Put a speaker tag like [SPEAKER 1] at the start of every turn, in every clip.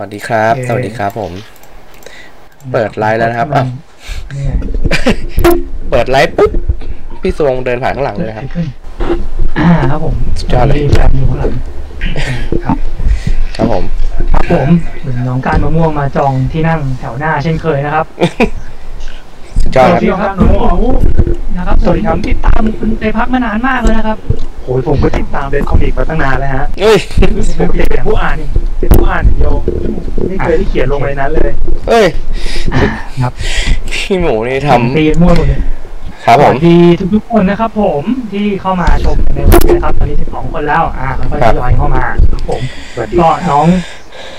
[SPEAKER 1] วัสดีครับ
[SPEAKER 2] เย้
[SPEAKER 1] สวัสดีครับผม เปิดไลฟ์แล้วนะครับอ้าว
[SPEAKER 2] เนี่ย
[SPEAKER 1] เปิดไลฟ์ปุ๊บ พี่สวงเดินผ่านข้างหลังเลยนะครับ
[SPEAKER 2] ขึ้นอ่าครับผม
[SPEAKER 1] สุดยอดเลย
[SPEAKER 2] มีแบบอยู่ข้างหลังครับ
[SPEAKER 1] ครับผม
[SPEAKER 2] ครับผมน้องการมะม่วงมาจองที่นั่งแถวหน้าเช่นเคยนะครับ
[SPEAKER 1] สุดยอดครับ
[SPEAKER 2] สวัสดีครับน้องหมูนะครับสวัสดีครับติดตามคุณไปพักมานานมากเลยนะครับโอ้ยผมก็ติดตามเดนคอมิกมาตั้งนานแล้วฮะ
[SPEAKER 1] เอ้ย
[SPEAKER 2] ปกติเป็นผู้อ่านเป็นผู้อ่านอย่างเดียวไม่เคยได้เขียนลงในนั้นเลย
[SPEAKER 1] เอ้ย
[SPEAKER 2] ครับ
[SPEAKER 1] พี่หมูนี่ท
[SPEAKER 2] ตีมั่วหมดเลย
[SPEAKER 1] ำครับ
[SPEAKER 2] ส
[SPEAKER 1] ผ
[SPEAKER 2] วั
[SPEAKER 1] ม
[SPEAKER 2] สดีทุกๆคนนะครับ ผมที่เข้ามาชมในวันนี้นะครับตอนนี้12คนแล้วอ่าค่อยๆทยอยเข้ามาครับผม
[SPEAKER 3] สวัสดี
[SPEAKER 2] ก็น้อง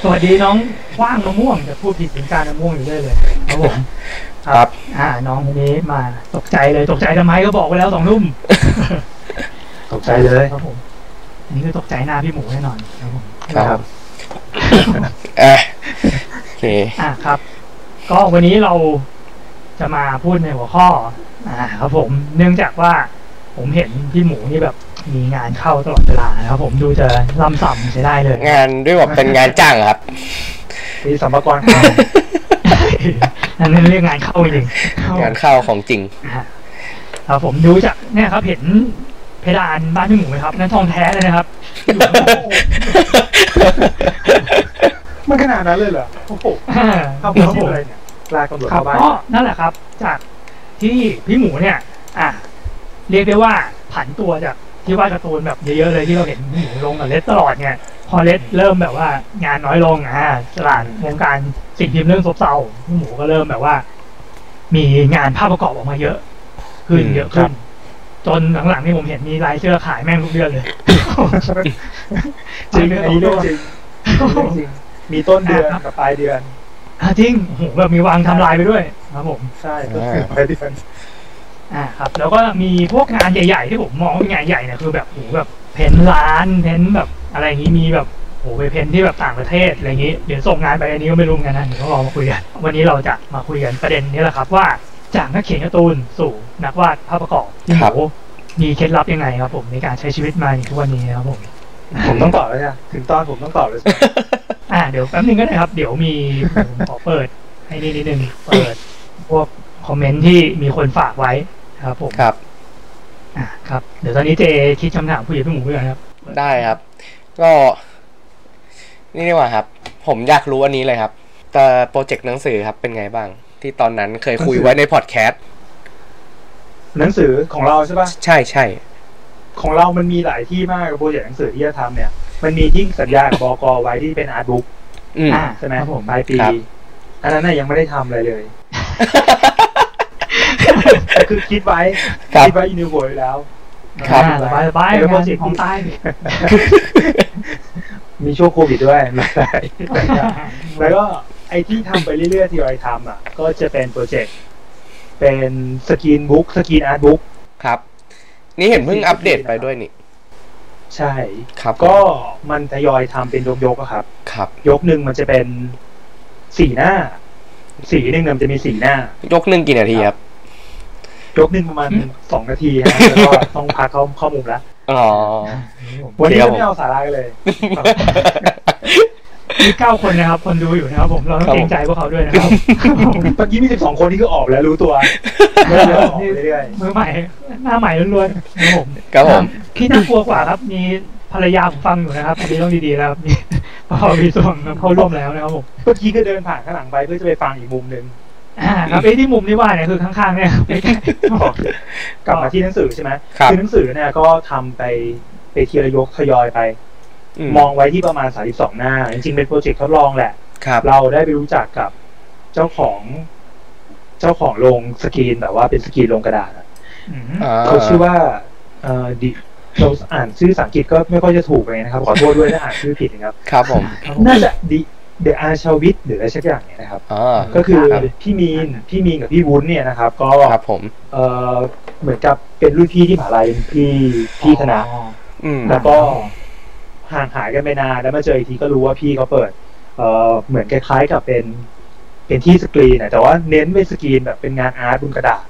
[SPEAKER 2] สวัสดีน้องกว่างมะม่วงจะพูดผิดถึงการมะม่วงอยู่เรื่อยเลยครับผม
[SPEAKER 1] ครับ
[SPEAKER 2] อ่า น้องคนนี้มาตกใจเลยตกใจทำไมก็บอกไปแล้วสองทุ่ม
[SPEAKER 3] ตกใจเลย
[SPEAKER 2] ครับผมอันนี้คือตกใจหน้าพี่หมูแน่นอนครับผม
[SPEAKER 1] ครับ อ่ะโอเค
[SPEAKER 2] อ่ะครับ ก็วันนี้เราจะมาพูดในหัวข้อ อ่า ครับผม เนื่องจากว่าผมเห็นพี่หมูนี่แบบมีงานเข้าตลอดเวลานะครับผมดูจะล่ำซ้ำใช้ได้เลย
[SPEAKER 1] งานด้วยว่าเป็นงานจ้างเหรอครับ
[SPEAKER 3] มีสัมภาระ
[SPEAKER 2] อันนั้นเรียกงานเข้าจริงเข้
[SPEAKER 1] งานเข้าของจริง
[SPEAKER 2] อ่ะครับผมดูจากเนี่ยครับ เห็นเพดานบ้านพี่หมูไหมครับ นั่นทองแท้เลยนะครับ
[SPEAKER 3] มันขนาดนั้นเลยเหรอโอ้โหข้าวผัดที่อะไรเนี่ยลากตำรวจ
[SPEAKER 2] ครับ
[SPEAKER 3] เข้าบ้าน
[SPEAKER 2] ก็นั่นแหละครับ จากที่พี่หมูเนี่ย อ่ะเรียกได้ว่าผันตัวจากที่วาดการ์ตูนแบบเยอะๆเลยที่เราเห็นพี่หมูลงกับเลสตลอดเนี่ย พอเลสเริ่มแบบว่างานน้อยลงอ่ะตลาดวงการสิ่งพิมพ์เรื่องซบเซาพี่หมูก็เริ่มแบบว่า มีงานภาพประกอบออกมาเยอะขึ้น
[SPEAKER 1] อืม
[SPEAKER 2] เยอะ
[SPEAKER 1] ครั
[SPEAKER 2] ขึ้
[SPEAKER 1] บ
[SPEAKER 2] น จนหลังๆนี่ผมเห็นมีรายเชื่อขายแม่งทุกเดือน เลย
[SPEAKER 3] จริงอันนี้เรื่องจริงเรื่องจริง มีต้นเดือนกับปลายเดือน
[SPEAKER 2] อ่ะจริงโอ้โหแบบมีวางไทำลายไปด้วยครับผม
[SPEAKER 3] ใช่ต้นเดือนปลายเดือน
[SPEAKER 2] อ่าครับแล้วก็มีพวกงานใหญ่ๆที่ผมมองว่างานใหญ่เนี่ยคือแบบโหแบบเพ้นท์ร้านเพ้นท์แบบอะไรอย่างนี้มีแบบโหไปเพ้นท์ที่แบบต่างประเทศอะไรอย่างนี้เดี๋ยวส่งงานไปอันนี้ก็ไม่รู้เหมือนกันนะเดี๋ยวต้องลองมาคุยกันวันนี้เราจะมาคุยกันประเด็นนี้แหละครับว่าจากนักเขียนการ์ตูนสู่นักวาดภาพประกอบที่
[SPEAKER 1] ครับ
[SPEAKER 2] โหมีเคล็ดลับยังไงครับผมในการใช้ชีวิตมาในทุกวันนี้ครับผม
[SPEAKER 3] ผมต้องตอบแล้วเนี่ยถึงตอนผมต้องตอบเลย
[SPEAKER 2] อ่าเดี๋ยวแป๊บนึงก็ได้ครับ เดี๋ยวมีผมขอเปิดให้นี่นิดนึงเปิดพวกคอมเมนต์ที่มีคนฝากไว้ครับผม
[SPEAKER 1] ครับ
[SPEAKER 2] อ่ะครับ เดี๋ยวตอนนี้เจคิดคำถามคุยกับพี่หมูด้วยนะครับ
[SPEAKER 1] ได้ครับ ก็ นี่ดีกว่าครับ ผมอยากรู้อันนี้เลยครับ แต่โปรเจกต์หนังสือครับเป็นไงบ้าง ที่ตอนนั้นเคยคุยไว้ในพอดแคสต์
[SPEAKER 3] หนังสือของเราใช่ป่ะ
[SPEAKER 1] ใช่ใช่
[SPEAKER 3] ของเรามันมีหลายที่มากโปรเจกต์หนังสือที่จะทำเนี่ย มันมีที่สัญญากับบกไว้ที่เป็นอาร์ตบุ๊ก
[SPEAKER 1] อืม
[SPEAKER 2] อ่า
[SPEAKER 3] ใช่ไหม
[SPEAKER 2] ครับผม
[SPEAKER 3] ปลายปี
[SPEAKER 1] ครับ
[SPEAKER 3] อันนั้นน่ะยังไม่ได้ทำอะไรเลย คือคิดไว้
[SPEAKER 1] ครับ
[SPEAKER 3] คิดไว้อยู่ในหัวอยู่แล้ว
[SPEAKER 1] ครับ
[SPEAKER 2] อ่าสบายสบาย
[SPEAKER 3] เป็น
[SPEAKER 2] งา
[SPEAKER 3] โปร
[SPEAKER 2] น
[SPEAKER 3] เจกต์
[SPEAKER 2] ของใต้
[SPEAKER 3] มีช่วงโควิดด้วย ไม่ได้แล้วก็ไอที่ทำไปเรื่อยๆที่ไอทำอ่ะ ก็จะเป็นโปรเจกต์เป็นสกรีนบุ๊กสกรีนอาร์ตบุ๊ก
[SPEAKER 1] ครับ นี่เห็นเพิ่งอัปเดตไปด้วยนี่
[SPEAKER 3] ใช่
[SPEAKER 1] ครับ
[SPEAKER 3] ก็มันทยอยทำเป็นยกๆอะครับ
[SPEAKER 1] ครับ
[SPEAKER 3] ยกหนึ่งมันจะเป็นสี่หน้า สีหนึ่งเนี่ยมันจะมีสี่หน้า
[SPEAKER 1] ยกหนึ่งกี่นาทีครับ
[SPEAKER 3] ยกหนึ่งประมาณสองนาทีฮะแล้วก็ต้องพักเข้าข้อมูลละ
[SPEAKER 1] อ๋อ
[SPEAKER 3] วันนี้
[SPEAKER 1] เดี๋ยว
[SPEAKER 3] จะไม่เอาสาระกันเลย
[SPEAKER 2] มีเก้าคนนะครับ คนดูอยู่นะครับผมเราต้องเกรงใจพวกเขาด้วยนะครับ
[SPEAKER 3] เมื่อกี้มีสิบสองคนที่ก็ออกแล้วรู้ ตัวเรื่อยๆออกเรื่อย
[SPEAKER 2] มือใหม่หน้าใหม่ล้วนๆครับผม
[SPEAKER 1] ครับผม
[SPEAKER 2] ที่น่ากลัวกว่าครับ มีภรรยาผมฟังอยู่นะครับอันนี้ต้องดีๆแล้วครับมีพอมีส่วนเข้าร่วมแล้วนะครับผม
[SPEAKER 3] ๆเมื่อกี้ก็เดินผ่านข้างหลังไปเพื่อจะไปฟังอีกมุมหนึ่ง
[SPEAKER 2] อ่าครับไอ้ที่มุมที่ว่าเนี่ยคือข้างๆ เนี่ยครับใกล้ๆบอก
[SPEAKER 3] กลับมาที่หนังสือใช่ไหม
[SPEAKER 1] ครับ
[SPEAKER 3] อหนังสือเนี่ยก็ทำไปไปทีละยกทยอยไป มองไว้ที่ประมาณ 32 หน้า จริงๆ เป็นโปรเจกต์ทดลองแหละ
[SPEAKER 1] ครับ
[SPEAKER 3] เราได้ไปรู้จักกับเจ้าของ เจ้าของโรงสกรีนแบบว่าเป็นสกรีนโรงกระดาษอะ
[SPEAKER 2] อืม
[SPEAKER 3] เขาชื่อว่าเอ่อดิเราอ่านชื่อภาษาอังกฤษก็ไม่ค่อยจะถูกเลยนะครับ ขอโทษด้วยถ้าอ่านชื่อผิดนะครับ
[SPEAKER 1] ครับผม
[SPEAKER 2] ครับผม
[SPEAKER 3] น่าจะดิเดอะอาชาวิทหรืออะไรสักอย่างเนี่ยนะครับ
[SPEAKER 1] อ๋อ
[SPEAKER 3] ก็คือ
[SPEAKER 1] ครับ
[SPEAKER 3] พี่มีนพี่มีนกับพี่วุ้นเนี่ยนะครับ ก็
[SPEAKER 1] ครับผม
[SPEAKER 3] เอ่อเหมือนกับเป็นรุ่นพี่ที่มหาลัยเป็นพี่พี่คณะ
[SPEAKER 2] อ๋อ
[SPEAKER 1] อืม
[SPEAKER 3] แล้วก็ห่างหายกันไปนานแล้วมาเจออีกทีก็รู้ว่าพี่เขาเปิด เอ่อเหมือนคล้ายๆกับเป็น เป็นที่สกรีนนะแต่ว่าเน้นเป็นสกรีนแบบเป็นงานอาร์ตบนกระดาษ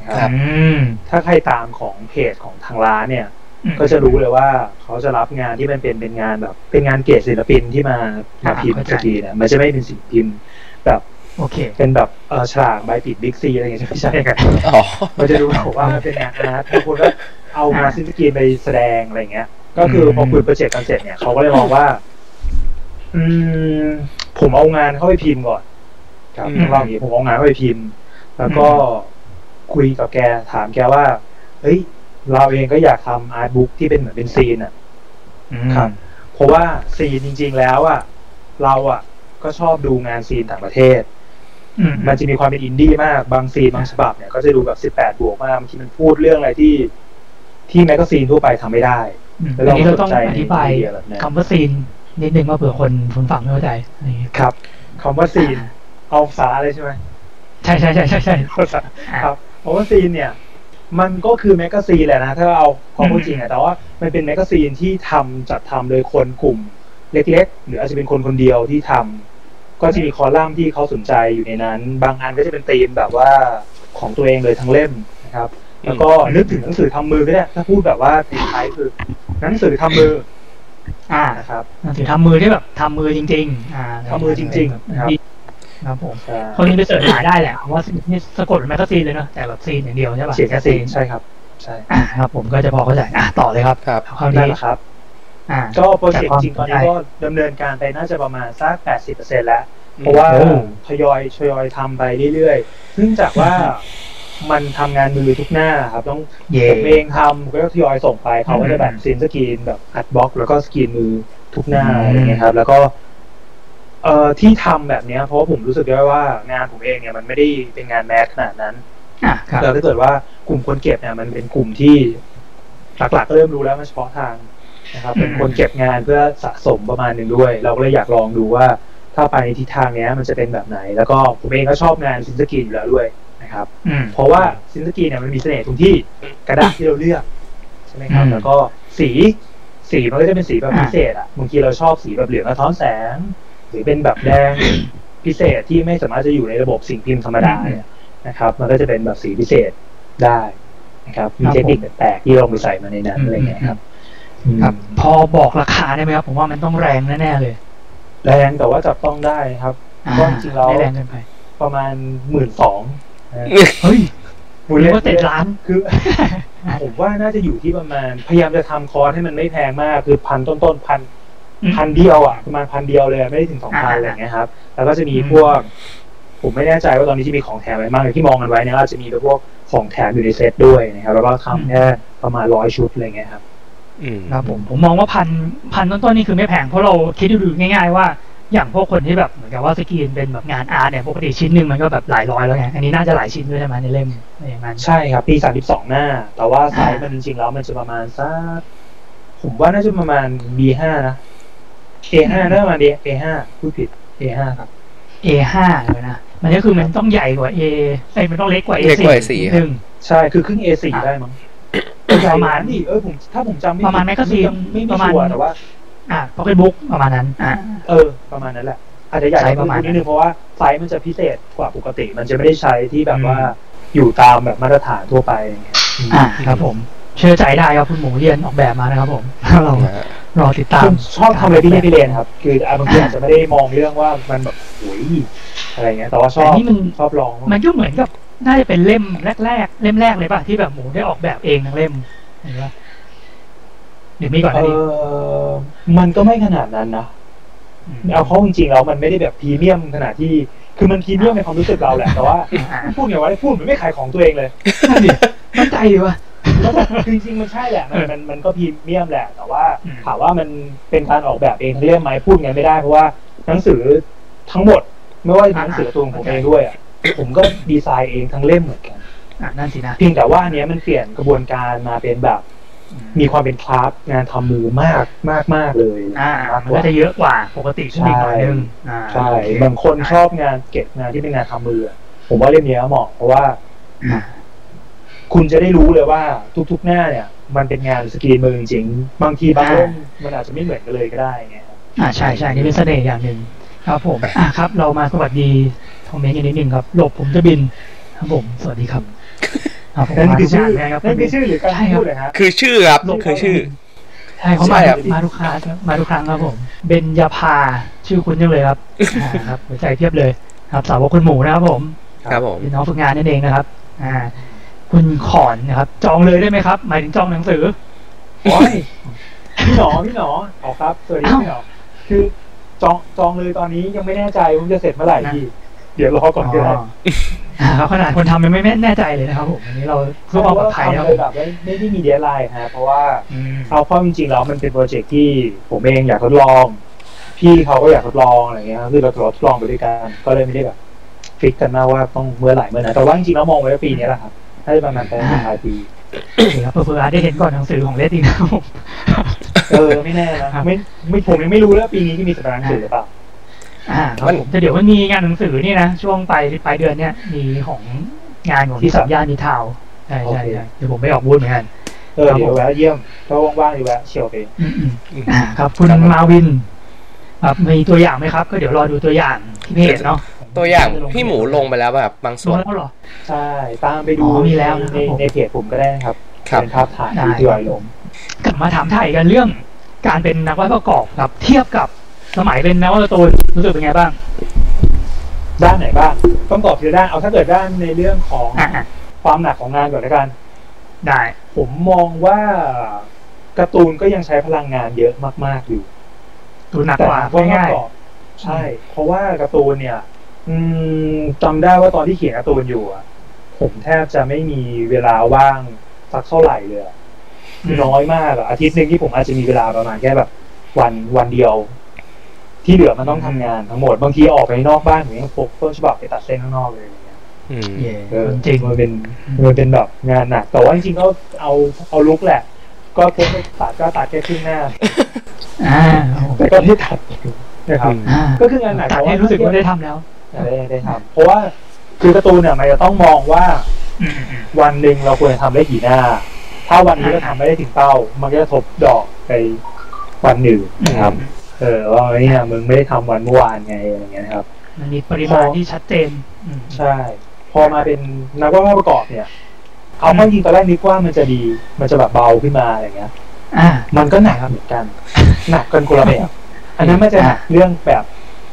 [SPEAKER 3] นะค
[SPEAKER 1] ครั
[SPEAKER 3] รับ บ
[SPEAKER 2] อืม
[SPEAKER 3] ถ้าใครตามของเพจของทางร้านเนี่ย
[SPEAKER 2] อืม
[SPEAKER 3] ก็จะรู้เลยว่าเขาจะรับงานที่มันเป็นเป็นงานแบบ เป็นงานเกรดศิลปินที่มา
[SPEAKER 2] อ่า
[SPEAKER 3] มาพิมพ์
[SPEAKER 2] เข้าใจ
[SPEAKER 3] สกรีนอะมันจะไม่เป็นสิ่งพิมพ์แบบ
[SPEAKER 2] โอเค
[SPEAKER 3] เป็นแบบเออฉลากใบปิดบิ๊กซีอะไรอย่างเงี้ย ไม่ใช่ไง
[SPEAKER 1] อ๋ อ
[SPEAKER 3] มันจะดูแบบว่ามันเป็นงานอาร์ตบางคนก็เอามา
[SPEAKER 2] อ่า
[SPEAKER 3] ซินสกรีนไปแสดงอะไรอย่างเงี้ย ก็คืออ
[SPEAKER 2] ม
[SPEAKER 3] พอคุยโปรเจกต์กันเสร็จเนี่ยเขาก็เลยมองว่า อืม ผมเอางานเข้าไปพิมพ์ก่อน ครับ
[SPEAKER 1] อืม
[SPEAKER 3] ต้องเล่าอย่างนี้ผมเอางานเข้าไปพิมพ์ แล้วก็คุยกับแกถามแกว่าเฮ้ย เราเองก็อยากทำอาร์ตบุ๊กที่เป็นเหมือนเป็นซีนอ่ะ
[SPEAKER 2] อืม
[SPEAKER 3] ครับ เพราะว่าซีนจริง ๆ แล้วอ่ะเราอ่ะก็ชอบดูงานซีนต่างประเทศ
[SPEAKER 2] อืม
[SPEAKER 3] มันจะมีความเป็นอินดี้มาก บางซีนบางฉบับเนี่ยก็จะดูแบบ 18 บวกมากบางทีมันพูดเรื่องอะไรที่ที่แมกกาซีนทั่วไปทำไม่ได้
[SPEAKER 2] อืมอั
[SPEAKER 3] แล้วน เรา
[SPEAKER 2] นี้เราต้อง
[SPEAKER 3] สนใจ
[SPEAKER 2] อธิบาย
[SPEAKER 3] ในไอเดียแบบนั้น
[SPEAKER 2] คำว่าซีนนิดนึงว่าเผื่อคนคนฟังไม่เข้าใจอะไรอย่างงี้
[SPEAKER 3] ครับคำว่าซีนเอาภาษาอะไรใช่ไหม
[SPEAKER 2] ใช่ใช่ใช่ใช่ใช่
[SPEAKER 3] ครับเพราะว่าซีนเนี่ย มันก็คือแมกกาซีนแหละนะ ถ้าเอาความพูดจริงอะแต่ว่ามันเป็นแมกกาซีนที่ทำจัดทำโดยคนกลุ่มเล็ก ๆ หรืออาจจะเป็นคนคนเดียวที่ทำก็จะมีคอลัมน์ที่เขาสนใจอยู่ในนั้น บางอันก็จะเป็นธีมแบบว่าของตัวเองเลยทั้งเล่มนะครับ แล้วก็นึกถึงหนังสือทำมือก็ได้ถ้าพูดแบบว่าตีท้ายคือหนังสือทำมือ
[SPEAKER 2] อ่า
[SPEAKER 3] นะครับ
[SPEAKER 2] หนังสือทำมือที่แบบทำมือจริง ๆ อ่า
[SPEAKER 3] ทำมือจริงๆครับ
[SPEAKER 2] ครับผม
[SPEAKER 3] ใช่
[SPEAKER 2] คนนี้ไปเสิร์ชหาได้แหละว่านี่สะกดเป็นแมกกาซีนเลยเนาะแต่แบบซีนอย่างเดียวใช่ป่ะ
[SPEAKER 3] เขียนแค่ซีนใช่ครับ ใช่
[SPEAKER 2] อ่าครับผมก็จะพอเข้าใจอ่ะต่อเลยครับ
[SPEAKER 1] ครับ
[SPEAKER 2] คราว
[SPEAKER 3] นั่
[SPEAKER 2] นี้
[SPEAKER 3] นแหละครับ
[SPEAKER 2] อ่า
[SPEAKER 3] ก็โปรเจกต์จริงๆตอนนี้ก็ดำเนินการไปน่าจะประมาณสัก 80%แล้ว เพราะว่า
[SPEAKER 2] โอ้
[SPEAKER 3] ทยอยทยอยทำไปเรื่อยๆ ซึ่งจากว่ามันทำงานมือทุกหน้าครับต้อง
[SPEAKER 2] เย่
[SPEAKER 3] ผมเองทำก็ทยอยส่งไปเขาก็จะแบบซีนสกรีนแบบอัดบล็อก แล้วก็สกรีนมือทุกหน้าอะไรเงี้ยครับ แล้วก็ เอ่อที่ทำแบบเนี้ย เพราะว่าผมรู้สึกได้ว่างานผมเองเนี่ยมันไม่ได้เป็นงานแมสขนาดนั้น
[SPEAKER 2] อ่าครับ
[SPEAKER 3] แต่ถ้าเกิดว่ากลุ่มคนเก็บเนี่ยมันเป็นกลุ่มที่หลักๆก็เริ่มรู้แล้วมันเฉพาะทางนะครับ เป็นคนเก็บงานเพื่อสะสมประมาณหนึ่งด้วย เราก็เลยอยากลองดูว่า ถ้าไปในทิศทางเนี้ย มันจะเป็นแบบไหน แล้วก็ผมเองก็ชอบงานซินสกีอยู่แล้วด้วยนะครับ
[SPEAKER 2] อืม
[SPEAKER 3] เพราะว่าซินสกีเนี่ยมันมีเสน่ห์ตรงที่กระดาษที่เราเลือกใช่ไหมครับ
[SPEAKER 2] อืม
[SPEAKER 3] แล้วก็สีสีมันก็จะเป็นสีแบบ
[SPEAKER 2] อ่า
[SPEAKER 3] พิเศษอ่ะบางทีเราชอบสีแบบเหลืองสะท้อนแสง หรือเป็นแบบแด งพิเศษที่ไม่สามารถจะอยู่ในระบบสิ่งพิมพ์ธรรมดาเนี่ยนะครับ มันก็จะเป็นแบบสีพิเศษได้นะครับ มีเทคนิคแปลกๆที่ลงไปใส่มาในนั้นอะไรอย่างเงี้ยครับ
[SPEAKER 2] ครับ
[SPEAKER 3] อืม
[SPEAKER 2] พอบอกราคาได้ไหมครับผมว่ามันต้องแรงแน่ๆเลย
[SPEAKER 3] แรงแต่ว่าจับต้องได้นะครับ
[SPEAKER 2] อ่า
[SPEAKER 3] ก็จริงๆแล้ว
[SPEAKER 2] ไม่แรงเกินไป
[SPEAKER 3] ประมาณหมื่นสอง
[SPEAKER 2] เฮ้ยผมเรียกว่าเต็ดล้าน
[SPEAKER 3] คือ ผมว่าน่าจะอยู่ที่ประมาณ พยายามจะทำคอร์สให้มันไม่แพงมาก คือพันต้นๆพันพันเดียวอ่ะประมาณพันเดียวเลยอะไม่ได้ถึงสองพั
[SPEAKER 2] อ่า
[SPEAKER 3] นอะไรอย่างเงี้ยครับ แล้วก็จะมี
[SPEAKER 2] อืม
[SPEAKER 3] พวก ผมไม่แน่ใจว่าตอนนี้จะมีของแถมอะไรบ้างแต่ที่มองกันไว้เนี่ยอาจจะมีพวกของแถมอยู่ในเซตด้วยนะครับแล้วก็ทำแค่ประมาณร้อยชุดอะไรเงี้ยครับ
[SPEAKER 1] อืม
[SPEAKER 2] ครับผมผมมองว่าพันพันต้นๆนี่คือไม่แพงเพราะเราคิดดูๆง่าย ๆ ว่า อย่างพวกคนที่แบบเหมือนกับว่าสกรีนเป็นแบบงานอาร์ตเนี่ยปกติชิ้นหนึ่งมันก็แบบหลายร้อยแล้วไงอันนี้น่าจะหลายชิ้นด้วยใช่ไหมในเล่มอะไรอย่างนั้น
[SPEAKER 3] ใช่ครับปีสามสิบสองหน้า แต่ว่าไซส์มันจริงๆแล้วมันจะประมาณสักผมว่าน่าจะประมาณ B ห้านะ A ห้าน่าจะประมาณ A ห้าพูดผิด A ห้าครับ
[SPEAKER 2] A5 เลยนะมันก็คือมันต้องใหญ่กว่า A ไอ้ยมันต้องเล็กกว่า A4
[SPEAKER 1] เล็กกว่าสี่
[SPEAKER 2] นิด
[SPEAKER 1] ครั
[SPEAKER 2] นึ
[SPEAKER 1] บ
[SPEAKER 2] ง
[SPEAKER 3] ใช่คือครึ่ง A4
[SPEAKER 2] อ่ะ
[SPEAKER 3] ได้มั้ง
[SPEAKER 2] ประมาณ
[SPEAKER 3] ดิเออผมถ้าผมจำไม่
[SPEAKER 2] ประมาณ
[SPEAKER 3] ผิด
[SPEAKER 2] แมกกาซีน
[SPEAKER 3] ไม่
[SPEAKER 2] ป
[SPEAKER 3] ไม่
[SPEAKER 2] ระมาณ
[SPEAKER 3] ชัวร์แต่ว่า
[SPEAKER 2] อ่ะพ็อกเก็ตบุ๊กประมาณนั้นอ่ะ
[SPEAKER 3] เออ ประมาณนั้นแหละ อาจจะใหญ่
[SPEAKER 2] ใช้ประมาณ
[SPEAKER 3] นิดนึงเพราะว่าไซส์มันจะพิเศษกว่าปกติ มันจะไม่ได้ใช้ที่แบบว่า
[SPEAKER 2] อืม
[SPEAKER 3] อยู่ตามแบบมาตรฐานทั่วไปอย่างเงี้ย
[SPEAKER 2] อ่ะครับผม เชื่อใจได้ครับคุณหมูเรียนออกแบบมานะครับผมเรา
[SPEAKER 1] นะฮะ
[SPEAKER 2] รอติดตาม
[SPEAKER 3] ผมชอบทำอะไรที่ไม่พิเรนครับ คืออ่ะบางทีอาจจะไม่ได้มองเรื่องว่ามันแบบโอ้ยอะไรเงี้ยแต่ว่าชอบ
[SPEAKER 2] แต่นี่มัน
[SPEAKER 3] ชอบลอง
[SPEAKER 2] มันก็เหมือนกับน่าจะเป็นเล่มแรกๆ เล่มแรกเลยป่ะที่แบบหมูได้ออกแบบเองทั้งเล่มเห็นปะเดี๋ยวมีก่อน
[SPEAKER 3] เอ
[SPEAKER 2] นะดิ
[SPEAKER 3] อมันก็ไม่ขนาดนั้นนะ
[SPEAKER 2] ม
[SPEAKER 3] เอาเข้าจริงๆแล้วมันไม่ได้แบบพรีเมียมขนาดที่ คือมันพรีเมียมในความรู้สึกเราแหละแต่ว่า
[SPEAKER 2] อ่ะ
[SPEAKER 3] พูดไงวะพูดเหมือนไม่ขายของตัวเอง เลย
[SPEAKER 2] นั่นดิมั่นใจดีวะ
[SPEAKER 3] คือจริงๆมันใช่แหละ มันมันมันก็พรีเมียมแหละ แต่ว่า
[SPEAKER 2] อืม
[SPEAKER 3] ถามว่ามันเป็นการออกแบบเองทั้งเล่มไหมพูดไงไม่ได้เพราะว่าหนังสือทั้งหมด ไม่ว่าจะเป็นหนังสือตัวของผมเองด้วยอ่ะผมก็ดีไซน์เองทั้งเล่มเหมือนกัน
[SPEAKER 2] อ่ะนั่นสินะ
[SPEAKER 3] เพียงแต่ว่าอันเนี้ยมันเปลี่ยนกระบวนการมาเป็นแบบ มีความเป็นคราฟต์งานทำมือมากมากมากเลย
[SPEAKER 2] อ่ามัน
[SPEAKER 3] ก
[SPEAKER 2] ก็
[SPEAKER 3] ว่า
[SPEAKER 2] จะเยอะกว่าปกติขึ้นอีกหน่อยนึงอ่า
[SPEAKER 3] ใช่
[SPEAKER 2] โอเ
[SPEAKER 3] บางคนชอบงานเก็บงานที่เป็นงานทำมืออะผมว่าเล่มเนี้ยเหมาะเพราะว่า
[SPEAKER 2] อ่ะ
[SPEAKER 3] คุณจะได้รู้เลยว่าทุกๆหน้าเนี่ย มันเป็นงานสกรีนมือจริงๆบางทีบางเล่มมันอาจจะไม่เหมือนกันเลยก็ได้ไงครับ
[SPEAKER 2] อ่าใช่ใช่นี่เป็นเสน่ห์อย่างหนึ่งครับผมอ่ะครับ เรามาสวัสดีคอมเมนต์กันนิดนึงครับหลบผมจะบินครับผมสวัสดีครับ ครับผม
[SPEAKER 3] นั่น
[SPEAKER 2] มา
[SPEAKER 3] คื
[SPEAKER 2] ทุ
[SPEAKER 3] อก ชื่
[SPEAKER 2] งา
[SPEAKER 3] อน
[SPEAKER 2] เลยครับ
[SPEAKER 3] นั่นคือชื่อหรือการ
[SPEAKER 2] ใช่ครับ
[SPEAKER 3] พูดเลยฮะ
[SPEAKER 1] คือชื่อครับ
[SPEAKER 3] ลง
[SPEAKER 1] คือชื่อ
[SPEAKER 2] ใช่เขา
[SPEAKER 1] ใช่
[SPEAKER 2] มา
[SPEAKER 1] ครับ
[SPEAKER 2] มาทุกครั้งครับมาทุกครั้งครับผมเบญญาภาชื่อคุณยังเลยครับอ่าครับหัวใจเพียบเลยครับสาวกคุณหมูนะครับผม
[SPEAKER 1] ครับผม
[SPEAKER 2] เป็นน้องฝึกงานนั่นเองนะครับ อ่า คุณขอนนะครับ จองเลยได้ไหมครับ หมายถึงจองหนังสือ
[SPEAKER 3] โอ้ยพี่หนอพี่หนอเอาครับสวัสดีพี่หนอคือจองจองเลยตอนนี้ยังไม่แน่ใจว่าจะเสร็จเมื่อไหร่พี่เดี๋ยวรอก่อนก็ได้
[SPEAKER 2] อ่าครับขนาดคนทำยังไม่แน่ใจเลยนะครับผมอันนี้เราเพื่อความปลอดภัยนะครับ
[SPEAKER 3] เพาะว่าทำเลยแบบไม่ไม่ได้มีเดทไลน์ฮะเพราะว่า
[SPEAKER 2] อืม
[SPEAKER 3] เอาเข้อจริงๆแล้วมันเป็นโปรเจกต์ที่ผมเองอยากทดลอง พี่เขาก็อยากทดลองอะไรเงี้ยครับคือเราทดลองไปด้วยกันก็เลยไม่ได้แบบฟิกกันมากว่าต้องเมื่อไหร่เมื่อไหร่แต่ว่าจริงๆแล้วมองไว้ว่าปีนี้แหละครับน่าจะประมาณปลายปลายปี
[SPEAKER 2] โอเคครับเผื่อๆอาจได้เห็นก่อนหนังสือของเลสอีกนะครับผม
[SPEAKER 3] เออไม่แน่นะครับ ไม่ไม่ผมยังไม่รู้เลยว่าปีนี้จะมีสัปดาห์หนังสือหรือเปล่า
[SPEAKER 2] อ่าครับผมแต่เดี๋ยวมันมีงานหนังสือนี่นะ ช่วงปลายปลายเดือนเนี้ยมีของงานของที่สัมย่านนิทาวน์ใช่ใช่ใช่เดี๋ยวผมไปออกบูธเหมือนกัน
[SPEAKER 3] เออเดี๋ยวแวะเยี่ยมถ้าว่างๆเดี๋ยวแวะเชียวไป
[SPEAKER 2] อืมอืมอ่าครับคุณมาวินครับมีตัวอย่างไหมครับ ก็เดี๋ยวรอดูตัวอย่างที่เพจเนาะ
[SPEAKER 1] ตัวอย่างพี่หมูลงไปแล้วแบบบาง
[SPEAKER 2] ส่
[SPEAKER 1] ส่
[SPEAKER 2] ว
[SPEAKER 1] วน น
[SPEAKER 2] แล้วเหรอ
[SPEAKER 3] ใช่ตามไปดู
[SPEAKER 2] อ๋อมีแล้วนะครับ
[SPEAKER 3] ใน
[SPEAKER 2] ผม
[SPEAKER 3] ในเพจผมก็ได้นะครับ
[SPEAKER 1] ครับ
[SPEAKER 3] เป็นภาพถ่ายที่ทยอยลง
[SPEAKER 2] กลับมาถามไทยกันเรื่องการเป็นนักวาดประกอบครับ เทียบกับสมัยเป็นนักวาดการ์ตูนรู้สึกเป็นไงบ้าง
[SPEAKER 3] ด้านไหนบ้างต้องตอบทีละด้านเอาถ้าเกิดด้านในเรื่องของ
[SPEAKER 2] อ่ะอ่ะ
[SPEAKER 3] ความหนักของงานก่อนละกัน
[SPEAKER 2] ได้
[SPEAKER 3] ผมมองว่าการ์ตูนก็ยังใช้พลังงานเยอะมาก ๆ อยู่
[SPEAKER 2] ดูหนัก
[SPEAKER 3] แต่
[SPEAKER 2] กว่า
[SPEAKER 3] ว่าน
[SPEAKER 2] ง่าย
[SPEAKER 3] กรอบใช่ เพราะว่าการ์ตูนเนี่ย อืมจำได้ว่าตอนที่เขียนการ์ตูนอยู่อะผมแทบจะไม่มีเวลาว่างสักเท่าไหร่เลยอะ
[SPEAKER 2] อืม
[SPEAKER 3] น้อยมากอะอาทิตย์หนึ่งที่ผมอาจจะมีเวลาประมาณแค่แบบ วันวันเดียว ที่เหลือมันต้องทำงานทั้งหมดบางทีออกไปนอกบ้านผมยังพกต้นฉบับไปตัดเส้นข้างนอกเลยอย่างเงี้ย
[SPEAKER 1] อืม
[SPEAKER 2] ๆเย่
[SPEAKER 3] เออ
[SPEAKER 2] จริง
[SPEAKER 3] มันเป็น
[SPEAKER 2] อืม
[SPEAKER 3] มันเป็นแบบงานหนักแต่ว่าจริงๆก็เอาเอาลุกแหละ ก็พกไปตัดก็ตัดแค่ครึ่งหน้า
[SPEAKER 2] อ่า
[SPEAKER 3] แต่ก็ไม่ตัดนะครับ
[SPEAKER 2] อ่า
[SPEAKER 3] ก็คืองานหนัก
[SPEAKER 2] ตัด
[SPEAKER 3] แต่ว่า
[SPEAKER 2] ให้รู้สึกว่าได้ทำแล้ว
[SPEAKER 3] ได้ได้ทำเพราะว่าคือการ์ตูนเนี่ยมันจะต้องมองว่า
[SPEAKER 2] อืมอืม
[SPEAKER 3] วันหนึ่งเราควรจะทำได้กี่หน้า ถ้าวัน
[SPEAKER 2] อ่า
[SPEAKER 3] นี้เราทำไม่ได้ถึงเป้า มันก็จะทบดอกไปวันหนึ่งนะครับเออว่าเนี่ยมึงไม่ได้ทำวันเมื่อวานไงอะไรเงี้ยนะครับ
[SPEAKER 2] มันมีปริมาณที่ชัดเจนอืม
[SPEAKER 3] ใช่ พอมาเป็นนักวาดภาพประกอบเนี่ย เอาเข้าจริงตอนแรกนึกว่ามันจะดี มันจะแบบเบาขึ้นมาอะไรเงี้ย
[SPEAKER 2] อ่า
[SPEAKER 3] มันก็หนักเหมือนกัน หนักกันคนละแบบอันนั้นมันจะหนักเรื่องแบบ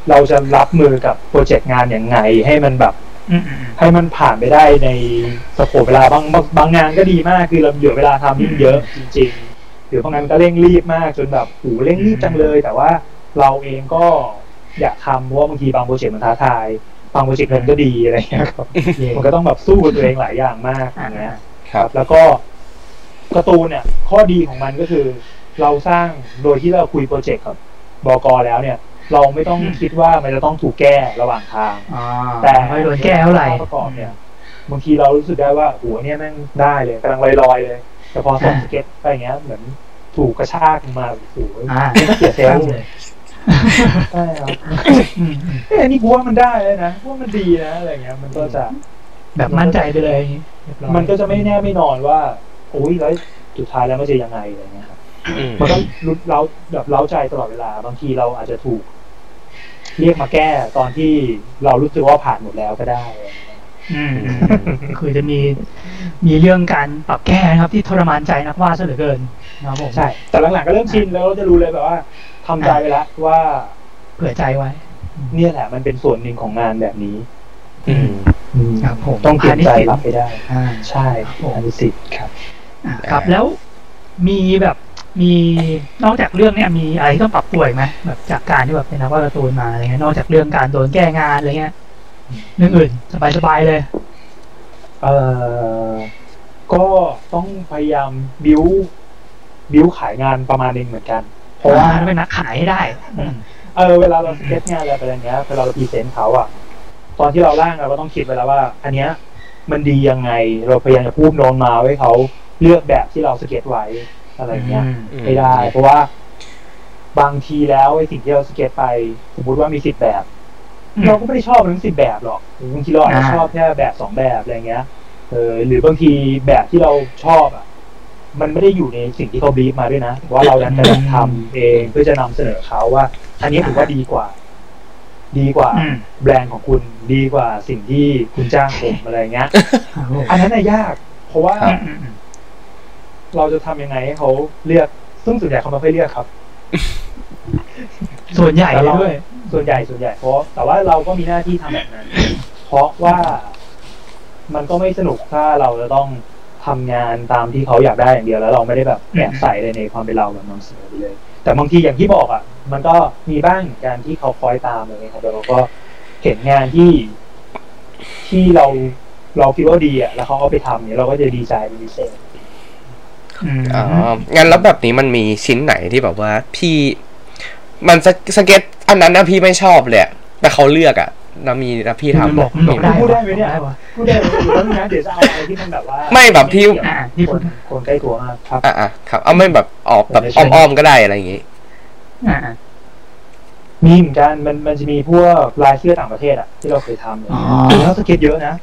[SPEAKER 3] เราจะรับมือกับโปรเจกต์งานอย่างไง ให้มันแบบ
[SPEAKER 2] อืมอืม
[SPEAKER 3] ให้มันผ่านไปได้ในสโคปเวลาบางบางบางงานก็ดีมากคือเราเหลือเวลาทำนี่เยอะจริงๆหรือบางงานก็เร่งรีบมากจนแบบโหูเร่งรีบจังเลย แต่ว่าเราเองก็อยากทำเพราะว่าบางทีบางโปรเจกต์มันท้าทายบางโปรเจกต์เงินก็ดีอะไรเงี้ยครับ
[SPEAKER 2] เย่
[SPEAKER 3] มันก็ต้องแบบสู้กับตัวเองหลายอย่างมากอย่างเงี้ย
[SPEAKER 1] ครับ
[SPEAKER 3] แล้วก็การ์ตูนเนี่ย ข้อดีของมันก็คือ เราสร้างโดยที่เราคุยโปรเจกต์กับบอกอแล้วเนี่ย เราไม่ต้อง
[SPEAKER 2] อืม
[SPEAKER 3] คิดว่ามันจะต้องถูกแก้ระหว่างทาง
[SPEAKER 2] อ่า
[SPEAKER 3] แต่
[SPEAKER 2] ไม่โดนแก้เท่าไหร่
[SPEAKER 3] ประกอบเนี่ยบางทีเรารู้สึกได้ว่าหัวเนี่ยแม่งได้เลยกำลังลอยๆเลย แต่พอส่ง
[SPEAKER 2] อ่า
[SPEAKER 3] สเก็ตไปอย่างเงี้ย เหมือนถูกกระชากมาโอ้โห
[SPEAKER 2] อ่า
[SPEAKER 3] เสียเซลล์เลยใช่ครับ
[SPEAKER 2] อืมอืม
[SPEAKER 3] เอ้ยอันนี่กูว่ามันได้เลยนะกูว่ามันดีนะอะไรเงี้ย มันก็จะ
[SPEAKER 2] แบบมั่นใจไปเลยเรียบร้อย
[SPEAKER 3] มันก็จะไม่แน่ไม่นอนว่าโอ้ยแล้วสุดท้ายแล้วมันจะยังไงอะไรเงี้ยครับ
[SPEAKER 1] อืม
[SPEAKER 3] มันก็รุดเร้าแบบเล้าใจตลอดเวลา บางทีเราอาจจะถูก เรียกมาแก้ตอนที่เรารู้สึกว่าผ่านหมดแล้วก็ได้อะไรอย่างเงี้ย
[SPEAKER 2] อืมคือจะมีมีเรื่องการปรับแก้นะครับที่ทรมานใจนักวาดซะเหลือเกินนะครับผม
[SPEAKER 3] ใช่ แต่หลังๆก็เริ่มชินแล้วเราจะรู้เลยแบบว่าทำใจไปแล้วว่า
[SPEAKER 2] เผื่อใจไว้
[SPEAKER 3] เนี่ยแหละมันเป็นส่วนหนึ่งของงานแบบนี้
[SPEAKER 1] อืม
[SPEAKER 2] ครับผม
[SPEAKER 3] ต้องเตรียมใจรับ
[SPEAKER 2] พาณิชย์
[SPEAKER 3] ไปได้
[SPEAKER 2] อ่า
[SPEAKER 3] ใช่
[SPEAKER 2] ครับผม
[SPEAKER 3] อันนี้สิครับ
[SPEAKER 2] อ่าครับแล้วมีแบบมีนอกจากเรื่องเนี้ยมีอะไรที่ต้องปรับปรุงอีกไหมแบบจากการที่แบบเป็นนักวาดการ์ตูนมาอะไรเงี้ยนอกจากเรื่องการโดนแก้งานอะไรเงี้ยเรื่องอื่นสบายๆเลย
[SPEAKER 3] เอ่อก็ต้องพยายามบิวบิวขายงานประมาณนึงเหมือนกัน เพ
[SPEAKER 2] เพ
[SPEAKER 3] ราะ
[SPEAKER 2] ราะว่า
[SPEAKER 3] ว่า
[SPEAKER 2] เป็นนักขายให้ได้อืม
[SPEAKER 3] เออเวลาเราสเก็ตงานอะไรไปอย่างเงี้ยเวลาเราพรีเซนต์เขาอะตอนที่เราร่างเราก็ต้องคิดไว้แล้วว่า อันเนี้ย มันดียังไงเราพยายามจะพูดโน้นมาไว้เขาเลือกแบบที่เราสเก็ตไว้อะไรเงี้ย
[SPEAKER 1] อืม
[SPEAKER 3] ไม่ได้ เพราะว่า บางทีแล้วไอ้สิ่งที่เราสเก็ตไป สมมติว่ามีสิบแบบ
[SPEAKER 2] อืม
[SPEAKER 3] เราก็ไม่ได้ชอบทั้งสิบแบบหรอกบางทีเราอาจจะ
[SPEAKER 2] อ่า
[SPEAKER 3] ชอบแค่แบบสองแบบอะไรเงี้ยเออหรือบางทีแบบที่เราชอบอ่ะ มันไม่ได้อยู่ในสิ่งที่เขาบีฟมาด้วยนะแต่ว่าเราดันไปลองทำเองเพื่อจะนำเสนอเขาว่า อันนี้ผมว่าดีกว่า ดีกว่า
[SPEAKER 2] อืม
[SPEAKER 3] แบรนด์ของคุณดีกว่าสิ่งที่คุณจ้างผมอะไรเงี้ย
[SPEAKER 2] ครับผม
[SPEAKER 3] อันนั้นน่ะยาก เพราะว่า
[SPEAKER 1] ครับ
[SPEAKER 2] อืมอืม
[SPEAKER 3] เราจะทำยังไงให้เขาเลือก ซึ่งส่วนใหญ่เขาไม่ค่อยเลือกครับ
[SPEAKER 2] ส่วนใหญ่
[SPEAKER 3] แต่เรา
[SPEAKER 2] ด้วย
[SPEAKER 3] ส่วนใหญ่ส่วนใหญ่เพราะแต่ว่าเราก็มีหน้าที่ทำแบบ นั้น เพราะว่ามันก็ไม่สนุกถ้าเราจะต้องทำงานตามที่เขาอยากได้อย่างเดียวแล้วเราไม่ได้ แบบแอบใส่เลยในความเป็นเราแบบนำเสนอไปเลย แต่บางทีอย่างที่บอกอ่ะ มันก็มีบ้างการที่เขาคอยตามอะไรเงี้ยครับแต่เราก็เห็นงานที่ที่เราเราคิดว่าดีอ่ะแล้วเขาเอาไปทำเนี่ยเราก็จะดีใจเป็นพิเศษ
[SPEAKER 2] อืม
[SPEAKER 1] อ๋องั้นแล้วแบบนี้มันมีชิ้นไหนที่แบบว่าพี่ มันสเกสเก็ตอันนั้นนะพี่ไม่ชอบเลยอะแต่เขาเลือกอะแล้วมีแล้วพี่ทำ
[SPEAKER 2] บอก
[SPEAKER 1] มี
[SPEAKER 2] ก
[SPEAKER 1] ไหม
[SPEAKER 2] ได้
[SPEAKER 3] พูดได้ไหมเนี่ย
[SPEAKER 2] บอกด้ปะ
[SPEAKER 3] พูดได้หรือว่านะเดี๋ยวจะเอาอะไรที่มันแบบว่า
[SPEAKER 1] ไม่แบบที่
[SPEAKER 2] อ่าที่
[SPEAKER 3] ค
[SPEAKER 2] พูด
[SPEAKER 3] นคนใกล้ตัวมากครับ
[SPEAKER 1] อ่ะอ่ะครับ เอาไม่แบบออกแบบอ้อมๆก็ได้อะไรอย่างงี้
[SPEAKER 2] อ่าอ่า
[SPEAKER 3] มีเหมือนกันมันมันจะมีพวกลายเสื้อต่างประเทศอะที่เราเคยทำเนี่ย
[SPEAKER 2] อ๋อ
[SPEAKER 3] แล้วสเก็ตเยอะนะ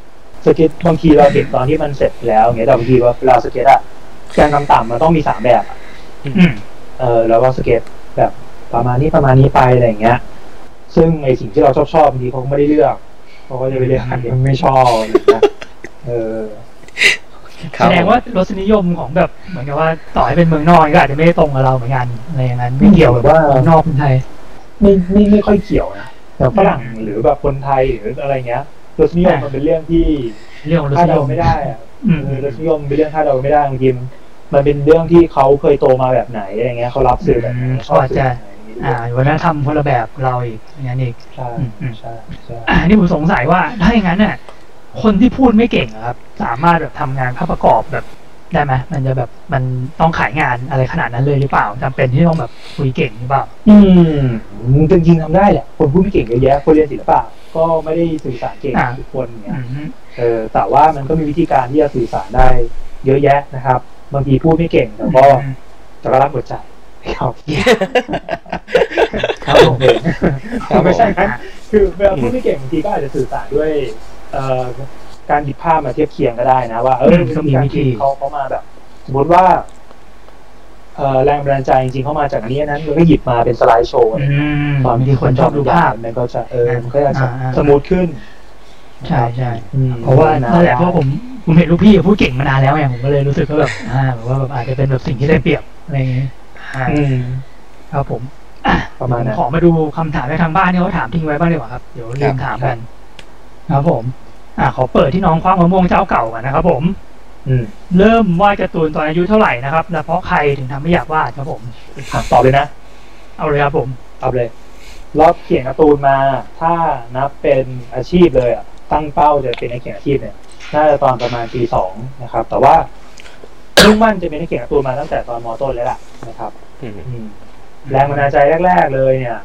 [SPEAKER 3] สเก็ตบางทีเราเห็นตอนที่มันเสร็จแล้วอย่างเงี้ยแต่บางทีว่าเราสเก็ตอะการทำต่ำมันต้องมีสามแบบอะ
[SPEAKER 2] อืม
[SPEAKER 3] เออแล้วก็สเก็ตแบบประมาณนี้ประมาณนี้ไปอะไรอย่างเงี้ย ซึ่งไอสิ่งที่เราชอบชอบบางทีเขาก็ไม่ได้เลือกเขาก็จะไปเลือกอันที่ไม่ชอบอะไรอย่างเงี้ยเออ
[SPEAKER 1] ครั
[SPEAKER 2] แส
[SPEAKER 1] บ
[SPEAKER 2] ดงว่ารสนิยมของแบบเหมือนกับว่าต่อให้เป็นเมืองนอกก็อาจจะไม่ได้ตรงกับเราเหมือนกันอะไรอย่างนั้นไม่เกี่ยวแบบว่าเมืองนอกเป็นไทย
[SPEAKER 3] ไม่ไม่ไม่ค่อยเกี่ยวนะแบบฝรั่งหรือแบบคนไทยหรืออะไรเงี้ยรสนิยมมันเป็นเรื่องที่
[SPEAKER 2] เรื่องของรส
[SPEAKER 3] คาด
[SPEAKER 2] นิย
[SPEAKER 3] เดาม ไม่ได้อะ
[SPEAKER 2] อืม
[SPEAKER 3] เออรสนิยมเป็นเรื่องคาดเดาไม่ได้บางทีมันมันเป็นเรื่องที่เขาเคยโตมาแบบไหนอะไรเงี้ยเขารับสื่อแบบไหนชอบสื่อแบบไหน
[SPEAKER 2] อ่าวัฒนธรรมคนละแบบเราอีกอย่างนั้นอีก
[SPEAKER 3] ใช่
[SPEAKER 2] อืม
[SPEAKER 3] ใช่ใช่
[SPEAKER 2] อ่านี่ผมสงสัยว่าถ้าอย่างนั้นน่ะ คนที่พูดไม่เก่งอะครับ สามารถแบบทำงานภาพประกอบแบบได้ไหมมันจะแบบมันต้องขายงานอะไรขนาดนั้นเลยหรือเปล่าจำเป็นที่ต้องแบบคุยเก่งหรือเปล่า
[SPEAKER 3] อืมจริงๆทำได้แหละคนพูดไม่เก่งเยอะแยะคนเรียนศิลปะก็ไม่ได้สื่อสารเก่ง
[SPEAKER 2] อ่า
[SPEAKER 3] ทุกคนเนี้ย
[SPEAKER 2] อืม
[SPEAKER 3] เออแต่ว่ามันก็มีวิธีการที่จะสื่อสารได้เยอะแยะนะครับบางทีพูดไม่เก่งแต่ก็แต่ก็รักหัวใจครับครับผมเอง
[SPEAKER 1] ค รับผม
[SPEAKER 3] ไม่ใช่นะคือเวลาพูดไม่เก่งบางทีก็อาจจะสื่อสารด้วย เอ่อการหยิบภาพมาเทียบเคียงก็ได้นะว่าเออวิธีการคิดเขาเขามาแบบ สมมติว่า เอ่อแรงบันดาลใจจริงๆเข้ามาจากอันนี้อันนั้นมันก็หยิบมาเป็นสไลด์โชว์
[SPEAKER 2] อืม
[SPEAKER 3] ตอน
[SPEAKER 2] มี
[SPEAKER 3] ที่
[SPEAKER 2] คนชอบดูภาพ
[SPEAKER 3] มันก็จะเออมันก็จะ
[SPEAKER 2] อ่าอ่า
[SPEAKER 3] สมูทขึ้น
[SPEAKER 2] ใช่ใช่
[SPEAKER 3] อืม
[SPEAKER 2] เพราะว่า
[SPEAKER 3] นะ
[SPEAKER 2] นั่นแหละเพราะผมผมเห็นลูกพี่พูดเก่งมานานแล้วไงผมก็เลยรู้สึกว่าแบบอ่าแบบว่าแบบอาจจะเป็นแบบสิ่งที่ได้เปรียบอะไรอย่างเงี้ยอ่า
[SPEAKER 3] อืม
[SPEAKER 2] ครับผมอ่ะ
[SPEAKER 3] ประมาณนั้น
[SPEAKER 2] ผขอมาดูคำถามในทางบ้านที่เขาถามทิ้งไว้บ้างดีกว่าครับเดี๋ยวลืมถามกัน ครับผม อ่าขอเปิดที่น้องคว้างมะม่วงเจ้าเก่าก่อนนะครับผม
[SPEAKER 3] อืม
[SPEAKER 2] เริ่มวาดการ์ตูนตอนอายุเท่าไหร่นะครับ และเพราะใครถึงทำไม่อยากวาดครับผม
[SPEAKER 3] อ่ะตอบเลยนะ
[SPEAKER 2] เอาเลยครับผม
[SPEAKER 3] ตอบเลยรอบเขียนการ์ตูนมา ถ้านับเป็นอาชีพเลยอ่ะ ตั้งเป้าจะเป็นนักเขียนอาชีพเนี่ย น่าจะตอนประมาณปีสองนะครับ แต่ว่า มุ่งมั่นจะเป็นนักเขียนการ์ตูนมาตั้งแต่ตอนมต้นเลยล่ะนะครับ
[SPEAKER 1] อืม
[SPEAKER 3] อืมแรงบันดาลใจแรก ๆ เลยเนี่ย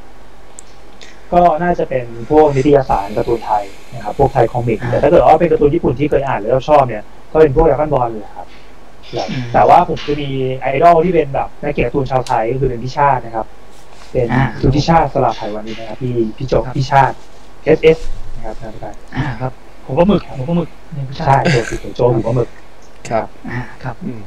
[SPEAKER 3] ก็น่าจะเป็นพวกนิตยสารการ์ตูนไทยนะครับ พวกไทยคอมิก แต่ถ้าเกิดว่าเป็นการ์ตูนญี่ปุ่นที่เคยอ่านหรือเราชอบเนี่ย ก็เป็นพวกดราก้อนบอลเลยครับแล้วแต่ว่าผมจะมีไอดอลที่เป็นแบบนักเขียนการ์ตูนชาวไทยก็คือเป็นพี่ชาตินะครับ เป็นคุณพี่ชาติสลาไทยวันนี้นะครับพี่พี่โจกพี่ชาติ S S นะครับงานไป
[SPEAKER 2] อ่าครับผมก็หมึกผมก็หมึกนี่ผู้ชาย
[SPEAKER 3] ใช่โจพี่โจผมก็หมึก
[SPEAKER 1] ครับ
[SPEAKER 2] อ่าครับ
[SPEAKER 1] อืม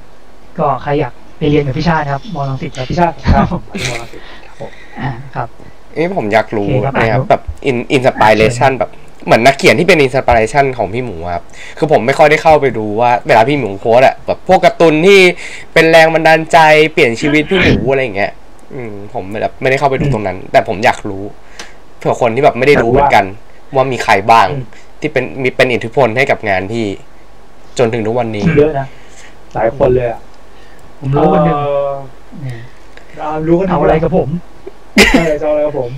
[SPEAKER 2] ก็ใครอยากไปเรียนกับพี่ชาติครับมอลังสิตครั
[SPEAKER 3] แล้ว
[SPEAKER 2] บ
[SPEAKER 3] พี่ชาติครับผมมาที่มอลังสิตครับผม
[SPEAKER 2] อ่าครับ
[SPEAKER 1] เอ้ยผมอยากรู้
[SPEAKER 2] โอเคครับ
[SPEAKER 1] นะครับ
[SPEAKER 2] อ่ะ
[SPEAKER 1] แบบอินอินสปิเรชันแบบเหมือนนักเขียนที่เป็นอินสปิเรชันของพี่หมูครับ คือผมไม่ค่อยได้เข้าไปดูว่าเวลาพี่หมูโพสต์อะแบบพวกการ์ตูนที่เป็นแรงบันดาลใจเปลี่ยนชีวิตพี่หมูอะไรอย่างเงี้ยอืมผมแบบไม่ได้เข้าไปดูตรงนั้น แต่ผมอยากรู้เผื่อคนที่แบบไม่ได้รู้เหมือนกัน ว่ามีใครบ้างที่เป็นมีเป็นอิทธิพลให้กับงานพี่ จนถึงทุกวันนี้
[SPEAKER 3] เยอะนะหลายคนเลยอ่ะ
[SPEAKER 2] ผมรู้วันหนึ่ง
[SPEAKER 3] เอ่อ
[SPEAKER 2] เนี่ย
[SPEAKER 3] อ่ารู้กันทั้
[SPEAKER 2] เอา
[SPEAKER 3] ง
[SPEAKER 2] อะไรกับผม
[SPEAKER 3] ใช่จำอะไรครับผม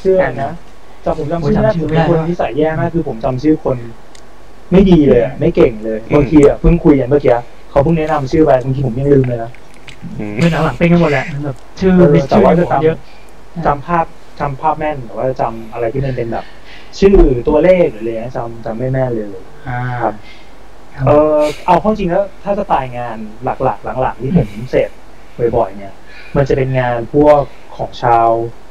[SPEAKER 3] เชื่อนะจำผมจำชื่อ
[SPEAKER 2] โอ้ย
[SPEAKER 3] ได้
[SPEAKER 2] จำชื่อไม่ได้
[SPEAKER 3] ผมเป็นคน
[SPEAKER 2] ด้วย
[SPEAKER 3] ที่ใส่แย่มากคือผมจำชื่อคน ไม่ดีเลยอะไม่เก่งเลย
[SPEAKER 1] อืม
[SPEAKER 3] บางทีอ่ะเพิ่งคุยกันเมื่อกี้เขาเพิ่งแนะนำชื่อไปบางทีผมยังลืมเลยนะ
[SPEAKER 1] อืม
[SPEAKER 2] เพื่อนหลังเป็นกันหมดแหละมันแบบชื่อ
[SPEAKER 3] เออ
[SPEAKER 2] มี
[SPEAKER 3] แต่
[SPEAKER 2] ชื่อ
[SPEAKER 3] ว่าจะจ
[SPEAKER 2] เยอะ
[SPEAKER 3] ำจำภาพจำภาพแม่นแต่ว่าจำอะไรที่มันเป็นแบบ ชื่อตัวเลขหรืออะไรเงี้ยจำจำไม่แม่นเลย
[SPEAKER 2] อ่า
[SPEAKER 3] ครับ เออเอาเข้อจริงแล้วถ้าสไตล์งานหลักๆ หลังๆที่ผมเสร็จบ่อยๆเนี่ย มันจะเป็นงานพวกของชาว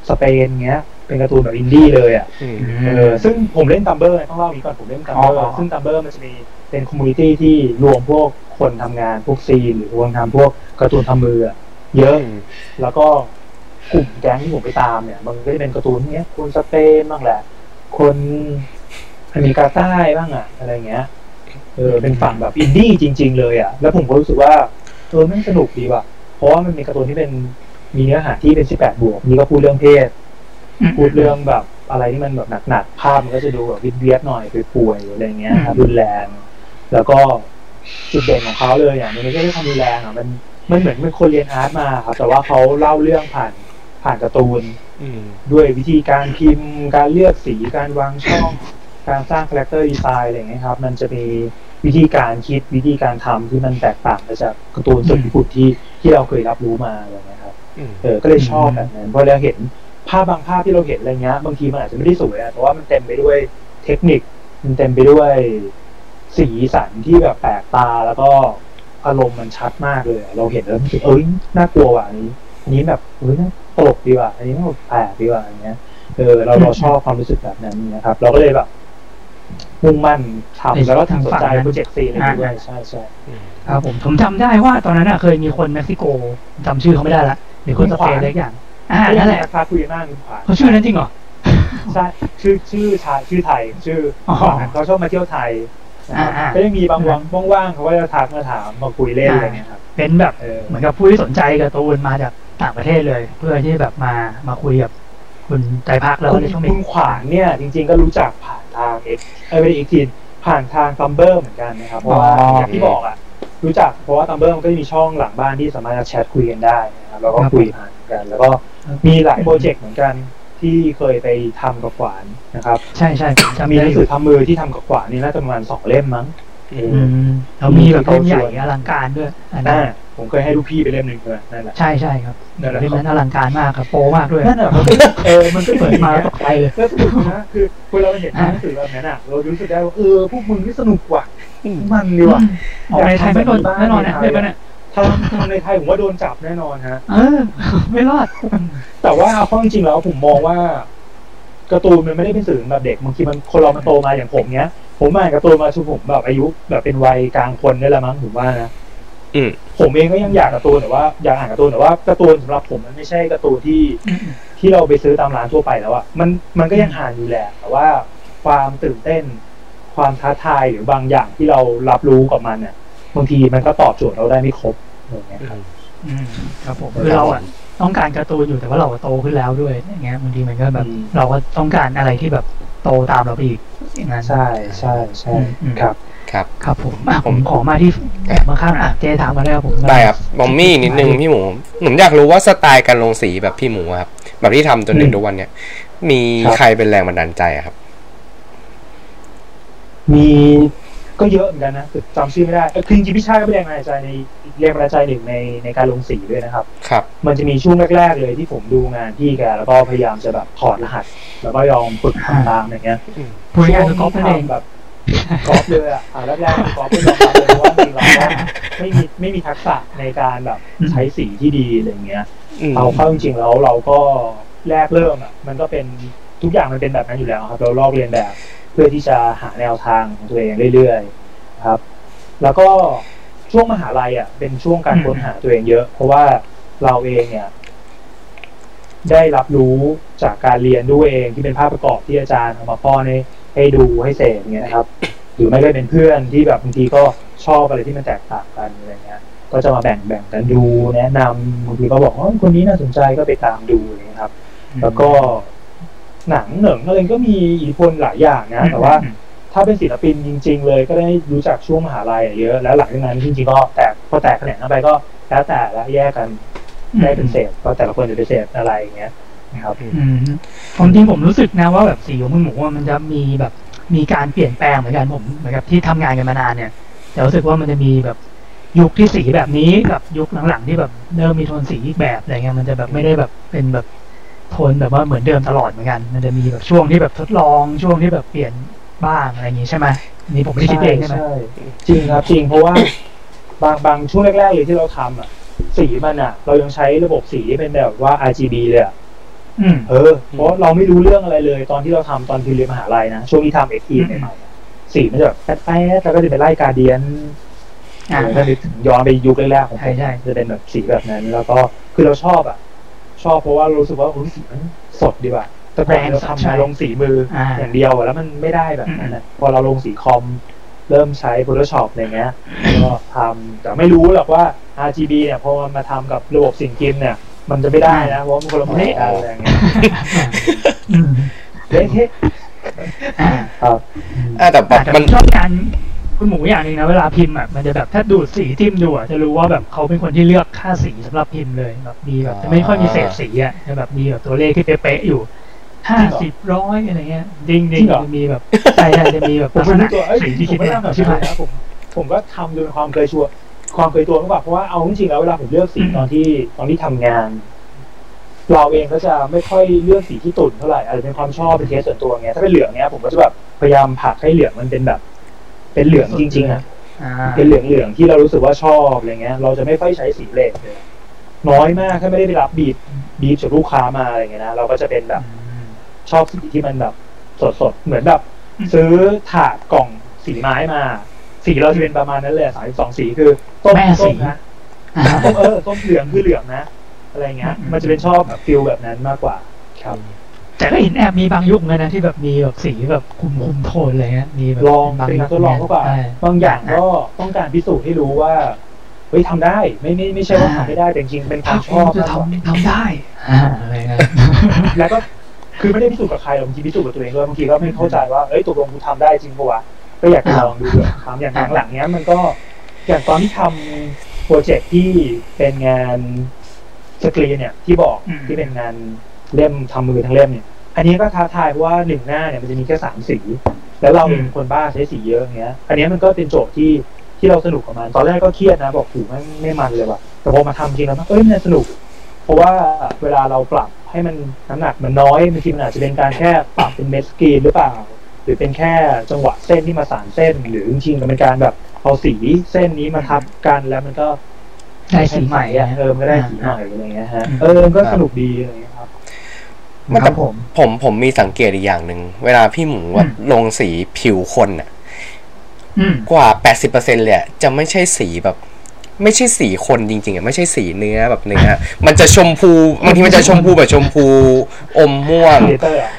[SPEAKER 3] สเปนเงี้ย เป็นการ์ตูนแบบอินดี้เลยอ่ะ
[SPEAKER 1] อืม
[SPEAKER 2] เอ
[SPEAKER 3] เอ
[SPEAKER 2] อ
[SPEAKER 3] อซึ่งผมเล่นตัมเบอร์ต้องเล่าอย่างนี้ก่อนผมเล่นตัมเบอ
[SPEAKER 2] อ๋อ
[SPEAKER 3] ร์ซึ่งตัมเบอร์มันจะมีเป็นคอมมูนิตี้ที่รวมพวกคนทำงานพวกซีนหรือคนทำพวกการ์ตูนทำมืออะเยอะ แล้วก็กลุ่มแก๊งที่ผมไปตามเนี่ย มันก็จะเป็นการ์ตูนเนี้ยคนสเปนบ้างแหละ คนอเมริกาใต้บ้างอะอะไรเงี้ย เออเป็นฝั่งแบบอินดี้จริง ๆ เลยอ่ะแล้วผมก็รู้สึกว่าเออไม่งสนุกดีว่ะ เพราะว่ามันมีการ์ตูนที่เป็นมีเนื้อหาที่เป็นสิบแปดบวกนี่ก็พูดเรื่องเพศ พูดเรื่องแบบอะไรที่มันแบบหนักๆ ภาพมันก็จะดูแบบวิดเวียดหน่อยป่วยๆอะไรเงี้ยครับรุนแรง แล้วก็จุดเด่นของเขาเลยอย่างมันไม่ใช่เรื่องความรุนแรงอ่ะมันมันเหมือนเป็นคนเรียนอาร์ตมาครับแต่ว่าเขาเล่าเรื่องผ่านผ่านการ์ตูน
[SPEAKER 1] อืม
[SPEAKER 3] ด้วยวิธีการพิมพ์การเลือกสีการวางช่อง การสร้างคาแรคเตอร์ดีไซน์อะไรอย่างเงี้ยครับ มันจะมีวิธีการคิดวิธีการทำที่มันแตกต่างไปจากการ์ตูนสุดญี่ปุ่นที่ที่เราเคยรับรู้มาอะไรอย่างเงี้ยครับ
[SPEAKER 1] อืม
[SPEAKER 3] เออก็เลยชอบแบบนั้นเพราะเราเห็นภาพบางภาพที่เราเห็นอะไรเงี้ยบางทีมันอาจจะไม่ได้สวยอะแต่ว่ามันเต็มไปด้วยเทคนิค มันเต็มไปด้วยสีสันที่แบบแปลกตาแล้วก็อารมณ์มันชัดมากเลยอะเราเห็นแล้วมันรู้สึกเอ้ยน่ากลัวว่ะอันนี้อันนี้แบบเอ้ยน่าตลกดีว่ะอันนี้น่าแปลกดีว่ะอย่างเงี้ยเออเราเราชอบความรู้สึกแบบนั้นนะครับ เราก็เลยแบบมุ่งมั่นทำแล้วก็ถึงสนใจโปรเจกต์ซีนี้ด้วยใช่ใช่
[SPEAKER 2] ครับผมผมจำได้ว่าตอนนั้นน่ะเคยมีคนเม็กซิโกจำชื่อเขาไม่ได้ละหรือคนสเปนอะไรอย่างอ่านั่นแหละ
[SPEAKER 3] คาคุยมากขวา
[SPEAKER 2] เขาชื่อนั้นจริงเหรอ
[SPEAKER 3] ใช่ชื่อชื่อชายชื่อไทย ชื่ออ
[SPEAKER 2] อ
[SPEAKER 3] ก่อนนั้นเขาชอบมาเที่ยวไทยนะครับ
[SPEAKER 2] อ่าๆ
[SPEAKER 3] ก็ยังมีบางวันว่างๆเขาก็จะทักมาถามมาคุยเล่นอะไรเงี้ยครับ
[SPEAKER 2] เป็นแบบ
[SPEAKER 3] เออ
[SPEAKER 2] เหมือนกับผู้ที่สนใจการ์ตูนมาจากต่างประเทศเลย เพื่อที่แบบมามาคุยกับคุณใจพักแล้ว
[SPEAKER 3] คุณ
[SPEAKER 2] ในช่วง
[SPEAKER 3] คุ
[SPEAKER 2] นี้
[SPEAKER 3] ณขวานเนี่ย จริง ๆ ก็รู้จักผ่านทางเอ็กไอเอีกทีผ่านทางตัมเบอร์เหมือนกันนะครับเพราะว่า
[SPEAKER 1] อ๋อ
[SPEAKER 3] อ
[SPEAKER 1] อ
[SPEAKER 3] ย่างที่บอกอ่ะรู้จักเพราะว่าตัมเบอร์มันก็จะมีช่องหลังบ้านที่สามารถจะแชทคุยกันได้นะครับแล้วก็คุยผ่านกัน แล้วก็มีหลายโปรเจกต์เหมือนกันที่เคยไปทำกับขวานนะครับ
[SPEAKER 2] ใช่ใช่ผมจำ
[SPEAKER 3] มีห
[SPEAKER 2] ได้
[SPEAKER 3] นัง
[SPEAKER 2] อ
[SPEAKER 3] สื
[SPEAKER 2] ยู่
[SPEAKER 3] อทำมือที่ทำกับขวานนี่น่าจะประมาณสองเล่มมั้งเออ
[SPEAKER 2] อืมแล้วมีแบบเล่มใหญ่อลังการด้วยอันนั้น
[SPEAKER 3] อ่าผมเคยให้ลูกพี่ไปเล่มหนึ่งใช่ไหมนั่นแหละ
[SPEAKER 2] ใช่ใช่ครับ
[SPEAKER 3] นั่นแหละ
[SPEAKER 2] เล่มนั้นอลังการมากครับโปมากด้วย
[SPEAKER 3] นั่นแหละมันก็เออมันก็เหมื
[SPEAKER 2] เปิ
[SPEAKER 3] อน
[SPEAKER 2] ดมา
[SPEAKER 3] มาแล้
[SPEAKER 2] แล้ว วตก
[SPEAKER 3] ก็
[SPEAKER 2] ใจเลย
[SPEAKER 3] แล้วสนุกนะคือเวลาเราเห็นหนังสือแบบนั้นอ่ะเรารู้สึกได้ว่าเออพวกมึงนี่สนุกว่ะ
[SPEAKER 1] อืม
[SPEAKER 3] มันดีว่ะ
[SPEAKER 2] ออกในไทยไม่โดนแน่นอนนะไม่เป็นไร
[SPEAKER 3] ถ้าทำในไทยผมว่าโดนจับแน่นอนฮะ
[SPEAKER 2] เอ อ ไม่รอด
[SPEAKER 3] แต่ว่าเอาเข้อจริงๆแล้วผมมองว่าการ์ตูนมันไม่ได้เป็นสื่อแบบเด็กบางทีมันคนเรามันโตมาอย่างผมเนี้ย ผมอ่านการ์ตูนมาชุผมแบบอายุแบบเป็นวัยกลางคนได้และมั้งผมว่านะ
[SPEAKER 1] อืม
[SPEAKER 3] ผมเองก็ยังอยากการ์ตูนแต่ว่าอยากอ่านการ์ตูนแต่ว่าการ์ตูนสำหรับผมมันไม่ใช่การ์ตูนที่ ที่เราไปซื้อตามร้านทั่วไปแล้วอะมันมันก็ยังอ่านอยู่แหละ แต่ว่าความตื่นเต้น ความท้าทายหรือบางอย่างที่เรารับรู้กับมันเนี่ยบางทีมันก็ตอบโจทย์เราได้ไม่ครบอย่างเงี้ยครับ
[SPEAKER 2] อืมครับผมคือเราอะต้องการการ์ตูนอยู่แต่ว่าเราโตขึ้นแล้วด้วยอย่างเงี้ยบางทีมันก็แบบ
[SPEAKER 3] อืม
[SPEAKER 2] เราก็ต้องการอะไรที่แบบโตตามเราไปอีกอย่างนั้น
[SPEAKER 3] ใช่ใช่ใช่
[SPEAKER 2] อืมอืม
[SPEAKER 3] ครับ
[SPEAKER 1] ครับ
[SPEAKER 2] ครับผมอ่ะผ
[SPEAKER 1] ผม ม
[SPEAKER 2] ขอมาที่บางครั้งอ่ะเจถามมาแล้วผม
[SPEAKER 1] ได้ครับบอมมี่นิดนึงพี่หมูผมอยากรู้ว่าสไตล์การลงสีแบบพี่หมูอะครับ แบบที่ทำจนถึงทุกวันเนี่ย มีใครเป็นแรงบันดาลใจอะครับ
[SPEAKER 3] มีก็เยอะเหมือนกันนะคือจำชื่อไม่ได้เออคือจริงๆพี่ชายก็เป็นแรงบันดาลใจในแรงบันดาลใจหนึ่งในในการลงสีด้วยนะครับ
[SPEAKER 1] ครับ
[SPEAKER 3] มันจะมีช่วงแรกๆเลยที่ผมดูงานพี่แกแล้วก็พยายามจะแบบถอดรหัส แล้วก็ยอมฝึกทำตามอย่างเงี้ย
[SPEAKER 2] พูดง่ายๆคือก๊อปนั่นเอง
[SPEAKER 3] แบบกอล์ฟเลยอ่ะอ่าแรกๆคือกอล์ฟไม่ยอมรับเลยเพราะว่าจริงๆเราก็ไม่มีไม่มีทักษะในการแบบใช้สีที่ดีอะไรเงี้ย
[SPEAKER 1] อืม
[SPEAKER 3] เอาเข้าจริงๆแล้วเราก็แรกเริ่มอ่ะมันก็เป็นทุกอย่างมันเป็นแบบนั้นอยู่แล้วครับ เราลอกเรียนแบบ เพื่อที่จะหาแนวทางของตัวเองเรื่อยๆนะครับ แล้วก็ช่วงมหาลัยอ่ะเป็นช่วงการค้นหาตัวเองเยอะ เพราะว่าเราเองเนี่ย ได้รับรู้จากการเรียนด้วยเองที่เป็นภาพประกอบที่อาจารย์เอามาป้อนให้ให้ดูให้เสพเงี้ยนะครับ หรือไม่ก็เป็นเพื่อนที่แบบบางทีก็ชอบอะไรที่มันแตกต่างกันอะไรเงี้ย ก็จะมาแบ่งแบ่งกันดูแนะนำบางทีก็บอกว่าคนนี้น่าสนใจก็ไปตามดูอะไรเงี้ยครับ แล้วก็หนังเหนิงอะไรก็มีอิทธิพลหลายอย่างนะ แต่ว่า ถ้าเป็นศิลปินจริง ๆ เลยก็ได้รู้จักช่วงมหาลัยอะเยอะ แล้วหลังจากนั้นจริงๆก็แตกพอแตกแขนงกันไปก็แล้วแต่ละแยกกันได้เป็นเศษก็แต่ละคนจะเป็นเศษอะไรอย่างเงี้ยนะครับ
[SPEAKER 2] อืมผมจริงผมรู้สึกนะว่าแบบสีของคุณหมูอะมันจะมีแบบมีการเปลี่ยนแปลงเหมือนกันผมเหมือนกับที่ทำงานกันมานานเนี่ยแต่รู้สึกว่ามันจะมีแบบยุคที่สีแบบนี้กับยุคหลังๆที่แบบเริ่มมีโทนสีอีกแบบอะไรเงี้ยมันจะแบบไม่ได้แบบเป็นแบบโทนแบบว่าเหมือนเดิมตลอดเหมือนกัน มันจะมีแบบช่วงที่แบบทดลองช่วงที่แบบเปลี่ยนบ้างอะไรอย่างงี้ใช่ไหมอันนี่ผมไม่ได้คิดเองใช่ไหม
[SPEAKER 3] จริงครับจริงเพราะว่า บางบางช่วงแรกๆเลยที่เราทำอ่ะ สีมันอ่ะ เรายังใช้ระบบสีที่เป็นแบบว่า RGB เลยอะ
[SPEAKER 2] อืม
[SPEAKER 3] เออเพราะเราไม่รู้เรื่องอะไรเลย ตอนที่เราทำตอนที่เรียนมหาลัยนะช่วงที่ทำเอ็กทีใหม่ๆอะสีมันจะแบบแป๊ดๆแล้วก็จะเป็นไล่การเดียน
[SPEAKER 2] อ่า
[SPEAKER 3] ถ้านึกถึงย้อนไปยุคแรกๆของผม
[SPEAKER 2] ใช่ใช่
[SPEAKER 3] จะเป็นแบบสีแบบนั้น แล้วก็คือเราชอบอ่ะ ชอบเพราะว่ารู้สึกว่าอุ้ยสีมันสดดีว่ะแต่ก่อนเราทำมาลงสีมืออาอย่างเดียวอะแล้วมันไม่ได้แบบนั้นอะพอเราลงสีคอม เริ่มใช้ Photoshop อะไรเงี้ยก็ทำแต่ไม่รู้หรอกว่า RGB เนี่ยพอมันมาทำกับระบบสิ่งกินเนี่ย มันจะไม่ได้นะเพราะมันคนละหมดกันอะไรเงี้ย
[SPEAKER 2] อืม
[SPEAKER 3] เละเทะ
[SPEAKER 2] อ่า
[SPEAKER 3] ครับ
[SPEAKER 1] อ่ะแต่แบบ
[SPEAKER 2] แต่ผ
[SPEAKER 1] มัน
[SPEAKER 2] มชอบงานคุณหมูอย่างหนึงนะเวลาพิมพ์อ่ะมันจะแบบถ้าดูดสีทิมดูอ่ะจะรู้ว่าแบบเขาเป็นคนที่เลือกค่าสีสำหรับพิมพ์เลยแบบมีแบบจะไม่ค่อยมีเศษสีอ่ะจะแบบมีแบบตัวเลขที่เป๊ะๆอยู่ห้าสิบร้อยอะไรเงี้ยดิงดิงจะมีแบบใช่ใช่จะมีแบบ
[SPEAKER 3] ผม
[SPEAKER 2] ลักษณะ
[SPEAKER 3] ไม่รู้ตัวเอ้ย
[SPEAKER 2] สีที่
[SPEAKER 3] ผ
[SPEAKER 2] คิ
[SPEAKER 3] ม
[SPEAKER 2] ด
[SPEAKER 3] ไม่
[SPEAKER 2] ว่า
[SPEAKER 3] ทำแบบ
[SPEAKER 2] ใช่
[SPEAKER 3] นั้นนะผมผมก็ทำโดยความเคยชัวความเคยตัวมากกว่าเพราะว่าเอาจริงๆแล้วเวลาผมเลือกสีตอนที่ตอนที่ทำงาน เราเองก็จะไม่ค่อยเลือกสีที่ตุ่นเท่าไหร่อาจจะเป็นความชอบเป็นเทสส่วนตัวเงี้ยถ้าเป็นเหลืองเนี้ยผมก็จะแบบพยายามผลักให้เหลืองมันเป็นแบบ เป็นเหลืองจริงๆอ่ะ
[SPEAKER 2] อ่า
[SPEAKER 3] เป็นเหลืองๆที่เรารู้สึกว่าชอบอะไรเงี้ย เราจะไม่ค่อยใช้สีเหลกเลยน้อยมากถ้าไม่ได้ไปรับบีบบีบจากลูกค้ามาอะไรเงี้ยนะเราก็จะเป็นแบบชอบสีที่มันแบบสดๆเหมือนแบบ ซื้อถาดกล่องสีไม้มา สีเราจะเป็นประมาณนั้นเลยสามสองสีคือต้ม
[SPEAKER 2] แม่
[SPEAKER 3] ส้
[SPEAKER 2] สี
[SPEAKER 3] มนะ
[SPEAKER 2] อ่า
[SPEAKER 3] ต้มเออต้มเหลืองคือเหลืองนะอะไรเงี้ย
[SPEAKER 2] อืม
[SPEAKER 3] มันจะเป็นชอบแบบฟิลแบบนั้นมากกว่า ครับ
[SPEAKER 2] แต่ก็เห็นแอบมีบางยุคเหมือนกันนะที่แบบมีแบบสีแบบคุมคุมโทนอะไรเงี้ยมีแบบ
[SPEAKER 3] ลอง
[SPEAKER 2] บาง
[SPEAKER 3] เป็น
[SPEAKER 2] ยุ
[SPEAKER 3] กา
[SPEAKER 2] ค
[SPEAKER 3] รทดลองเข้าไป
[SPEAKER 2] ใช่
[SPEAKER 3] บางอย่างก็ต้องการพิสูจน์ให้รู้ว่าเฮ้ยทำได้ไม่ไม่ไม่ใช่ว่าทำไม่ได้แต่จริงๆเป็น
[SPEAKER 2] ถ้าว
[SPEAKER 3] คาม
[SPEAKER 2] ค
[SPEAKER 3] ชอบ
[SPEAKER 2] นจะ
[SPEAKER 3] มากกว่า
[SPEAKER 2] ทำทำได้อ่าอะไร เงี้ย
[SPEAKER 3] แล้วก็คือไม่ได้พิสูจน์กับใครหรอกบางทีพิสูจน์กับตัวเองด้วยบางทีก็ไม่เข้าใจว่าเอ้ยตกลงกูทำได้จริงปะวะก็อยากไปลองดูด้วยทำอย่างหลังๆเนี้ยมันก็อย่างตอนที่ทำโปรเจกต์ที่เป็นงานสกรีนเนี่ย ที่บอก
[SPEAKER 2] อืม
[SPEAKER 3] ที่เป็นงานเล่มทำมือทั้งเล่มเนี่ยอันนี้ก็ท้าทายเพราะว่าหนึ่งหน้าเนี่ยมันจะมีแค่สามสี แล้วเราเป็นคนบ้าใช้สีเยอะอย่างเงี้ย อันเนี้ยมันก็เป็นโจทย์ที่ที่เราสนุกกับมัน ตอนแรกก็เครียดนะบอกถูไม่ไม่มันเลยว่ะ แต่พอมาทำจริงแล้วมันเอ้ยมันสนุก เพราะว่าเวลาเราปรับให้มันน้ำหนักมันน้อยบางทีมันอาจจะเป็นการแค่ปรับเป็นเม็ดสกรีนหรือเปล่า หรือเป็นแค่จังหวะเส้นที่มาสานเส้น หรือจริงๆมันเป็นการแบบเอาสีเส้นนี้มาทับกันแล้วมันก็
[SPEAKER 2] ได้สีใหม่
[SPEAKER 3] อ่ะ
[SPEAKER 2] อ่ะ
[SPEAKER 3] เออมันก็ได้สีใหม่อะไรเงี้ยฮะ เออมันก็สนุกดีอะไรเงี้ยครับ
[SPEAKER 1] มัน
[SPEAKER 2] ค
[SPEAKER 1] แต่
[SPEAKER 2] รับผม
[SPEAKER 1] ผมผมมีสังเกตอีกอย่างหนึ่งเวลาพี่หมูแบบลงสีผิวคนอ่ะ
[SPEAKER 2] อืม
[SPEAKER 1] กว่า 80%เลยอะจะไม่ใช่สีแบบ ไม่ใช่สีคนจริงๆอะไม่ใช่สีเนื้อแบบเนื้อ มันจะชมพูบางทีมันจะชมพูแบบชมพูอมม่วง
[SPEAKER 3] c ร e a เตอร์อ่ะ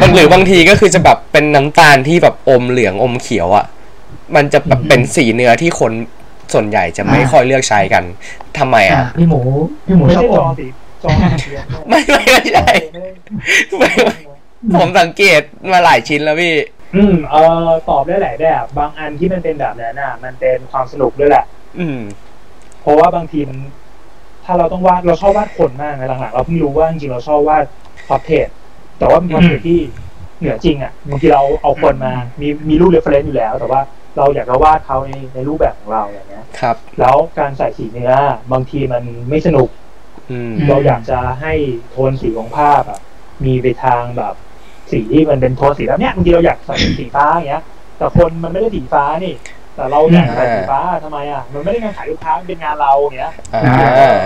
[SPEAKER 1] บางหรือบางทีก็คือจะแบบเป็นน้ำตาลที่แบบอมเหลืองอมเขียวอะ่ะ มันจะแบบเป็นสีเนื้อที่คนส่วนใหญ่จะไม่ค่อยเลือกใช้กันทำไม
[SPEAKER 2] อ่ะ
[SPEAKER 1] อะ่ะ
[SPEAKER 2] พี่หมูพี่หมู
[SPEAKER 3] ไม่
[SPEAKER 2] ชอบอ
[SPEAKER 3] ใช่จอ
[SPEAKER 2] ม
[SPEAKER 3] สีจอสีเดียว
[SPEAKER 1] ไม่ไม่ไม่ใช่
[SPEAKER 3] ไม่ได้
[SPEAKER 1] ไม่ไม่ผมสังเกตมาหลายชิ้นแล้วพี่
[SPEAKER 3] อืมเอ่อตอบได้หลายแบบ บางอันที่มันเป็นแบบนั้นน่ะ มันเป็นความสนุกด้วยแหละ
[SPEAKER 1] อืม
[SPEAKER 3] เพราะว่าบางทีมันถ้าเราต้องวาดเราชอบวาดคนมากนะหลังๆเราเพิ่งรู้ว่าจริงๆเราชอบวาดพอร์เทรตแต่ว่ามันเป็นพอร์เทรตที่เหนือจริงอ่ะบางทีเราเอาคนมา มีมีรูปเรฟเฟรนซ์อยู่แล้ว แต่ว่าเราอยากจะวาดเขาในในรูปแบบของเราอย่างเงี้ย
[SPEAKER 1] ครับ
[SPEAKER 3] แล้วการใส่สีเนื้อบางทีมันไม่สนุก
[SPEAKER 1] อืม
[SPEAKER 3] เราอยากจะให้โทนสีของภาพอะมีไปทางแบบ สีที่มันเป็นโทนสีแบบเนี้ยบางทีเราอยากใส่สีฟ้าอย่างเงี้ย แต่คนมันไม่ได้สีฟ้านี่ แต่เราอยากใส่สีฟ้าทำไมอ่ะมันไม่ได้งานขายลูกค้ามันเป็นงานเราอย่างเงี้ย
[SPEAKER 1] อ่า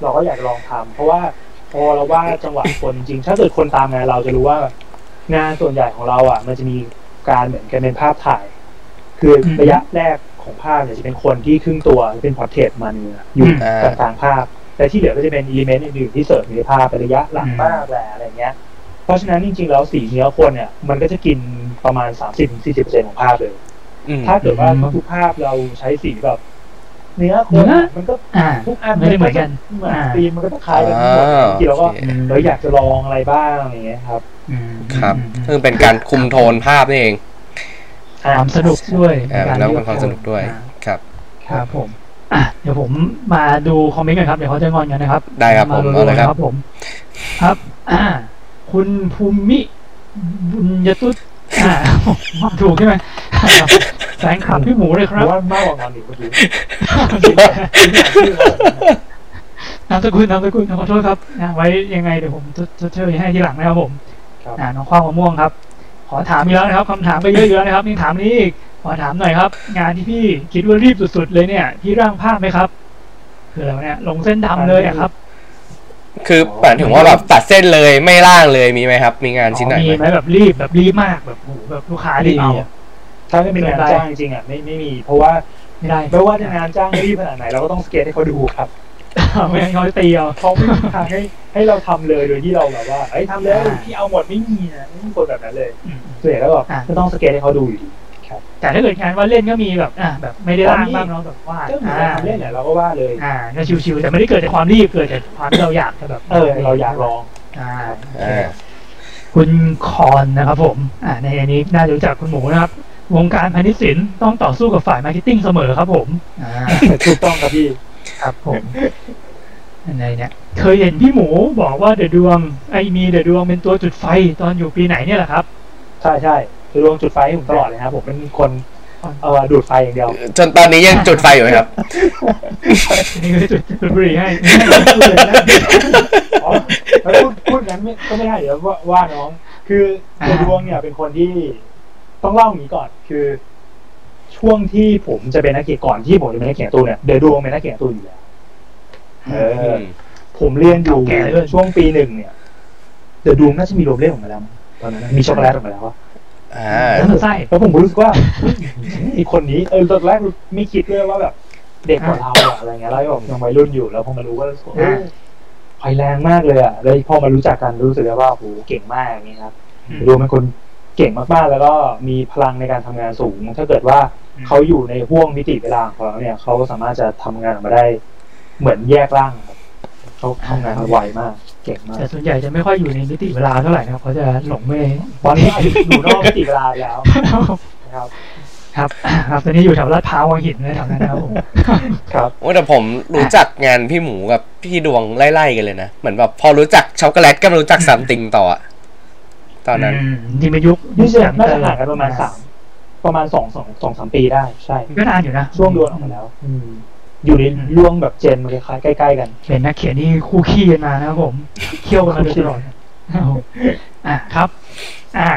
[SPEAKER 3] เราก็อยากลองทำเพราะว่าพอเราว่าจังหวะคนจริง ถ้าเกิดคนตามงานเราจะรู้ว่า งานส่วนใหญ่ของเราอ่ะ มันจะมีการเหมือนกันเป็นภาพถ่าย คือระยะแรกของภาพเนี่ยจะเป็นคนที่ครึ่งตัวเป็นพอร์เทรตมันเนี่ยอยู่
[SPEAKER 1] อ่า
[SPEAKER 3] ต่างๆภาพแต่ที่เหลือก็จะเป็นอิเลเมนต์อื่นๆที่เสริมอยู่ในภาพเป็นระยะหลังบ้างแหละอะไรเงี้ย เพราะฉะนั้นจริงๆแล้วสีเนื้อคนเนี่ย มันก็จะกินประมาณ 30-40%ของภาพเลย
[SPEAKER 1] อืม
[SPEAKER 3] ถ้าเกิดว่าทุกภาพเราใช้สีแบบ เนื้อคนอะมันก็
[SPEAKER 2] อ่า
[SPEAKER 3] ทุกอัน
[SPEAKER 2] ไม่ได้เหมือนกัน
[SPEAKER 3] เหมือน
[SPEAKER 2] อ่า
[SPEAKER 3] ธีมมันก็ต้องคล้า
[SPEAKER 1] อ่าย
[SPEAKER 3] กันทั้งหมดบางทีเราก็
[SPEAKER 1] โอเค
[SPEAKER 3] เราอยากจะลองอะไรบ้างอย่างเงี้ยครับ
[SPEAKER 2] อืม
[SPEAKER 1] ครับคือเป็นการคุมโทนภาพนี่เอง
[SPEAKER 3] อ่า
[SPEAKER 2] ความสนุกด้วย
[SPEAKER 1] อ่า
[SPEAKER 2] การ
[SPEAKER 1] แล้ว
[SPEAKER 2] เลื
[SPEAKER 1] เป็
[SPEAKER 2] อก
[SPEAKER 1] นความสนุกด้วย
[SPEAKER 2] อ่า
[SPEAKER 1] ครับ
[SPEAKER 2] ครับผมอ่ะเดี๋ยวผมมาดูคอมเมนต์กันครับเดี๋ยวเขาจะงอนกันนะครับ
[SPEAKER 1] ได้ครับผมเอา
[SPEAKER 2] า
[SPEAKER 1] เลยครับ
[SPEAKER 2] ผม ครับ อ่า คุณภูมิบุญยตุษอ่าผมถูก ใช่ไหมแฟนคลับพี่หมูเลยค
[SPEAKER 3] เพ
[SPEAKER 2] รับ
[SPEAKER 3] ราะว่ามากกว่างานอีกเมื่อกี้
[SPEAKER 2] นามสกุลนามสกุลขอโทษครับนะไว้ยังไงเดี๋ยวผมชดเชยให้ทีหลังนะครับผม
[SPEAKER 3] ครับ
[SPEAKER 2] อ่าน้องข้าวมะม่วงครับ ขอถามอีกแล้วนะครับคำถามไปเยอะๆนะครับนี่ถามนี้อีกขอถามหน่อยครับ งานที่พี่คิดว่ารีบสุดๆเลยเนี่ยพี่ร่างภาพไหมครับคืออะไรวะเนี่ยลงเส้นดำเลยอะครับ
[SPEAKER 1] คือหมายถึงว่าแบบตัดเส้นเลยไม่ล่างเลยมีไหมครับ มีงานชิ้นไหน
[SPEAKER 2] มี
[SPEAKER 1] ไห
[SPEAKER 2] ไห
[SPEAKER 1] ม
[SPEAKER 2] มแบบรีบแบบรีบมากแบบโอ้โหแบบลูกค้ารีบเอาอะ
[SPEAKER 3] ถ้าไม่เป็นงานจ้างจริงๆอ่ะไม่ไม่มี เพราะว่า
[SPEAKER 2] ไม่ได้
[SPEAKER 3] ไม่ว่าจะงานจ้างรีบขนาดไหนเราก็ต้องสเกตให้เขาดูครับ
[SPEAKER 2] ไม่งั้นเขาจะตีเอา
[SPEAKER 3] เขาไม่มีทางให้ให้เราทำเลยโดยที่เราแบบว่าเอ้ยทำเลยที่เอาหมดไม่มีนะไม่มีคนแบบนั้นเลย
[SPEAKER 2] อืม
[SPEAKER 3] ส่วนใหญ่แล้วแบบ
[SPEAKER 2] อ่า
[SPEAKER 3] ก็ต้องสเกตให้เขาดูอยู่ดี ครับ
[SPEAKER 2] แต่ถ้าเกิดงานว่าดเล่นก็มีแบบอ่ะแบบไม่ได้ร่างบ้างเนาะแบบวาด
[SPEAKER 3] ก็เหมือน
[SPEAKER 2] อ่า
[SPEAKER 3] เราเล่นเนี่ยเราก็ว่าเลย
[SPEAKER 2] อ่าก็ชิวๆแต่ไม่ได้เกิดจากความรีบเกิดจากความที่เราอยากจะแบบ
[SPEAKER 3] เออ เราอยากลอง
[SPEAKER 2] อ่า
[SPEAKER 1] อ่า
[SPEAKER 2] คุณคอนนะครับผมอ่าในอันนี้น่าจะรู้จักคุณหมูนะครับ วงการพาณิชย์สินต้องต่อสู้กับฝ่ายมาร์เก็ตติ้งเสมอครับผมอ่า
[SPEAKER 3] ถูกต้องครับพี่
[SPEAKER 2] ครับผมอะไรเนี่ยเคยเห็นพี่หมูบอกว่าเดอะดวงไอ้มีเดอะดวงเป็นตัวจุดไฟตอนอยู่ปีไหนเนี่ยแหละครับ
[SPEAKER 3] ใช่ใช่คือดวงจุดไฟให้ผมตลอดเลยครับผมเป็นคนเอ่อดูดไฟอย่างเดียว
[SPEAKER 1] จนตอนนี้ยังจุดไฟอยู่ไหมครับ
[SPEAKER 2] นี่คือจุดจุดบุหรี่ให้
[SPEAKER 3] อ๋อแล้วพูดพูดงั้นไม่ก็ไม่ได้เดี๋ยวว่าว่าน้อง คือตัวดวงเนี่ยเป็นคนที่ต้องเล่าอย่างนี้ก่อน คือ ช่วงที่ผมจะเป็นนักเขียนก่อนที่ผมจะเป็นนักเขียนการ์ตูนเนี่ยเดอะดวงเป็นนักเขียนการ์ตูนอยู่แล้วเออ ผมเรียนอยู่
[SPEAKER 2] เก่าแก่ด้วย
[SPEAKER 3] ช่วงปีหนึ่งเนี่ยเดอะดวงน่าจะมีโรมเล่นออกมาแล้วมั้งตอนนั้นนะมีช็อกโกแลตออกมาแล้วอะ
[SPEAKER 1] อ่า
[SPEAKER 2] แล้วมันไส้
[SPEAKER 3] แล้วผมรู้สึกว่า อีคนนี้เออตอนแรกไม่คิดด้วยว่าแบบเด็กกว่าเราอะอะไรเงี้ยแล้วแบบยังวัยรุ่นอยู่แล้วพอมารู้ก็รู้สึกว่าเออไฟแรงมากเลยอ่ะแล้วพอมารู้จักกันรู้สึกได้ว่าโอ้โหเก่งมากอย่างเงี้ยครับ
[SPEAKER 2] อืม
[SPEAKER 3] ดูเป็นคนเก่งมากๆ แล้วก็มีพลังในการทำงานสูง ถ้าเกิดว่า
[SPEAKER 2] อืม
[SPEAKER 3] เขาอยู่ในห่วงมิติเวลาของเราเนี่ยเขาสามารถจะทำงานออกมาได้ เหมือนแยกร่างครับเขาทำงานไวมาก เก่งมาก
[SPEAKER 2] แต่ส่วนใหญ่จะไม่ค่อยอยู่ในมิติเวลาเท่าไหร่นะครับเขาจะหลงไป
[SPEAKER 3] ตอนนี้อาจจะอยู่นอกมิติเวลาไปแล้วนะครับ
[SPEAKER 2] ครับครับตอนนี้อยู่แถวลาดพร้าววังหินเลยแถวนั้นนะครับผม
[SPEAKER 3] ครับ
[SPEAKER 1] โอ้แต่ผมรู้จักงานพี่หมูกับพี่ดวงไล่ๆกันเลยนะ เหมือนแบบพอรู้จักช็อกโกแลตก็มารู้จักซัมติงต่ออะตอนนั้น
[SPEAKER 2] มจริงเป็นยุค
[SPEAKER 3] นี่จะน่าจะห่างกันประมาณสามประมาณสองสองสองสามปีได้ ใช่
[SPEAKER 2] ก็นานอยู่นะ
[SPEAKER 3] ช่วงดวลออกมาแล้ว อืม อยู่ในร่วงแบบเจนมันคล้ายๆใกล้ๆกัน
[SPEAKER 2] เห็นนักเขียนนี่คู่ขี้กันมานะครับ ผมเคี่ยวกันมาโดยตลอดนะครับผมอ่ะครับ อ่า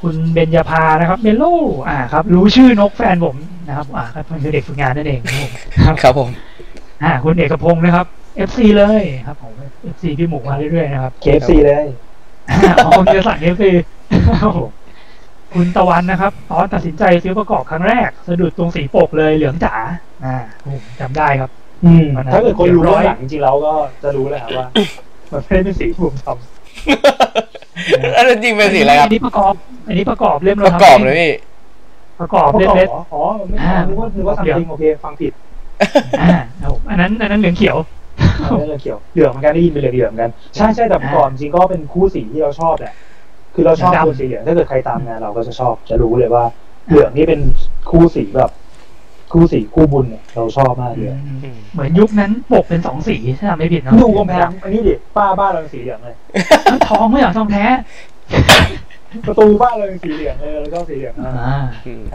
[SPEAKER 2] คุณเบญญาภานะครับเมโลอ่าครับ รู้ชื่อนกแฟนผมนะครับอ่าครับมันคือเด็กฝึกงานนั่นเองครับผมครับ
[SPEAKER 1] ครับผม
[SPEAKER 2] อ่า คุณเอกพงศ์นะครับ FC เลยครับผม FC พี่หมูมาเรื่อยๆนะครับ
[SPEAKER 3] เคฟซีเลย
[SPEAKER 2] อ๋อ ผมจะสั่ง FC ครับผมคุณตะวันนะครับตอนตัดสินใจซื้อประกอบครั้งแรก สะดุดตรงสีปกเลยเหลืองจ๋าอ่าผมจำได้ครับ
[SPEAKER 3] อืมถ้าเกิดคนรู้เบื้องหลังจริงๆแล้วก็จะรู้เลยครับว่า มันไม่ได้เป็นสีที่ผมท
[SPEAKER 1] อันนั้นจริงเป็นสีอะไรครับ
[SPEAKER 2] นนี้ประกอบ อันนี้ประกอบเล่ม
[SPEAKER 1] ป
[SPEAKER 2] แว
[SPEAKER 1] ระกอบเลยพี่
[SPEAKER 2] ครับประกอบ
[SPEAKER 3] ำอ๋อ
[SPEAKER 2] เล่มเล็ก
[SPEAKER 3] อ๋อไม่นึกว่านึกว่าทำจริงโอเค ฟังผิด
[SPEAKER 2] อ่าครับผมอันนั้นอันนั้นเหลืองเขียว
[SPEAKER 3] ไม่ได้เรื่องเกี่ยวเหลืองเหมือนกันได้ยินเป็นเหลืองเหลืองๆเหมือนกันใช่ใช่แต่ประกอบจริงๆก็เป็นคู่สีที่เราชอบแหละคือเราชอบ
[SPEAKER 2] ดำ
[SPEAKER 3] คนสีเหลืองถ้าเกิดใครตามงานเราก็จะชอบ จะรู้เลยว่า เหลืองนี่เป็นคู่สีแบบ คู่สีคู่บุญเนี่ยเราชอบมากเลย
[SPEAKER 2] เหมือนยุคนั้นปกเป็นสองสีถ้าจำไม่ผิดเนอะ
[SPEAKER 3] ดูกำแพงอันนี้ดิป้าบ้านเราเป็นสีเหลืองเลย
[SPEAKER 2] ทั้งทองไม่เหรอทองแท้
[SPEAKER 3] ประตูบ้านเราเป็นสีเหลืองเลยแล้วก็สีเหลือง
[SPEAKER 2] อ่
[SPEAKER 3] นะ
[SPEAKER 2] า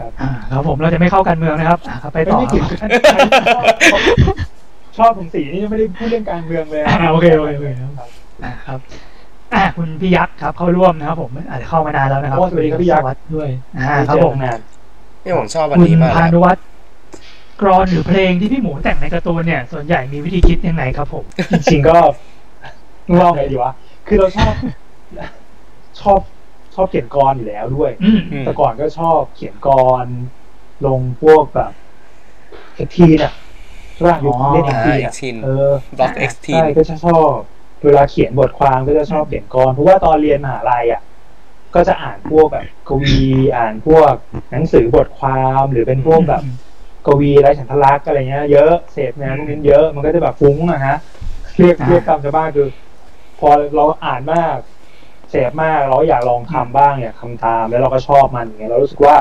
[SPEAKER 3] ครับ
[SPEAKER 2] อ่าครับผมเราจะไม่เข้าการเมืองนะครับอ่าครับไป
[SPEAKER 3] ไม่
[SPEAKER 2] ต่อ
[SPEAKER 3] ไม่
[SPEAKER 2] ค
[SPEAKER 3] ถึง
[SPEAKER 2] รับ
[SPEAKER 3] ขั้นชอบผมสีนี่ยังไม่ได้พูดเรื่องการเมืองเลย
[SPEAKER 2] อ่าโอเคโอเคโอเคครับอ่าครับ อ่าคุณพี่ยักษ์ครับ เข้าร่วมนะครับผมอาจจะเข้ามานานแล้วนะครับ
[SPEAKER 3] โอ้สวัสดีครับพี่ยักษ์
[SPEAKER 2] วัดด้วยอ่าครับผม
[SPEAKER 3] นาน
[SPEAKER 1] นี่ผมชอบอัน
[SPEAKER 2] คุณ
[SPEAKER 1] นี้มาก
[SPEAKER 2] พา
[SPEAKER 1] เลย
[SPEAKER 2] นุวัฒน์กรอนหรือเพลงที่พี่หมูแต่งในการ์ตูนเนี่ย ส่วนใหญ่มีวิธีคิดยังไงครับผม
[SPEAKER 3] จริงๆก็เราไงดีวะคือเราชอบ ชอบชอบเขียนกรอยู่แล้วด้วย
[SPEAKER 2] อืม
[SPEAKER 1] อืม
[SPEAKER 3] แต่ก่อนก็ชอบเขียนกรลงพวกแบบเอ็กทีน่ะร่างยุคเล่นเอ็ก
[SPEAKER 1] อ่า
[SPEAKER 3] ที
[SPEAKER 1] เอ็
[SPEAKER 3] น่ะ
[SPEAKER 1] กซ์ทีน
[SPEAKER 3] เออ
[SPEAKER 1] บล็อกเอ็กซ์ทีน
[SPEAKER 3] ใช่ก็จะชอบเวลาเขียนบทความก็จะชอบเขียนกรเพราะว่าตอนเรียนมหาลัยอ่ะ ก็จะอ่านพวกแบบกวีอ่านพวกหนังสือบทความหรือเป็นพวกแบบ กวีไร้ฉันทลักษณ์อะไรเงี้ยเยอะเสพงานพวกนี้เยอะมันก็จะแบบฟุ้งอะฮ ะเรียก
[SPEAKER 2] อ่า
[SPEAKER 3] เรียกตามชาวบ้านคือ พอเราอ่านมากเสพมากเราอยากลองทำบ้างอยากทำตาม แล้วเราก็ชอบมันอย่างเงี้ยเรารู้สึกว่า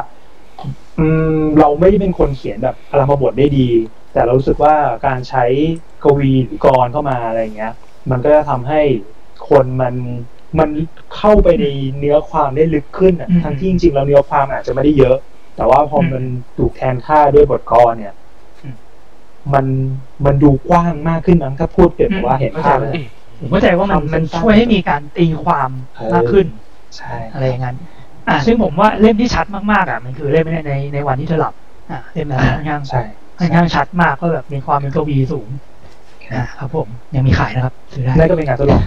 [SPEAKER 3] อืมเราไม่ได้เป็นคนเขียนแบบอารมณ์บทได้ดี แต่เรารู้สึกว่าการใช้กวีหรือกรเข้ามาอะไรเงี้ย มันก็จะทำให้คนมันมันเข้าไปในเนื้อความได้ลึกขึ้นอะ
[SPEAKER 2] อืม
[SPEAKER 3] ทั้งที่จริงๆแล้วเนื้อความอาจจะไม่ได้เยอะ แต่ว่าพอมันถูกแทนค่าด้วยบทกลอนเนี่ย
[SPEAKER 2] อืม
[SPEAKER 3] มันมันดูกว้างมากขึ้นมั้งถ้าพูดเปรียบแบบว่าเห็นภาพเลย
[SPEAKER 2] ผมเข้าใจว่ามัน
[SPEAKER 3] ทำ
[SPEAKER 2] มัน
[SPEAKER 3] สั้นๆ
[SPEAKER 2] ช่วยให้มีการตีความ
[SPEAKER 3] เออ
[SPEAKER 2] มากขึ้น
[SPEAKER 3] ใช่
[SPEAKER 2] อะไรอย่างนั้น อ่าซึ่งผมว่าเล่มที่ชัดมากๆอ่ะมันคือเล่มในในในวันที่เธอหลับ อ่าเล่มนั้นค่อนข้าง
[SPEAKER 3] ใช่
[SPEAKER 2] ค่อนข้างชัดมากก็แบบมีความเป็นกวีสูงอ่าครับ ผมยังมีขายนะครับซื้อได้
[SPEAKER 3] นั่นก็เป็นการทดลอง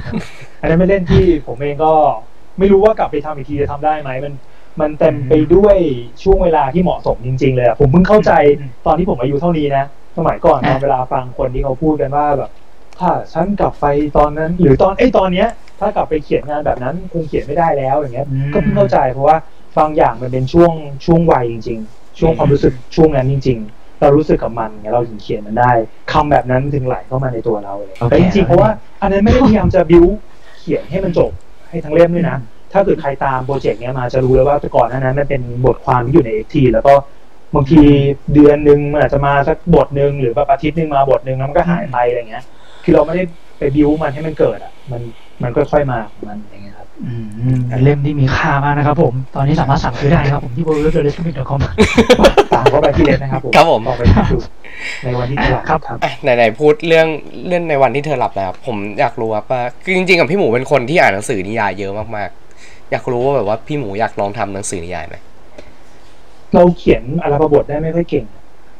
[SPEAKER 3] อันนั้นไม่เล่นที่ผมเองก็ไม่รู้ว่ากลับไปทำอีกทีจะทำได้ไหมมัน มันเต็มไปด้วยช่วงเวลาที่เหมาะสมจริง ๆ เลยอะผมเพิ่งเข้าใจตอนที่ผมอายุเท่านี้นะสมัยก่อนตอนเวลาฟังคนที่เขาพูดกันว่าแบบ ถ้าฉันกลับไปตอนนั้น หรือตอนไอ้ยตอนเนี้ย ถ้ากลับไปเขียนงานแบบนั้นคงเขียนไม่ได้แล้วอย่างเงี้ย
[SPEAKER 2] อืม
[SPEAKER 3] ก็เพิ่งเข้าใจเพราะว่าบางอย่างมันเป็นช่วงช่วงวัยจริง ช่วงความรู้สึกช่วงนั้นจริง ๆ เรารู้สึกกับมันไงเราถึงเขียนมันได้คำแบบนั้นถึงไหลเข้ามาในตัวเราเลย
[SPEAKER 4] โอเค
[SPEAKER 3] แต่จริงๆเพราะว่าอันนั้นไม่ได้พยายามจะบิวเขียนให้มันจบให้ทั้งเล่มด้วยนะ ถ้าเกิดใครตามโปรเจกต์เนี้ยมาจะรู้เลยว่าแต่ก่อนหนานั้นมันเป็นบทความที่อยู่ในเอทีแล้วก็บางทีเดือนหนึ่งมันอาจจะมาสักบทหนึ่งหรือแบบอาทิตย์หนึ่งมาบทหนึ่งแล้วมันก็หายไปอะไรเงี้ย คือเราไม่ได้ไปบิวมันให้มันเกิดอ่ะ มันมันค่อยๆมาของมันอย่างเงี้ยครับ
[SPEAKER 2] อืมเป็นเล่มที่มีค่ามากนะครับผม ตอนนี้สามารถสั่งซื้อได้นะครับผมที่ w w w t h e l e s m i c c o m
[SPEAKER 3] ตามเข้าไปที่เล็นะครับผม
[SPEAKER 1] ครับผม
[SPEAKER 3] ออกไปดูในวันที่ตลาด
[SPEAKER 2] ครับ
[SPEAKER 3] ครับ
[SPEAKER 1] อ่ะไหนๆพูดเรื่องเรื่องในวันที่เธอหลับนะครับผมอยากรู้ครับว่าคือจริงๆกับพี่หมูเป็นคนที่อ่านหนังสือนิยายเยอะมากๆ อยากรู้ว่าแบบว่าพี่หมูอยากลองทำหนังสือนิยายไหม
[SPEAKER 3] เราเขียนอาราบทได้ไม่ค่อยเก่ง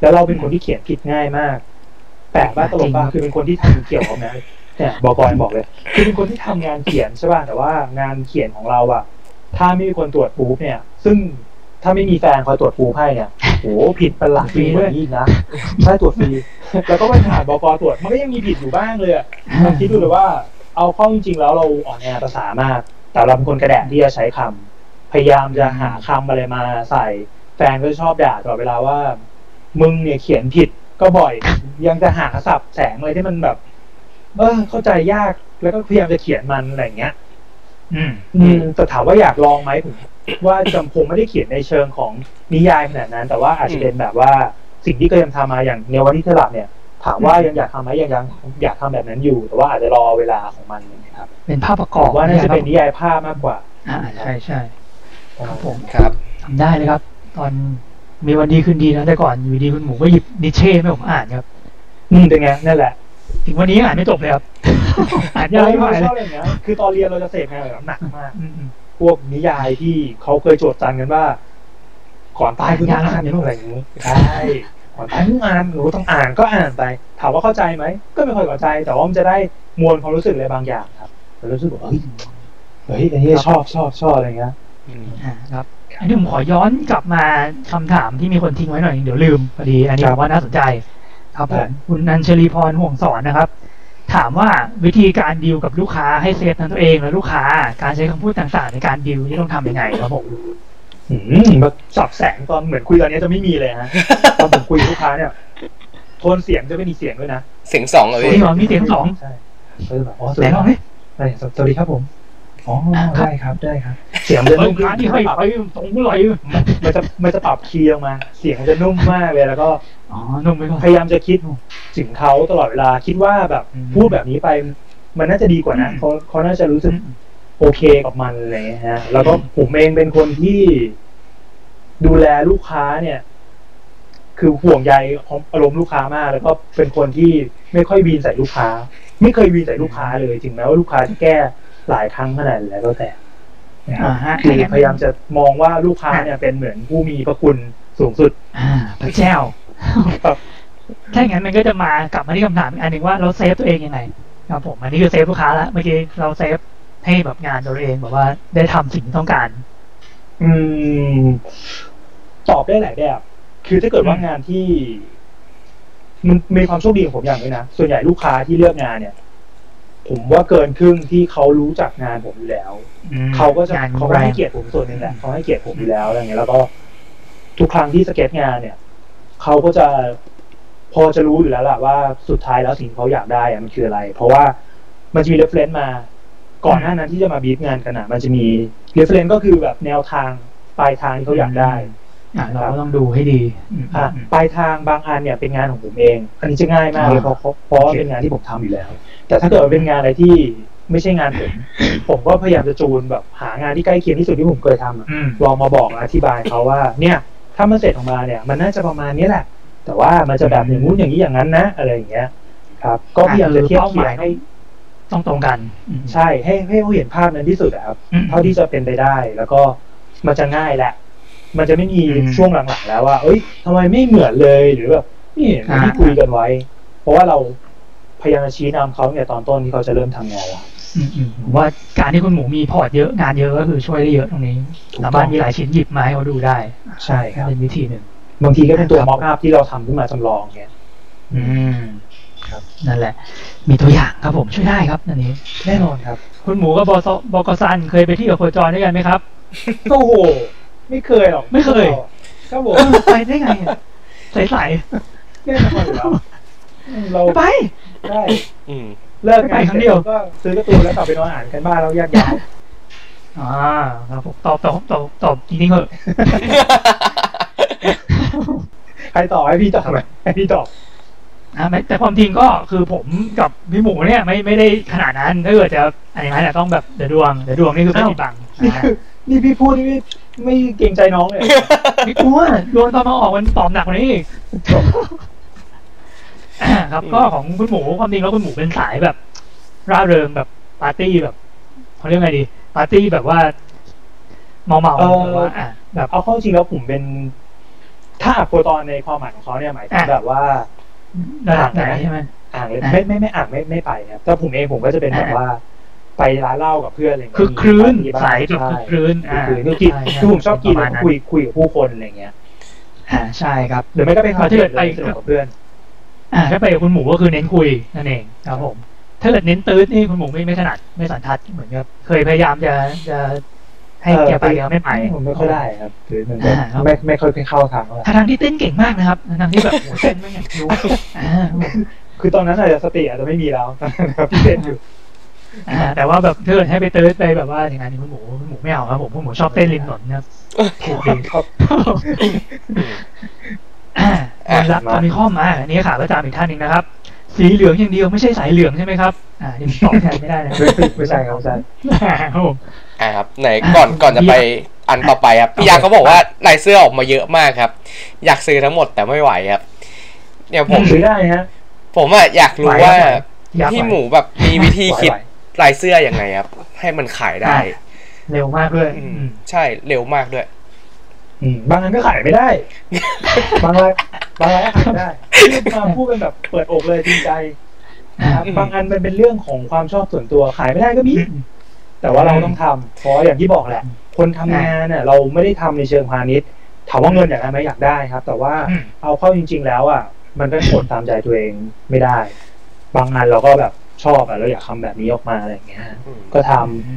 [SPEAKER 3] แล้วเราเป็นคนที่เขียนผิดง่ายมาก แปลกว่ากตลกบ้ากคือเป็นคนที่ทำเกี่ยวกับงานเนี่ยบอกอยบอกเลย คือเป็นคนที่ทำงานเขียนใช่ป่ะ แต่ว่างานเขียนของเราอะถ้าไม่มีคนตรวจปูเนี่ย ซึ่งถ้าไม่มีแฟนคอยตรวจปูให้เนี่ยโหผิดเป็นหลักปีเลยนี่นะใช่ตรวจฟรี แล้วก็ไปหาบกตรวจ มันก็ยังมีผิดอยู่บ้างเลยอะ ลองคิดดูเลยว่าเอาเข้าจริงๆแล้วเราอ่อนแอภาษามาก แต่เราเป็นคนกระแดะที่จะใช้คำพยายามจะหาคำอะไรมาใส่ แฟนก็ชอบด่าตลอดเวลาว่า มึงเนี่ยเขียนผิดก็บ่อย ยังจะหาศัพท์แสงอะไรที่มันแบบ เออเข้าใจยากแล้วก็พยายามจะเขียนมันอะไรอย่างเงี้ย
[SPEAKER 2] อืม
[SPEAKER 3] อืมแต่ถามว่าอยากลองไหมผมว่าจำคงไม่ได้เขียนในเชิงของนิยายขนาดนั้น แต่ว่าอาจจะเป็นแบบว่าสิ่งที่เคยทำมาอย่างในวันที่เธอหลับเนี่ย ถามว่ายังอยากทำไหมยังยังอยากทำแบบนั้นอยู่ แต่ว่าอาจจะรอเวลาของมันนะครับ
[SPEAKER 2] เป็นภาพประก
[SPEAKER 3] ข
[SPEAKER 2] อ
[SPEAKER 3] อบ ว่าน่าจะเป็นนิยายภาพมากกว่า
[SPEAKER 2] อ่าใช่ใช่ครับผม
[SPEAKER 1] ครับ
[SPEAKER 2] ทำได้เลยครับ ตอนมีวันดีคืนดีนะ แต่ก่อนอยู่ดีคุณหมูก็หยิบนิเช่ให้ผมอ่านครับ
[SPEAKER 3] อืมเป็นไงนั่นแหละ
[SPEAKER 2] ถึงวันนี้อ่านไม่จบเลย ครับ อ่า
[SPEAKER 3] ยาย
[SPEAKER 2] นาว
[SPEAKER 3] ไม่
[SPEAKER 2] ไม่ไหว
[SPEAKER 3] ช
[SPEAKER 2] เลย
[SPEAKER 3] อบอะไรอย่างเงี้ยคือตอนเรียนเราจะเสพงานแบบหนักมาก
[SPEAKER 2] อืมอืม
[SPEAKER 3] พวกนิยายที่เขาเคยโจทย์จันกันว่า ก่อนตายคุณต้องอ่านอะไรอย่างนี้ใช่ก่อนตายต้องอ่านหนูต้องอ่านก็อ่านไป ถามว่าเข้าใจไหมก็ไม่ค่อยเข้าใจ แต่ว่ามันจะได้มวลความรู้สึกอะไรบางอย่างครับแต่รู้สึกว่าเฮ้ยเฮ้ยอันนี้ชอบชอบชอบอะไรเงี้ย
[SPEAKER 2] อ่าครับ อันนี้ผมขอย้อนกลับมาคำถามที่มีคนทิ้งไว้หน่อยหนึ่งเดี๋ยวลืมพอดี อันนี้
[SPEAKER 3] ค
[SPEAKER 2] ผ
[SPEAKER 3] รับ
[SPEAKER 2] มว่าน่าสนใจ ครับผ
[SPEAKER 3] ได้
[SPEAKER 2] มคุณนันชลีพรห่วงสอนนะครับ ถามว่าวิธีการดีลกับลูกค้าให้เซฟทั้งตัวเองและลูกค้าการใช้คำพูดต่างๆ ในการดีลนี่ต้องทำยังไงครับผม
[SPEAKER 3] อืมแบบสับแสงตอนเหมือนคุยตอนนี้จะไม่มีเลย ฮะตอนผมคุยกับลูกค้าเนี่ยโทนเสียงจะไม่มีเสียงด้วยนะ
[SPEAKER 1] เสียงสองเลย
[SPEAKER 2] เฮ้ยหมอมีเสียงสอง
[SPEAKER 3] ใช่เออแบบอ๋อสวัส
[SPEAKER 2] ไหน
[SPEAKER 3] ดี
[SPEAKER 2] ลอ
[SPEAKER 3] ครั
[SPEAKER 2] ง
[SPEAKER 3] บ
[SPEAKER 2] ดิ
[SPEAKER 3] สวัสดีครับผมอ๋อได้ครับได้ครับ เสียง
[SPEAKER 2] เอ
[SPEAKER 3] เดิน
[SPEAKER 2] อ
[SPEAKER 3] นุ่
[SPEAKER 2] ลู
[SPEAKER 3] ม
[SPEAKER 2] ก
[SPEAKER 3] ขึ้น
[SPEAKER 2] ค้าที่ให้ไปตรงไหล
[SPEAKER 3] มันจะมันจะปรับคีย์ออกมา เสียงมันจะนุ่มมากเลยแล้วก็
[SPEAKER 2] อ๋อนุ่มไปก่อน
[SPEAKER 3] พยายามจะคิดถึงเขาตลอดเวลาคิดว่าแบบ
[SPEAKER 2] อืม
[SPEAKER 3] พูดแบบนี้ไป มันน่าจะดีกว่านะ
[SPEAKER 2] อืม
[SPEAKER 3] เขาเขาน่าจะรู้สึกโอเคกับมันอะไรอย่างเลยฮะ แล้วก็ผมเองเป็นคนที่ดูแลลูกค้าเนี่ย คือห่วงใยของอารมณ์ลูกค้ามาก แล้วก็เป็นคนที่ไม่ค่อยวีนใส่ลูกค้า ไม่เคยวีนใส่ลูกค้าเลยถึงแม้ว่าลูกค้าจะแก้หลายครั้งขนาดไหนแล้วแต่นะครับ
[SPEAKER 2] อ่าฮะ
[SPEAKER 3] คือพยายามจะมองว่าลูกค้าเนี่ยเป็นเหมือนผู้มีพระคุณสูงสุด
[SPEAKER 2] อ่าพระเจ้าถ้าอย่างนั้นมันก็จะมากลับมาที่คำถามอีกอันหนึ่งว่าเราเซฟตัวเองยังไงครับผมอันนี้คือเซฟลูกค้าละเมื่อกี้เราเซฟให้แบบงานตัวเองแบบว่าได้ทำสิ่งที่ต้องการ
[SPEAKER 3] อืม ตอบได้หลายแบบ คือถ้าเกิดว่า
[SPEAKER 2] อืม
[SPEAKER 3] งานที่ มันมีความโชคดีของผมอย่างด้วยนะส่วนใหญ่ลูกค้าที่เลือกงานเนี่ย ผมว่าเกินครึ่งที่เขารู้จักงานผมอยู่แล้ว เขาก็จะ
[SPEAKER 2] งาน
[SPEAKER 3] เขาก็ให้เกียรติผมส่วนหนึ่งแหละเขาให้เกียรติผมอยู่แล้วอะไรเงี้ยแล้วก็ทุกครั้งที่สเก็ตงานเนี่ย เขาก็จะพอจะรู้อยู่แล้วล่ะว่าสุดท้ายแล้วสิ่งที่เขาอยากได้อะมันคืออะไร เพราะว่ามันจะมีเรฟเลนซ์มา ก่อนหน้านั้นที่จะมาบีฟงานกันอะมันจะมีเรฟเลนซ์ก็คือแบบแนวทางปลายทางที่เขาอยากได้
[SPEAKER 2] อ่ะเราก็ต้องดูให้ดีอืม
[SPEAKER 3] อ่ะ
[SPEAKER 2] อืม
[SPEAKER 3] ปลายทางบางอันเนี่ยเป็นงานของผมเอง อันนี้จะง่ายมากเลย
[SPEAKER 2] อ่า
[SPEAKER 3] เพราะเขาเพราะว่า
[SPEAKER 2] โอเค
[SPEAKER 3] เป็นงานที่ผมทำอยู่แล้ว แต่ถ้าเกิดว่าเป็นงานอะไรที่ไม่ใช่งานผม ผมก็พยายามจะจูนแบบหางานที่ใกล้เคียงที่สุดที่ผมเคยทำอะ
[SPEAKER 2] อืม
[SPEAKER 3] ลองมาบอกอธิบายเขาว่า เนี่ย ถ้ามันเสร็จออกมาเนี่ย มันน่าจะประมาณนี้แหละ แต่ว่ามันจะแบบอย่างงู้นอย่างนี้อย่างนั้นนะอะไรอย่างเงี้ย ครับ ก็พยายามจะเทียบเคียงให้
[SPEAKER 2] ต้องตรงกันอืม
[SPEAKER 3] ใช่ ให้ให้เขาเห็นภาพนั้นที่สุดอะครับ
[SPEAKER 2] อืม
[SPEAKER 3] เท่าที่จะเป็นไปได้แล้วก็มันจะง่ายแหละ มันจะไม่มี
[SPEAKER 2] อืม
[SPEAKER 3] ช่วงหลังๆแล้วว่าเอ้ยทำไมไม่เหมือนเลยหรือแบบนี่
[SPEAKER 2] อ่า
[SPEAKER 3] ที่คุยกันไว้ เพราะว่าเราพยายามจะชี้นำเขาเนี่ยตอนต้นที่เขาจะเริ่มทำงานแล้ว
[SPEAKER 2] อืมอืมผมว่าการที่คุณหมูมีพอร์ตเยอะงานเยอะก็คือช่วยได้เยอะตรงนี้
[SPEAKER 3] ถูกต้
[SPEAKER 2] สามาร
[SPEAKER 3] อง
[SPEAKER 2] ถมีหลายชิ้นหยิบมาให้เขาดูได้
[SPEAKER 3] ใช่
[SPEAKER 2] ก็เป็นวิธีหนึ่ง
[SPEAKER 3] บางทีก็เป็นตัว
[SPEAKER 2] ครับ
[SPEAKER 3] มอคอัพที่เราทำขึ้นมาจำลองเนี่ย
[SPEAKER 2] อืม
[SPEAKER 3] ครับ
[SPEAKER 2] นั่นแหละ มีตัวอย่างครับผมช่วยได้ครับอันนี้
[SPEAKER 3] แน่นอนครับ
[SPEAKER 2] คุณหมูกับบอสบกซันเคยไปเที่ยวโคจรด้วยกันไหมครับ
[SPEAKER 3] โอ้โห ไม่เคยหรอก
[SPEAKER 2] ไม่เคย
[SPEAKER 3] พ ครับผม
[SPEAKER 2] เออ ไปได้ไงอะใส
[SPEAKER 3] แน่นอนอยู่แล้วเรา
[SPEAKER 2] ๆไป
[SPEAKER 3] ได้
[SPEAKER 1] อืม
[SPEAKER 3] เลิก
[SPEAKER 2] ไป
[SPEAKER 3] งาน
[SPEAKER 2] ครั้งเดียว
[SPEAKER 3] ก็ซื้อการ์ตูนแล้วกลับไปนอนอ่านกันบ้านแล้วแยกย้าย
[SPEAKER 2] อ่าครับผมตอบตอบตอบตอบจริงๆ เหอะ
[SPEAKER 3] ใครต่อให้พี่ตอบไหมให้พี่ตอบ
[SPEAKER 2] นะไม่แต่ความจริงก็คือผมกับพี่หมูเนี่ยไม่ไม่ได้ขนาดนั้นถ้าเกิดจะอะไรนั้นอะต้องแบบเดือดดวงเดือดดวงนี่คือไม่ปิดบัง
[SPEAKER 3] นี่
[SPEAKER 2] นะฮะ
[SPEAKER 3] คือนี่พี่พูดนี่ไม่ไม่เกรงใจน้องเลย
[SPEAKER 2] ไม่กลัวดวงตอนมาออกมันตอบหนักกว่านี้อีก อ่าครับก็ของคุณหมูความจริงแล้วคุณหมูเป็นสายแบบ ร่าเริงแบบปาร์ตี้แบบเขาเรียกไงดี ปาร์ตี้แบบว่าเมาเมาๆแบบว่าอ่ะแบบ
[SPEAKER 3] เอาเข้าจริงแล้วผมเป็น ถ้าโคตอนในความหมายของเขาเนี่ยหมายถึง
[SPEAKER 2] อ่ะ
[SPEAKER 3] แบบว่า
[SPEAKER 2] ระดับไหนใช่ไหม
[SPEAKER 3] อ่างเลย
[SPEAKER 2] อ่ะ
[SPEAKER 3] ไม่ไม่ไม่อ่างไม่ไม่ไปครับแต่ผมเองผมก็จะเป็นแบบ
[SPEAKER 2] อ่ะ
[SPEAKER 3] ว่า ไปร้านเหล้ากับเพื่อนอะไรเงี้ย
[SPEAKER 2] คือคลื้น
[SPEAKER 3] มีปา
[SPEAKER 2] สาย
[SPEAKER 3] ร์ตี้
[SPEAKER 2] แบบ
[SPEAKER 3] บ้าง
[SPEAKER 2] คือค
[SPEAKER 3] ใช่
[SPEAKER 2] ลื้นอ่า
[SPEAKER 3] คือคือกิน
[SPEAKER 2] ใใ
[SPEAKER 3] คือผมชอบกิน
[SPEAKER 2] ป
[SPEAKER 3] แล้
[SPEAKER 2] ระ
[SPEAKER 3] ว
[SPEAKER 2] มาณ
[SPEAKER 3] คุยคุยกับผู้คนอะไรเงี้ย
[SPEAKER 2] อ่าใช่ครับ
[SPEAKER 3] หรือไม่ก็ไปคาเฟ่
[SPEAKER 2] ไป
[SPEAKER 3] สนุกกับเพื่อน
[SPEAKER 2] อ่าถ้าไปกับคุณหมูก็คือเน้นคุยนั่นเองครับผม ถ้าเกิดเน้นตื้นนี่คุณหมูไม่ไม่ถนัดไม่สันทัดเหมือนกับเคยพยายามจะจะให้
[SPEAKER 3] เออ
[SPEAKER 2] แกไป
[SPEAKER 3] ไป
[SPEAKER 2] แกไม่ไป
[SPEAKER 3] ผมไม่ค่อยได้ครับหรือมันก็
[SPEAKER 2] อ่ะครับ
[SPEAKER 3] ไม่ไม่ค่อยเข้าทางเท่าไหร่
[SPEAKER 2] ทางที่เต้นเก่งมากนะครับทางที่ แบบโหเต้นไม่งอย่างรู้ อ่าครับผม
[SPEAKER 3] คือตอนนั้นอาจจะสติอาจจะไม่มีแล้ว นะครับเต้นอยู่
[SPEAKER 2] อ่าแต่ว่าแบบถ้าเกิดให้ไปเติร์ดไปแบบว่าอย่างนั้นคุณหมูคุณหมูไม่เอาครับผมคุณหมูชอบเต้นริมถนนนะครับถูกดี
[SPEAKER 3] ครับ
[SPEAKER 2] อ่า
[SPEAKER 1] อ่ะ
[SPEAKER 2] รับตอนมีข้อมาอันนี้ขาประจำอีกท่านหนึ่งนะครับ สีเหลืองอย่างเดียวไม่ใช่สายเหลืองใช่ไหมครับ อ่านี่ตอบแทนไม่ได้นะ
[SPEAKER 3] ไม่ ไม่ใช่ครับไม่ใช่
[SPEAKER 2] อ่าครับผม
[SPEAKER 1] อ่ะครับไหนก่อนก่อนจะไปอันต่อไปครับพี่ยาเขาบอกว่าลายเสื้อออกมาเยอะมากครับ อยากซื้อทั้งหมดแต่ไม่ไหวครับเดี๋ยวผม
[SPEAKER 3] ซื้อได้ฮะ
[SPEAKER 1] ผมอ่ะอยากรู้ว่า
[SPEAKER 2] ไหวครับ อยาก
[SPEAKER 1] พี่ห
[SPEAKER 2] ไป
[SPEAKER 1] มูแบบมีวิธีคิด
[SPEAKER 3] ไหว
[SPEAKER 1] ลายเสื้อยังไงครับ ให้มันขายได้
[SPEAKER 2] เร็วมากด้วย
[SPEAKER 1] อื
[SPEAKER 2] อื
[SPEAKER 1] ม
[SPEAKER 2] ม
[SPEAKER 1] ใช่เร็วมากด้วย
[SPEAKER 3] ๆอืมบางอันก็ขายไม่ได้ บางรายบางรายก็ขายได้ที่มาพูดเป็นแบบเปิดอกเลยจริงใจ
[SPEAKER 2] อ่า
[SPEAKER 3] ครับบางอันมันเป็นเรื่องของความชอบส่วนตัวขายไม่ได้ก็มี
[SPEAKER 2] อืม
[SPEAKER 3] แต่ว่าเราต้องทำเพราะอย่างที่บอกแหละ คนทำงานเนี่ยเราไม่ได้ทำในเชิงพาณิชย์ถามว่าเงินอย่างนั้นไหมอยากได้ครับ แต่ว่า
[SPEAKER 2] อืม
[SPEAKER 3] เอาเข้าจริง ๆ แล้วอ่ะมันก็กดตามใจตัวเองไม่ได้ บางอันเราก็แบบชอบอ่ะเราอยากทำแบบนี้ออกมาอะไรอย่างเงี้ยฮะ
[SPEAKER 1] อืม
[SPEAKER 3] ก็ท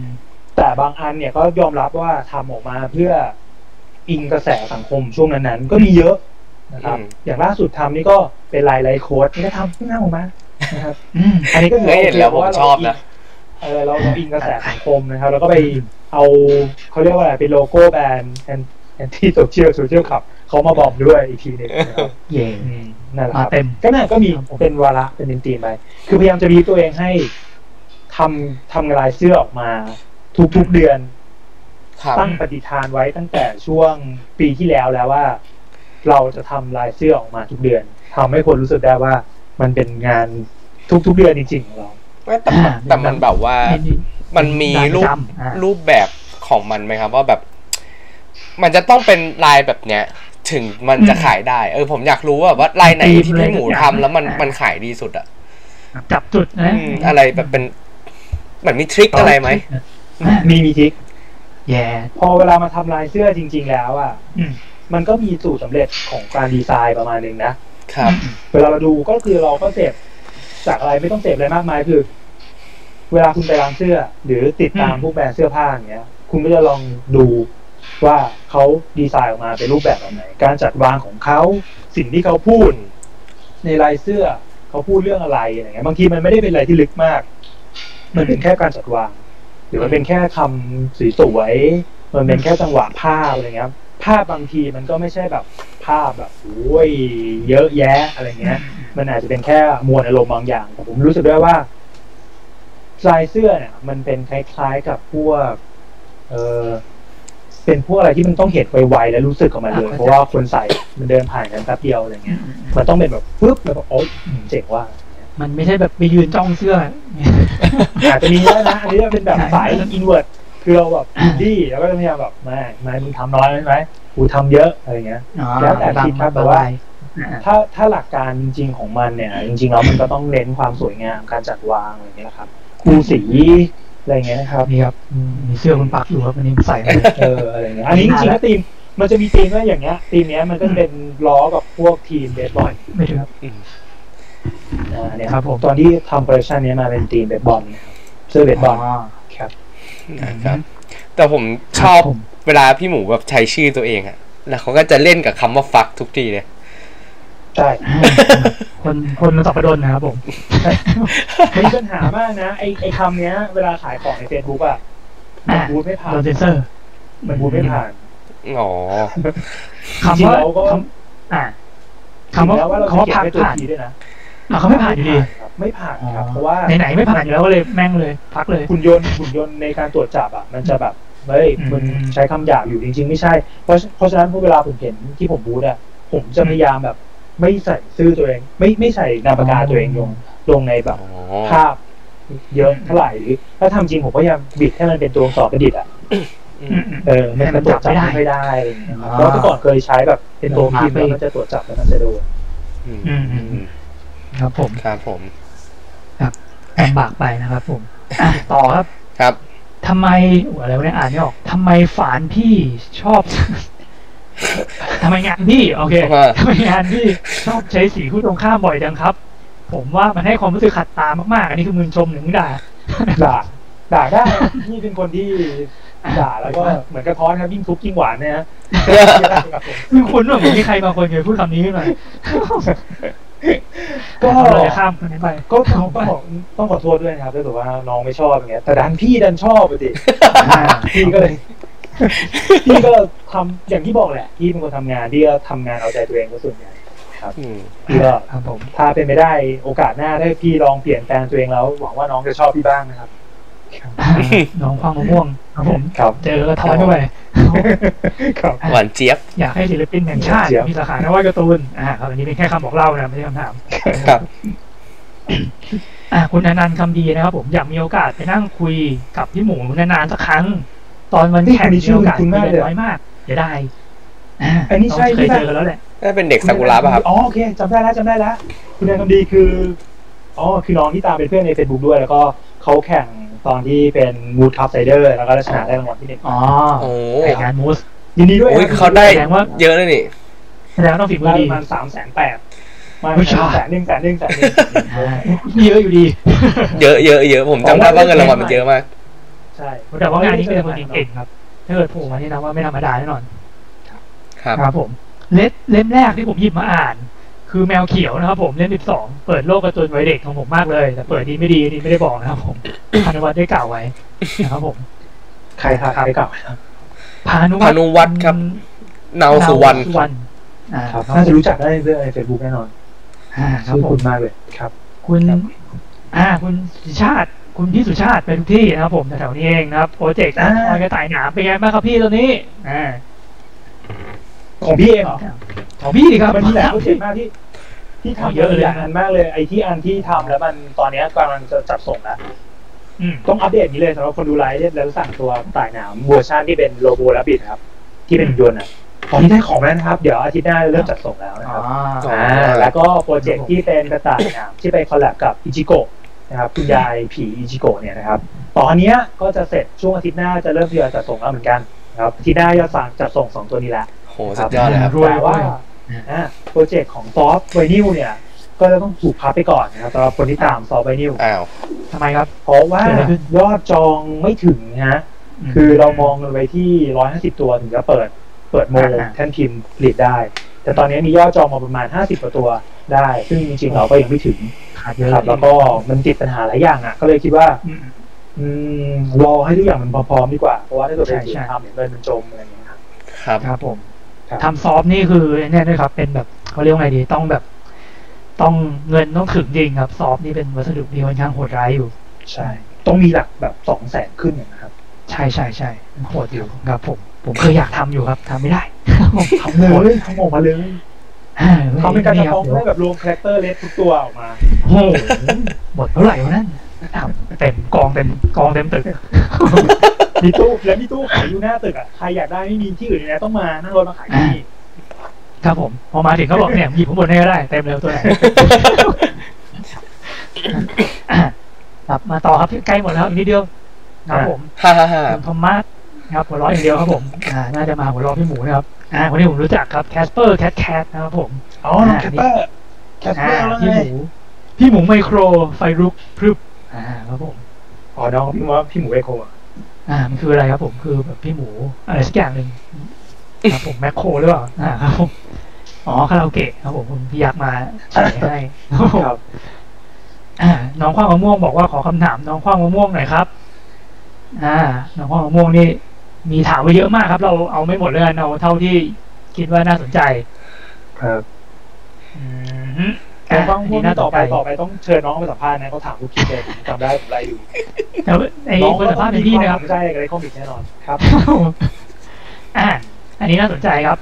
[SPEAKER 3] ำแต่บางอันเนี่ยก็ยอมรับว่าทำออกมาเพื่ออิงกระแสสังคมช่วงนั้นๆก็มีเยอะนะครับ
[SPEAKER 1] อืม
[SPEAKER 3] อย่างล่าสุดทำนี่ก็เป็นลายไลายโค้ดนี่ก็ทำขึ้นหน้าออกมานะครับ
[SPEAKER 2] อืม
[SPEAKER 3] อันนี้ก็ถือ
[SPEAKER 1] เฮ้ย
[SPEAKER 3] ว่า
[SPEAKER 1] เห็นแล้ว
[SPEAKER 3] โอเค
[SPEAKER 1] ผม
[SPEAKER 3] เพราะว่า
[SPEAKER 1] ชอบนะ
[SPEAKER 3] เราอิงเออเราเราอิงกระแสสังคมนะครับ แล้วก็ไปเอาเขาเรียกว่าอะไรเป็นโลโก้แบรนด์แอนตี้โซเชียลโซเชียลขับเขามาบอกด้วยอีกทีหนึงนะครับ
[SPEAKER 2] เย่
[SPEAKER 3] อืมนั่นแหละครับ
[SPEAKER 2] มาเต็ม
[SPEAKER 3] ก็น่าก็มี
[SPEAKER 2] ครับผม
[SPEAKER 3] เป็นวาระเป็นธีมไปคือพยายามจะรีบตัวเองให้ทำทำลายเสื้อออกมา ทุกๆเดือน
[SPEAKER 1] ครับ
[SPEAKER 3] ตั้งปฏิฐานไว้ตั้งแต่ช่วงปีที่แล้วแล้วว่า เราจะทำลายเสื้อออกมาทุกเดือนทำให้คนรู้สึกได้ว่า มันเป็นงานทุกๆเดือนจริงๆของเรา
[SPEAKER 1] ไม่แต่แต่แต่มันแบบว่ามันมีรูป
[SPEAKER 2] จำอ่า
[SPEAKER 1] รูปแบบของมันไหมครับ ว่าแบบ มันจะต้องเป็นลายแบบเนี้ย ถึงมันจะขายได้ เออ ผมอยากรู้ว่าแบบว่าลายไหนที่พี่หมูทำแล้วมัน
[SPEAKER 2] อ่ามั
[SPEAKER 1] มันขายดีสุดอะ
[SPEAKER 2] จับจุดนะ
[SPEAKER 1] อืมอะไรแบบเป็นเหมือนมีทริคอะไรไหม
[SPEAKER 2] อ่า
[SPEAKER 3] มีมีทิก
[SPEAKER 2] แย่
[SPEAKER 3] พอเวลามาทำลายเสื้อจริง ๆ แล้วอ่ะ
[SPEAKER 2] อืม
[SPEAKER 3] มันก็มีสูตรสำเร็จของการดีไซน์ประมาณหนึ่งนะ
[SPEAKER 1] ครับ
[SPEAKER 3] เวลาเราดูก็คือเราก็เสพจากอะไรไม่ต้องเสพอะไรมากมายคือ เวลาคุณไปร้านเสื้อ หรือติดตาม
[SPEAKER 2] อืม
[SPEAKER 3] พวกแบรนด์เสื้อผ้าอย่างเงี้ย คุณก็จะลองดูว่าเขาดีไซน์ออกมาเป็นรูปแบบแบบไหน การจัดวางของเขาสิ่งที่เขาพูด ในลายเสื้อเขาพูดเรื่องอะไรอะไรเงี้ยบางทีมันไม่ได้เป็นอะไรที่ลึกมาก มันเป็นแค่การจัดวาง หรือมันเป็นแค่คำสวยๆมันเป็นแค่จังหวะภาพอะไรเงี้ยภาพบางทีมันก็ไม่ใช่แบบภาพแบบโอ้ยเยอะแยะอะไรเงี้ย มันอาจจะเป็นแค่มวลอารมณ์บางอย่างแต่ผมรู้สึกได้ว่าลายเสื้อเนี่ย มันเป็นคล้ายๆกับพวก เออเป็นพวกอะไรที่มันต้องเห็นไวๆและรู้สึกออกมาเลย เพราะว่าคนใส่มันเดินผ่านกันแป๊บเดียวอะไรเงี้ย มันต้องเป็นแบบปึ๊บแล้วก็โอ๊ยอืมเจ๋งว่า
[SPEAKER 2] มันไม่ใช่แบบไปยืนจ้องเสื้อ
[SPEAKER 3] อาจจะมีได้นะอันนี้จะเป็น แบบสายอินเวอร์คือเราแบบ อินดี้แล้วก็พยายามแบบไม่ไม่มึงทำน้อยใช่ไหมกูทำเยอะอะไรเงี้ย
[SPEAKER 2] อ๋อ
[SPEAKER 3] แล้วแต่
[SPEAKER 2] บาง
[SPEAKER 3] คิดครับ
[SPEAKER 2] บาง
[SPEAKER 3] แต่ว่า
[SPEAKER 2] รยอ่า
[SPEAKER 3] ถ้าถ้าหลักการจริง ๆของมันเนี่ย จริงๆแล้วมันก็ต้องเน้นความสวยงามการจัดวางอะไรเงี้ยนะครับคูสีอะไรเงี้ยนะครับ
[SPEAKER 2] นี่ครับอืมมีเสื้อคุณปักอยู่ครับวันนี้ใส่มา
[SPEAKER 3] เอออะไรเงี้ยอันนี้จริงๆก็ทีมมันจะมีทีมว่าอย่างเงี้ยทีมเนี้ยมันก็จะเป็นล้อกับพวกทีมเบสบอล
[SPEAKER 2] ไม่ถึงครับ
[SPEAKER 3] อ่าเนี่ย
[SPEAKER 2] ครับผม
[SPEAKER 3] ตอนที่ทำโปรดักชันเนี้ยมาเป็นทีมเบสบอลนะครับเสื้อเบสบอลครับ
[SPEAKER 1] นะครับ แต่ผมชอบ
[SPEAKER 2] ผม
[SPEAKER 1] เวลาพี่หมูแบบใช้ชื่อตัวเองอะ แล้วเขาก็จะเล่นกับคำว่าฟักทุกทีเลย
[SPEAKER 3] ใช่
[SPEAKER 2] คนคนมันสับปะรดนะครับผม
[SPEAKER 3] มีปัญหามากนะไอไอคำเนี้ย เวลาขายของในเฟซบุ๊กอะมันบูทไม่ผ่าน
[SPEAKER 2] โดนเซนเซอร์
[SPEAKER 3] มันบูทไม่ผ่าน
[SPEAKER 1] อ๋อ
[SPEAKER 2] คำว่า
[SPEAKER 3] จริงๆเราก็
[SPEAKER 2] คำอ่าคำว่า
[SPEAKER 3] แล้วว่าเรา
[SPEAKER 2] คำว่า
[SPEAKER 3] จะเขีย
[SPEAKER 2] พั
[SPEAKER 3] น
[SPEAKER 2] ก
[SPEAKER 3] ด้วยตัว
[SPEAKER 2] ผ่าน
[SPEAKER 3] ทีด้วยนะ
[SPEAKER 2] อ่ะเขาไม่ผ่านอยู่ดี
[SPEAKER 3] ครับไม่ผ่านครับเพราะว่า
[SPEAKER 2] ไหนๆไม่ผ่านอยู่แล้วก็เลยแม่งเลยพักเลย
[SPEAKER 3] หุ่นยนต์หุ่นยนต์ในการตรวจจับอ่ะมันจะแบบเฮ้ย
[SPEAKER 2] อืม
[SPEAKER 3] มันใช้คำหยาบอยู่จริง ๆ ไม่ใช่เพราะเพราะฉะนั้นเวลาผมเห็นที่ผมบูธอ่ะผมจะ
[SPEAKER 2] อืม
[SPEAKER 3] พยายามแบบ ไม่ใส่ชื่อตัวเอง ไม่ไม่ใส่นามปากกาตัวเองลงลงในแบบ
[SPEAKER 1] อ๋อ
[SPEAKER 3] ภาพเยอะเท่าไหร่หรือถ้าทำจริงผมก็ยังบิดให้มันเป็นตัวอักษรประดิษฐ์อ่ะ
[SPEAKER 2] อืม
[SPEAKER 3] เออมัน
[SPEAKER 2] ให้มั
[SPEAKER 3] จะ
[SPEAKER 2] น
[SPEAKER 3] ตรวจจับ
[SPEAKER 2] จับไม่
[SPEAKER 3] ไม่
[SPEAKER 2] ได้
[SPEAKER 3] ได้อะไรอย่างเงี้ยครับ
[SPEAKER 2] อ่า
[SPEAKER 3] เพราะเมื่อก่อนเคยใช้แบบเป็นตัวพิมพ์
[SPEAKER 2] เป็น
[SPEAKER 3] แล้ว
[SPEAKER 2] มาร์ค
[SPEAKER 3] มันจะตรวจจับแล้วมันจะโดน
[SPEAKER 1] อืม
[SPEAKER 2] อืมอืมอืม ครับผม
[SPEAKER 1] ครับผม
[SPEAKER 2] ลำบากไปนะครับผมอ่ะต่อครับ
[SPEAKER 1] ครับ
[SPEAKER 2] ทำไมโอ้อะไรวะเนี่ยอ่านไม่ออกทำไมฝานพี่ชอบ ทำไมงานพี่โอเค
[SPEAKER 1] ว่า
[SPEAKER 2] ทำไมงานพี่ชอบใช้สีคู่ตรงข้ามบ่อยจังครับ ผมว่ามันให้ความรู้สึกขัดตามากๆ อันนี้คือมึงชมหรือมึงด่า
[SPEAKER 3] ด่าด่าได้ นี่เป็นคนที่ด่าแล้วก็เหมือนกระท้อนครับยิ่งทุบยิ่งหวานเนยนะ
[SPEAKER 2] มีคนแบบมีใครบางคนเคยพูดคำนี้ขึ้นมา
[SPEAKER 3] ก็
[SPEAKER 2] ก็เลยข้ามคนนี้ไป
[SPEAKER 3] ก็ต้องต้องขอต้องขอโทษด้วยนะครับถ้าเกิดว่าน้องไม่ชอบอย่างเงี้ยแต่ดันพี่ดันชอบไป ดิพี่ก็เลยพี่ก็ทำอย่างที่บอกแหละ พี่เป็นคนทำงานพี่ก็ทำงานเอาใจตัวเองก็ส่วนใหญ่
[SPEAKER 1] อืม
[SPEAKER 3] พี่ก็
[SPEAKER 2] ครับผม
[SPEAKER 3] ถ้าเป็นไม่ได้โอกาสหน้าถ้าพี่ลองเปลี่ยนแปลงตัวเองแล้วหวังว่าน้องจะชอบพี่บ้างนะครับ
[SPEAKER 2] น้องความมะม่วงครับผม
[SPEAKER 3] ครับ
[SPEAKER 2] เจอก็ทอนเข้าไป
[SPEAKER 3] ครับ
[SPEAKER 1] หวานเจี๊ยบ
[SPEAKER 2] อยากให้ศิลปินแห่งชาติ
[SPEAKER 3] เจี๊ยบ
[SPEAKER 2] มีสาขานวัตการ์ตูนอ่าครับอันนี้เป็นแค่คำบอกเล่านะไม่ใช่คำถาม
[SPEAKER 1] ครับ
[SPEAKER 2] อ่าคุณอนันต์คำดีนะครับผมอยากมีโอกาสไปนั่งคุยกับพี่หมูนานๆสักครั้ง ตอนวันแข่ง
[SPEAKER 3] นี่
[SPEAKER 2] มี
[SPEAKER 3] ชื่อ
[SPEAKER 2] โอกาส
[SPEAKER 3] คุณมาก
[SPEAKER 2] คุย
[SPEAKER 3] เลย
[SPEAKER 2] น้อยมากเดี๋ยวได้า
[SPEAKER 3] อันนี้ใช่
[SPEAKER 2] เราเคย
[SPEAKER 3] ที่
[SPEAKER 2] เจอกันแล้วแหละ
[SPEAKER 1] น่าเป็นเด็กซากุระป่ะครับ
[SPEAKER 3] อ๋อโอเคจำได้แล้วจำได้แล้วคุณแอนทำดีคืออ๋อคือน้องที่ตามเป็นเพื่อนในเฟซบุ๊กด้วย แล้วก็เขาแข่งตอนที่เป็นมูทคัพไซเดอร์แล้วก็ชนะได้รางวัลที่หนึ่ง
[SPEAKER 2] อ๋อ
[SPEAKER 1] โอ้
[SPEAKER 2] ไก่งานมูส
[SPEAKER 3] ยินดีด้วย
[SPEAKER 1] โอ้ย
[SPEAKER 3] ครับ
[SPEAKER 1] เขาได้
[SPEAKER 2] แสดงว่า
[SPEAKER 1] เยอะเลยนี่
[SPEAKER 2] แสดงว่าต้องฝีมื
[SPEAKER 3] ได้
[SPEAKER 2] อ
[SPEAKER 3] ป
[SPEAKER 2] ดี
[SPEAKER 3] ระมาณสามแสนแปดมา
[SPEAKER 2] ไม่ใช่
[SPEAKER 3] แสนหนึ่งแสนหนึ่งแสนหนึ่ง
[SPEAKER 2] อ่ามีเยอะอยู่ดี
[SPEAKER 1] เยอะเยอะเยอะผมจำได้ว่าเงินรางวัลมันเยอะมาก
[SPEAKER 3] ใช่
[SPEAKER 2] แต่ว่างานนี้เป็นคนเก่งๆครับ ถ้าเกิดโผูมานี่นะว่าไม่ธรรมดาแน่นอน
[SPEAKER 1] ครับ
[SPEAKER 2] ครับผม เล่มเล่มแรกที่ผมหยิบมาอ่าน คือแมวเขียวนะครับผมเล่มสิบสองเปิดโลกการ์ตูนวัยเด็กของผมมากเลย แต่เปิดดีไม่ดีนี่ไม่ได้บอกนะครับผม พานุวัฒน์ได้กล่าวไว้นะครับผม
[SPEAKER 3] ใครทาใครเก่าครับ
[SPEAKER 2] พานุ
[SPEAKER 1] พานุวัฒน์ครับ เนาสุวรรณ
[SPEAKER 2] สุวรรณอ่าครับ
[SPEAKER 3] น่าจะรู้จักได้เรื่องในเฟซบุ๊กแน่นอน
[SPEAKER 2] อ่าครับ
[SPEAKER 3] ชื่อ
[SPEAKER 2] ผ
[SPEAKER 3] คุ
[SPEAKER 2] ม
[SPEAKER 3] ณมากเลยครับ
[SPEAKER 2] คุณ
[SPEAKER 3] ครับ
[SPEAKER 2] อ่าคุณสุชาติ คุณพี่สุชาติไปทุกที่นะครับผมแถวๆนี้เองนะครับโปรเจกต์ลอยกระต่ายหนามเป็นไงบ้างครับพี่ตัวนี้อ่า
[SPEAKER 3] ของพี่เองเหรอ
[SPEAKER 2] ของพี่ดิครับ
[SPEAKER 3] มันมีหลายโปรเจกต์มากที่ ที่
[SPEAKER 2] ของ
[SPEAKER 3] ทำ
[SPEAKER 2] เย
[SPEAKER 3] เย
[SPEAKER 2] อะ
[SPEAKER 3] อะ
[SPEAKER 2] เลย
[SPEAKER 3] เลย
[SPEAKER 2] นะ
[SPEAKER 3] อันมากเลยไอ้ที่อันที่ทำแล้วมันตอนเนี้ยกำลังจะจัดส่งแล้ว
[SPEAKER 2] อืม
[SPEAKER 3] ต้องอัปเดตอย่างนี้เลยสำหรับคนดูไลฟ์เนี่ยแล้วสั่งตัวต่ายหนามเวอร์ชันที่เป็นโลโบและบิดครับ ที่เป็นยนต์อ่ะของที่ได้ของแล้วนะครับ เดี๋ยวอาทิตย์หน้าจะเริ่มจัดส่งแล้วนะครับ
[SPEAKER 1] อ๋อ
[SPEAKER 3] อ่า
[SPEAKER 1] อ่า
[SPEAKER 3] แล้วก็โปรเจกต์ที่เป็นกระต่ายหนามที่ไปคอลแลบกับอิจิโกะนะครับคุณยายผีอิจิโกะเนี่ยนะครับ ตอนเนี้ยก็จะเสร็จช่วงอาทิตย์หน้าจะเริ่มทยอยจัดส่งแล้วเหมือนกันนะครับอาที่ได้ยอดสั่งจัดส่งสองตัวนี้แล้ว
[SPEAKER 1] โหสุดยอดเลยครับ
[SPEAKER 2] รวย
[SPEAKER 3] แต่ว่า
[SPEAKER 2] ด้วย
[SPEAKER 3] อ่าโปรเจกต์ของซอฟต์ไวนิวเนี่ย ก็จะต้องถูกพับไปก่อนนะครับสำหรับคนที่ตามซอฟต์ไวนิว
[SPEAKER 1] อ้าว
[SPEAKER 2] ทำไมครับ
[SPEAKER 3] เพราะว่า
[SPEAKER 2] เกิดอะไรขึ้น
[SPEAKER 3] ยอดจองไม่ถึงนะฮะคือเรามองกันไว้ที่ร้อยห้าสิบตัวถึงจะเปิด เปิดโมง
[SPEAKER 2] อ่า
[SPEAKER 3] แท่นพิมพ์ผลิตได้ แต่ตอนนี้มียอดจองมาประมาณห้าสิบกว่าตัวได้ ซึ่งจริงๆเราก็ยังไม่ถึง
[SPEAKER 2] ขาดเยอะ
[SPEAKER 3] ครับแล้วก็มันติดปัญหาหลายอย่างอ่ะ ก็เลยคิดว่า
[SPEAKER 2] อืม
[SPEAKER 3] อืมรอให้ทุกอย่างมันพร้อมๆดีกว่า เพราะว่าถ้าเกิด
[SPEAKER 2] ใช่
[SPEAKER 3] เป็น
[SPEAKER 2] ใช่
[SPEAKER 3] ทำเนี่ยเงินมันจมอะไรอย่างเงี้ยครับ
[SPEAKER 1] ครับ
[SPEAKER 2] ครับผม
[SPEAKER 3] ครับ
[SPEAKER 2] ทำซอฟต์นี่คือเนี่ยด้วยครับ เป็นแบบเขาเรียกว่าไงดีต้องแบบ ต้องเงินต้องถึงจริงครับ ซอฟต์นี่เป็นวัสดุที่ค่อนข้างโหดร้ายอยู่
[SPEAKER 3] ใช่ ต้องมีหลักแบบสองแสนขึ้นเนี่ยนะครับ
[SPEAKER 2] ใช่ใช่ใช่โหดอยู่ครับผม ผมเคยอยากทำอยู่ครับทำไม่ ได้ทำ
[SPEAKER 3] เล
[SPEAKER 2] โหด
[SPEAKER 3] ยทำออกมาเลยเขาเป็นการจะฟ้องได้แบบรวมคาแรคเตอร์เลสทุกตัวออกมา
[SPEAKER 2] โอ้โหหมดเท่าไหร่วะนั่นทำเต็มกองเต็มกองเต็ม ตึก
[SPEAKER 3] มีตู้และมีตู้ขายอยู่หน้าตึกอ่ะ ใครอยากได้ไม่มีที่อื่นเลยนะต้องมานั่งรถมาขายที่นี่
[SPEAKER 2] ครับผม พอมาถึงเขาบอกเนี่ยหยิบข้างบนให้ก็ได้เต็มเลยตัวไห น อ่ะครับมาต่อครับใกล้หมดแล้วอีกนิดเดียวครับผม
[SPEAKER 1] ฮ่าฮ่าฮ่า
[SPEAKER 2] คุณทอมมัสครับหัวเร้ออย่างเดียวครับผม อ่า น่าจะมาหัวเร้อพี่หมูนะครับ อ่าคนนี้ผมรู้จักครับแคสเปอร์แคทแคทนะครับผม
[SPEAKER 3] อ๋อน้องแคปเปอร์แคปเปอร์แล้ว
[SPEAKER 2] พี่
[SPEAKER 3] ไง
[SPEAKER 2] หมู พี่หมูไมโครไฟลุกพรึบอ่าครับผม
[SPEAKER 3] อ๋อน้องพี่ว่าพี่หมูเอโคอะ
[SPEAKER 2] อ่ามันคืออะไรครับผมคือแบบพี่หมูอะไรสักอย่างหนึ่ง ครับผมแมคโครหรือเปล่าอ่าครับผมอ๋อคาราโอเกะครับผมคุณพี่ยักษ์มาใส่ให้ครับผม
[SPEAKER 3] ครับ
[SPEAKER 2] อ่าน้องข้าวมะม่วงบอกว่าขอคำถามน้องข้าวมะม่วงหน่อยครับ อ่า น้องข้าวมะม่วงนี่ มีถามไว้เยอะมากครับ เราเอาไม่หมดเลยกันเอาเท่าที่คิดว่าน่าสนใจ
[SPEAKER 3] ครับ
[SPEAKER 2] อืม
[SPEAKER 3] แต่
[SPEAKER 2] ะ
[SPEAKER 3] ว่างพวก
[SPEAKER 2] น่
[SPEAKER 3] นี้ต่อไป
[SPEAKER 2] สนใจ
[SPEAKER 3] ต่อไปต้องเชิญน้องมาสัมภาษณ์นะเขาถามทุกทีเลยจำได้ผมไล่อยู่
[SPEAKER 2] แต่ว่าไอ้
[SPEAKER 3] น้อง
[SPEAKER 2] คนสัมภาษณ์เป็นพี่นะครับ
[SPEAKER 3] ใช่อะไรข้อมิกแน่นอนครับ
[SPEAKER 2] อ่ะอันนี้น่าสนใจครับ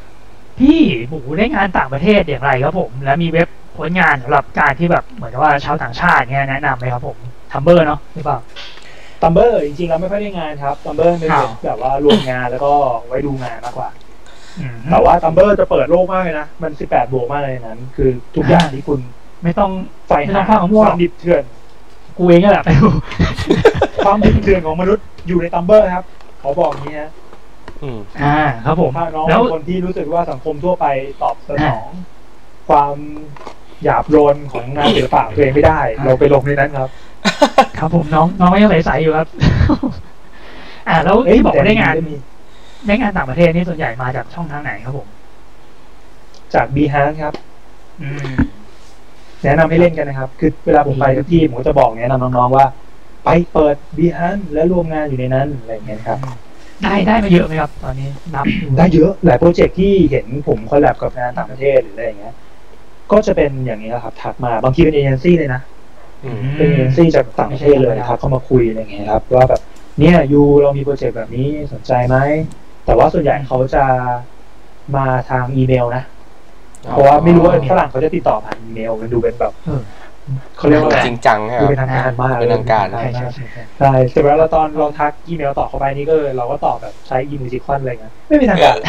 [SPEAKER 2] พี่บูได้งานต่างประเทศอย่างไรครับผม และมีเว็บผลงานสำหรับการที่แบบเหมือนกับว่าชาวต่างชาติเนี่ยแนะนำไหมครับผมทัมเบอร์เนาะหรือเปล่า
[SPEAKER 3] ตัมเบอร์จริงๆเราไม่ค่อยได้งานครับตัมเบอร์เป็น
[SPEAKER 2] อ้าว
[SPEAKER 3] แบบว่ารวมงานแล้วก็ไว้ดูงานมากกว่า
[SPEAKER 2] อืม
[SPEAKER 3] แต่ว่าตัมเบอร์จะเปิดโลกมากเลยนะ มัน 18 บวกมากเลยในนั้น คือทุกอย่างที่คุณ
[SPEAKER 2] ไม่ต้อง
[SPEAKER 3] ใฝ่
[SPEAKER 2] ไม่ต้อง
[SPEAKER 3] หาค
[SPEAKER 2] ข้ามของพวก
[SPEAKER 3] วามดิบเถื่อน
[SPEAKER 2] กูเองก็แหละไป ดู
[SPEAKER 3] ความดิบเถื่อนของมนุษย์อยู่ในตัมเบอร์ครับขอบอกอย่างนี้นะ
[SPEAKER 1] อืม
[SPEAKER 2] อ่า ครับผม
[SPEAKER 3] ถ้าน้อง
[SPEAKER 2] แล้ว
[SPEAKER 3] เป็นคนที่รู้สึกว่าสังคมทั่วไปตอบสนอง ความหยาบโลนของงานศิลปะตัวเองไม่ได้
[SPEAKER 2] อ่ะ
[SPEAKER 3] เราไปลงในนั้นครับ
[SPEAKER 2] ครับผมน้องน้องก็ยังใสๆอยู่ครับ อ่าแล้วที่บอกว่าได้งาน
[SPEAKER 3] แต่มี
[SPEAKER 2] ได้งานต่างประเทศนี่ส่วนใหญ่มาจากช่องทางไหนครับผม
[SPEAKER 3] จากบีฮานครับ
[SPEAKER 2] อืม
[SPEAKER 3] แนะนำให้เล่นกันนะครับ คือเวลาผมไปทุกที่ผมก็จะบอกแนะนำน้องๆว่า ไปเปิดบีฮันแล้วรวมงานอยู่ในนั้นอะไรอย่างเงี้ยครับ
[SPEAKER 2] ได้ได้มาเยอะไหมครับ ตอนนี้นับดู
[SPEAKER 3] ได้เยอะหลายโปรเจกต์ที่เห็นผมคอลแลบกับงานต่างประเทศหรืออะไรอย่างเงี้ย ก็จะเป็นอย่างนี้ยครับถักมาบางทีเป็นเอเจนซี่เลยนะ
[SPEAKER 1] อืม
[SPEAKER 3] เป็นเอเจนซี่จากต่างประเทศเลยนะครับเข้ามาคุยอะไรอย่างเงี้ยครับ ว่าแบบเนี่ยยูเรามีโปรเจกต์แบบนี้สนใจไหม แต่ว่าส่วนใหญ่เขาจะมาทางอีเมลนะ เพราะว่าไม่รู้ว่าฝรั่งเขาจะติดต่อผ่านอีเมลมันดูเป็นแบบ
[SPEAKER 2] เออ
[SPEAKER 3] เขาเรียกว่าอะไร
[SPEAKER 1] จริงจังใช่ไห
[SPEAKER 3] ดู
[SPEAKER 1] ม
[SPEAKER 3] เป็น
[SPEAKER 1] ครับ
[SPEAKER 3] ทางการมาก
[SPEAKER 1] เป็นทางการ
[SPEAKER 2] ใช่ใช่ใช่ใช่
[SPEAKER 3] ใช่แต่เวลาเราตอนเราทักอีเมลตอบเข้าไปนี่ก็เราก็ตอบแบบใช้อีโมจิคอนอะไรเงี้ยไม่มีทางการเลย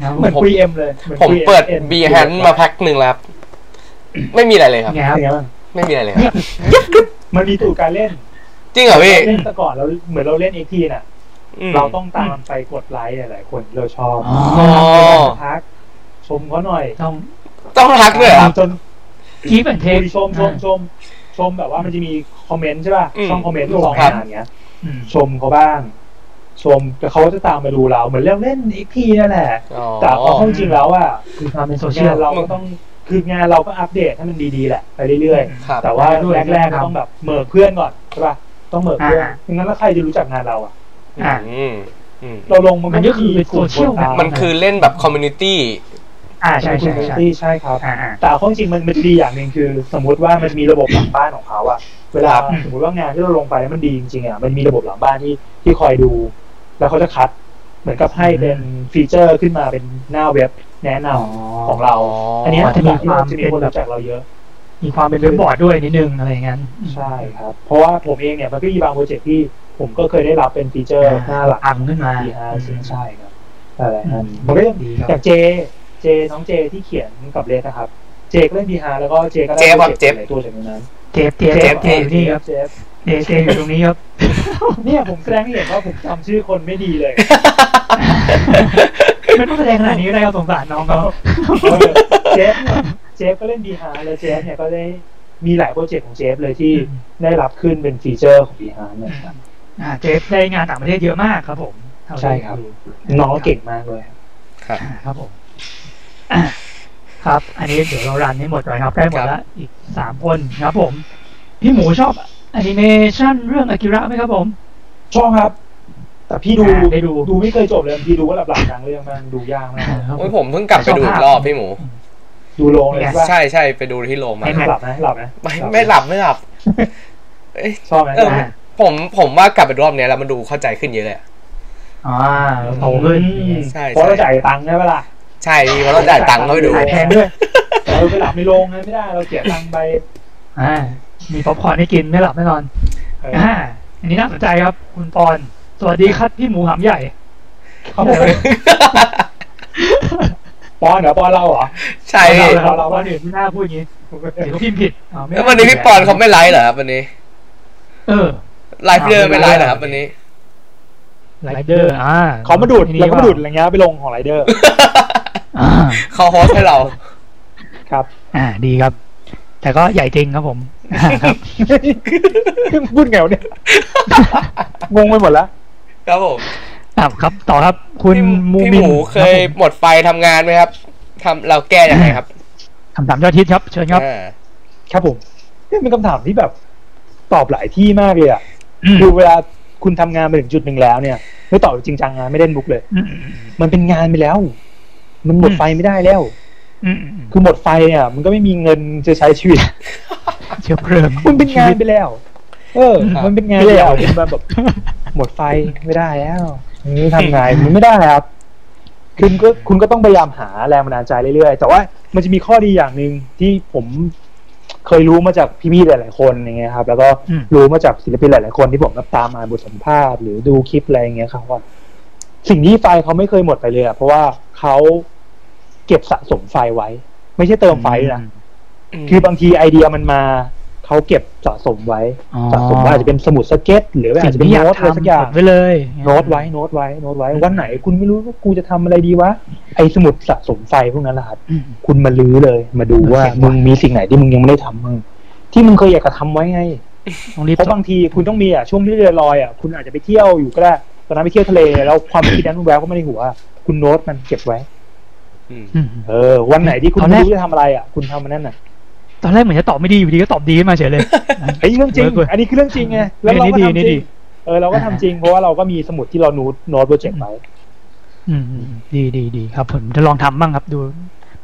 [SPEAKER 2] นะครับ
[SPEAKER 3] เหมือนคุยเอ็มเลยหอน
[SPEAKER 1] ผม
[SPEAKER 3] คุยอ็
[SPEAKER 1] เปิด
[SPEAKER 3] อ็ม
[SPEAKER 1] บีแฮนมาแพ็คหนึ่งแล้วครับ ไม่มีอะไรเลยครับ
[SPEAKER 2] ไงครับ
[SPEAKER 3] เป็นไงบ้าง
[SPEAKER 1] ไม่มีอะไรเลยครับ
[SPEAKER 3] มันมีตูดการเล่น
[SPEAKER 1] จริงเหรอพี่
[SPEAKER 3] เล่นแต่ก่อนเราเหมือนเราเล่นเอ็กทีน่ะ
[SPEAKER 1] อืม
[SPEAKER 3] เราต้องตามไปกดไลค์หลายๆคนเราชอบ
[SPEAKER 2] อ๋อ
[SPEAKER 3] ทักชมเขาหน่อย
[SPEAKER 2] ต้อง
[SPEAKER 1] ต้องรักด้วยเหรอครับ
[SPEAKER 3] จน
[SPEAKER 2] คีบแอนเท
[SPEAKER 3] คุ
[SPEAKER 2] ค
[SPEAKER 3] ยชมชมชมชมแบบว่ามันจะมีคอมเมนต์ใช่ป่ะ
[SPEAKER 1] อืม
[SPEAKER 3] ช่องคอมเมนต์
[SPEAKER 2] ครับ
[SPEAKER 3] สองงานเงี้ย ชมเขาบ้าง ชมแต่เขาจะตามมาดูเราเหมือนเราเล่นเอ็กทีนั่นแหละแต่พอเข้าจริงแล้วอ่ะ
[SPEAKER 2] คือความเป็นโซเชีย
[SPEAKER 3] งา
[SPEAKER 2] ล
[SPEAKER 3] นเราก็ต้องคืองานเราก็อัปเดตให้มันดีๆแหละไปเรื่อยๆ
[SPEAKER 1] ครับ
[SPEAKER 3] แต่ว่า
[SPEAKER 2] ด้วย
[SPEAKER 3] แรกๆก็ต้องแบบเหมิกเพื่อนก่อนใช่ป่ะต้องเหมิกเพื่อน
[SPEAKER 2] อ่า
[SPEAKER 3] ไม่งั้นแล้วใครจะรู้จักงานเราอ่ะ
[SPEAKER 2] อ่า
[SPEAKER 1] อืมอืม
[SPEAKER 3] เราลงมัน
[SPEAKER 2] มันก็คือ
[SPEAKER 3] มีกลุ่ม
[SPEAKER 2] โซเชียล
[SPEAKER 3] คนตาม
[SPEAKER 1] มันคือเล่นแบบคอมมูนิตี้
[SPEAKER 2] อ่าใช่ใช่
[SPEAKER 3] เป็นกลุ่ม
[SPEAKER 2] ใช่
[SPEAKER 3] ที่ใช่ครับ
[SPEAKER 2] อ่าอ่า
[SPEAKER 3] แต่ข้อจริงมันมันดีอย่างหนึ่งคือ สมมติว่ามันจะมีระบบหลังบ้านของเขาอะเวลา
[SPEAKER 2] ครับ
[SPEAKER 3] สมมติว่างานที่เราลงไปแล้วมันดีจริงๆอะมันมีระบบหลังบ้านที่ที่คอยดู แล้วเขาจะคัด เหมือนกับให้เป็นฟีเจอร์ขึ้นมาเป็นหน้าเว็บแนะนำของเรา
[SPEAKER 1] อ๋ออั
[SPEAKER 3] อันเนี้ย
[SPEAKER 2] จะมีความ
[SPEAKER 3] จะมีคนรู้จักเราเยอะ
[SPEAKER 2] มีความเป็นเว็บบอร์ดด้วยนิดนึงอะไรอย่างนั้น
[SPEAKER 3] ใช่ครับ เพราะว่าผมเองเนี่ยมันก็มีบางโปรเจกต์ที่ผมก็เคยได้รับเป็นฟีเจอร์หน้าหลัก
[SPEAKER 2] อังขึ้นมา
[SPEAKER 3] ดีฮะใช่ครับอะไรฮะ
[SPEAKER 2] อืม
[SPEAKER 3] มันก็ยัง
[SPEAKER 2] ดี
[SPEAKER 3] ดี
[SPEAKER 2] ครับ
[SPEAKER 3] จากเจ เจน้องเจที่เขียนกับเลสนะครับ เจก็เล่นดีฮาแล้วก็เจก็
[SPEAKER 1] เจ
[SPEAKER 3] ได้
[SPEAKER 1] ครับ
[SPEAKER 3] เจ็บ
[SPEAKER 1] เจ
[SPEAKER 3] ตัวจากในนั้น
[SPEAKER 2] เจฟเจฟเจฟเจฟอยู่นี่ครับ
[SPEAKER 3] เจฟ
[SPEAKER 2] เจฟเจฟอยู่ตรงนี้ครับ
[SPEAKER 3] เนี่ยผมแสดงให้เห็นว่าผมจำชื่อคนไม่ดี เลย
[SPEAKER 2] ไม่ต้องแสดงขนาดนี้ก็ได้ครับสงสารน้องเขา
[SPEAKER 3] เออเจฟเนี่ยเจฟก็เล่นดีฮาแล้วเจฟเนี่ยก็ได้มีหลายโปรเจกต์ของเจฟเลยที่ได้รับขึ้นเป็นฟีเจอร์ของดีฮาเนี่ยครับ
[SPEAKER 2] อ่าเจฟได้งานต่างประเทศเยอะมากครับผมเท่าที่
[SPEAKER 3] ใช่ครับ น้องเก่งมากเลยครับ
[SPEAKER 1] ครับ
[SPEAKER 2] อ่าครับผมอ่ะครับ อันนี้เดี๋ยวเรารันให้หมดก่อนครับใกล้หมด
[SPEAKER 1] ครั
[SPEAKER 2] แล้ว
[SPEAKER 1] บ
[SPEAKER 2] อีกสามคนครับผม พี่หมูชอบแอนิเมชันเรื่องอากิระไหมครับผม
[SPEAKER 3] ชอบครับ แต่พี่ดู
[SPEAKER 2] อ่าได้ดู
[SPEAKER 3] ดูไม่เคยจบเลยพี่ดูก็หลับๆกลางเรื่องมากดูยากมาก
[SPEAKER 2] ครับ
[SPEAKER 1] โอ้ย
[SPEAKER 2] ผ
[SPEAKER 1] ผม มเพิ่งกลับไปดูอีกรอบพี่หมู
[SPEAKER 3] ดูโรงเลยว่า
[SPEAKER 1] ใช่ใช่ไปดูที่โรงมา
[SPEAKER 2] ไอ้แม่
[SPEAKER 3] หลับไหมหลับไหม
[SPEAKER 1] ไม่ไม่หลับไม่หลับเอ้ย
[SPEAKER 3] ชอบไหม
[SPEAKER 1] เออ ผมผมว่ากลับไปรอบเนี้ยแล้วมันดูเข้าใจขึ้นเยอะเลยอะ
[SPEAKER 2] อ่าโตขึ้น
[SPEAKER 3] อืม
[SPEAKER 1] ใช่
[SPEAKER 3] เพราะเราจ่ายตังค์ใช่ปะล่ะ
[SPEAKER 1] ใช่พี่เพราะเราจ่ายตังค์เข้าไปดู
[SPEAKER 2] ขายแพง ด้วย
[SPEAKER 3] แต่เราไปหลับในโรงนะไม่ได้เราเสียตังค์ไป
[SPEAKER 2] อ่ามีป๊อปคอร์นให้กินไม่หลับไม่นอน
[SPEAKER 3] เออ
[SPEAKER 2] อ่าอันนี้น่าสนใจครับ คุณปอน สวัสดีครับพี่หมูหำใหญ่
[SPEAKER 3] เขาบอกปอนเหรอปอนเราเหรอ
[SPEAKER 1] ใช่
[SPEAKER 2] ไอ้
[SPEAKER 1] พี่
[SPEAKER 2] เราเราว่าเดี๋ยวที่หน้าพูดอย่างนี้เดี๋ยวพิมพ์ผิดอ๋อไม่
[SPEAKER 1] แล้ววันนี้พี่ปอนเขาไม่ไลฟ์เหรอครับวันนี้
[SPEAKER 2] เออ
[SPEAKER 1] ไลฟ์พี่เดินไม่ไลฟ์เหรอครับวันนี้
[SPEAKER 2] ไรเดอร์อ่า
[SPEAKER 3] เขามาดูด
[SPEAKER 2] ทีนี้
[SPEAKER 3] แล้วก็มาดูดอะไรเงี้ยไปลงของไรเดอร์
[SPEAKER 2] อ่า
[SPEAKER 1] เขาโฮสให้เรา
[SPEAKER 3] ครับ
[SPEAKER 2] อ่าดีครับ แต่ก็ใหญ่จริงครับ ผมอ่าครับ
[SPEAKER 3] พูดไงวะเนี่ยงงไปหมดแล้ว
[SPEAKER 1] ครับผม
[SPEAKER 2] อ่ะครับ ต่อครับ คุณ
[SPEAKER 1] พี่
[SPEAKER 2] มู
[SPEAKER 1] พี่
[SPEAKER 2] มิ
[SPEAKER 1] ห
[SPEAKER 2] น
[SPEAKER 1] มูเคย
[SPEAKER 2] รับผม
[SPEAKER 1] หมดไฟทำงานไหมครับทำเราแก้ยังไงครับ
[SPEAKER 2] คำถามยอดฮิตครับเชิญครับ
[SPEAKER 1] อ่า
[SPEAKER 3] ครับผมนี่เป็นคำถามที่แบบตอบหลายที่มากเลยอ่ะ
[SPEAKER 2] อืม
[SPEAKER 3] คือเวลาคุณทำงานไปถึงจุดหนึ่งแล้วเนี่ย ไม่ตอบจริงจังนะไม่เล่นมุกเลย
[SPEAKER 2] อืม
[SPEAKER 3] มันเป็นงานไปแล้ว มันหมดไฟไม่ได้แล้ว
[SPEAKER 2] อืมอืมอืม
[SPEAKER 3] คือหมดไฟเนี่ยมันก็ไม่มีเงินจะใช้ชีวิต
[SPEAKER 2] เชื้อเพลิง
[SPEAKER 3] มันเป็นงาน
[SPEAKER 2] ชีวิต
[SPEAKER 3] ไปแล้ว เออ มันเป็นงานไปแล้วมันแบบหมดไฟไม่ได้แล้วอย่างนี่ทำไงมันไม่ได้ครับคุณก็คุณก็ต้องพยายามหาแรงบันดาลใจเรื่อยๆ แต่ว่ามันจะมีข้อดีอย่างหนึ่งที่ผมเคยรู้มาจากพี่ๆหลายๆคนอย่างเงี้ยครับ แล้วก็
[SPEAKER 2] อืม
[SPEAKER 3] รู้มาจากศิลปินหลายๆคนที่ผมรับตามอ่านบทสัมภาษณ์หรือดูคลิปอะไรอย่างเงี้ยครับว่า สิ่งที่ไฟเขาไม่เคยหมดไปเลยอะเพราะว่าเขาเก็บสะสมไฟไว้ ไม่ใช่เติมไฟนะ คือบางทีไอเดียมันมาเขาเก็บสะสมไว้
[SPEAKER 2] อ๋อ
[SPEAKER 3] สะสมไว้อาจจะเป็นสมุดสเก็ต หรืออาจ
[SPEAKER 2] สิ่
[SPEAKER 3] จะ
[SPEAKER 2] ง
[SPEAKER 3] เป็น
[SPEAKER 2] ที่อยาก
[SPEAKER 3] โน้ตอะไร
[SPEAKER 2] ทำ
[SPEAKER 3] สักอย่าง
[SPEAKER 2] จดไว้เลย
[SPEAKER 3] โน้ตไว้โน้ตไว้โน้ตไว้วันไหนคุณไม่รู้ว่ากูจะทำอะไรดีวะไอสมุดสะสมไฟพวกนั้นแหละครับ
[SPEAKER 2] อืม
[SPEAKER 3] คุณมาลื้อเลย มาดูว่า
[SPEAKER 2] เออเก็บไว้
[SPEAKER 3] มึงมีสิ่งไหนที่มึงยังไม่ได้ทำมึงที่มึงเคยอยากจะทำไว้ไง
[SPEAKER 2] ต้องรีบ
[SPEAKER 3] เพราะบางทีคุณต้องมีอ่ะช่วงที่เรือลอยอ่ะคุณอาจจะไปเที่ยวอยู่ก็ได้ตอนนั้นไปเที่ยวทะเลแล้วความคิดนั้นมันแววเข้ามาในหัว คุณโน้ตมันเก็บไว้
[SPEAKER 1] อืม
[SPEAKER 2] อืม
[SPEAKER 3] เออ วันไหนที่คุณ
[SPEAKER 2] ตอนแร
[SPEAKER 3] ไม่
[SPEAKER 2] ก
[SPEAKER 3] รู้จะทำอะไรอ่ะคุณทำมันนั่นน่ะ
[SPEAKER 2] ตอนแรกเหมือนจะตอบไม่ดีอยู่ดีก็ตอบดีขึ้นมาเฉย เลย
[SPEAKER 3] ไอ้ยเรื่องจริง
[SPEAKER 2] เวิร์กเว้ย
[SPEAKER 3] อันนี้คือเรื่องจริงไง แล้วเรา
[SPEAKER 2] นี่
[SPEAKER 3] ก็
[SPEAKER 2] ดี
[SPEAKER 3] ทำจ
[SPEAKER 2] นี่ดี
[SPEAKER 3] ริง เออเราก็ทำจริง เพราะว่าเราก็มีสมุดที่เราโน้ตโน้ตโปรเจกต์ไว้
[SPEAKER 2] อืมอืมอืมดีดีดีครับ ผมจะลองทำบ้างครับดู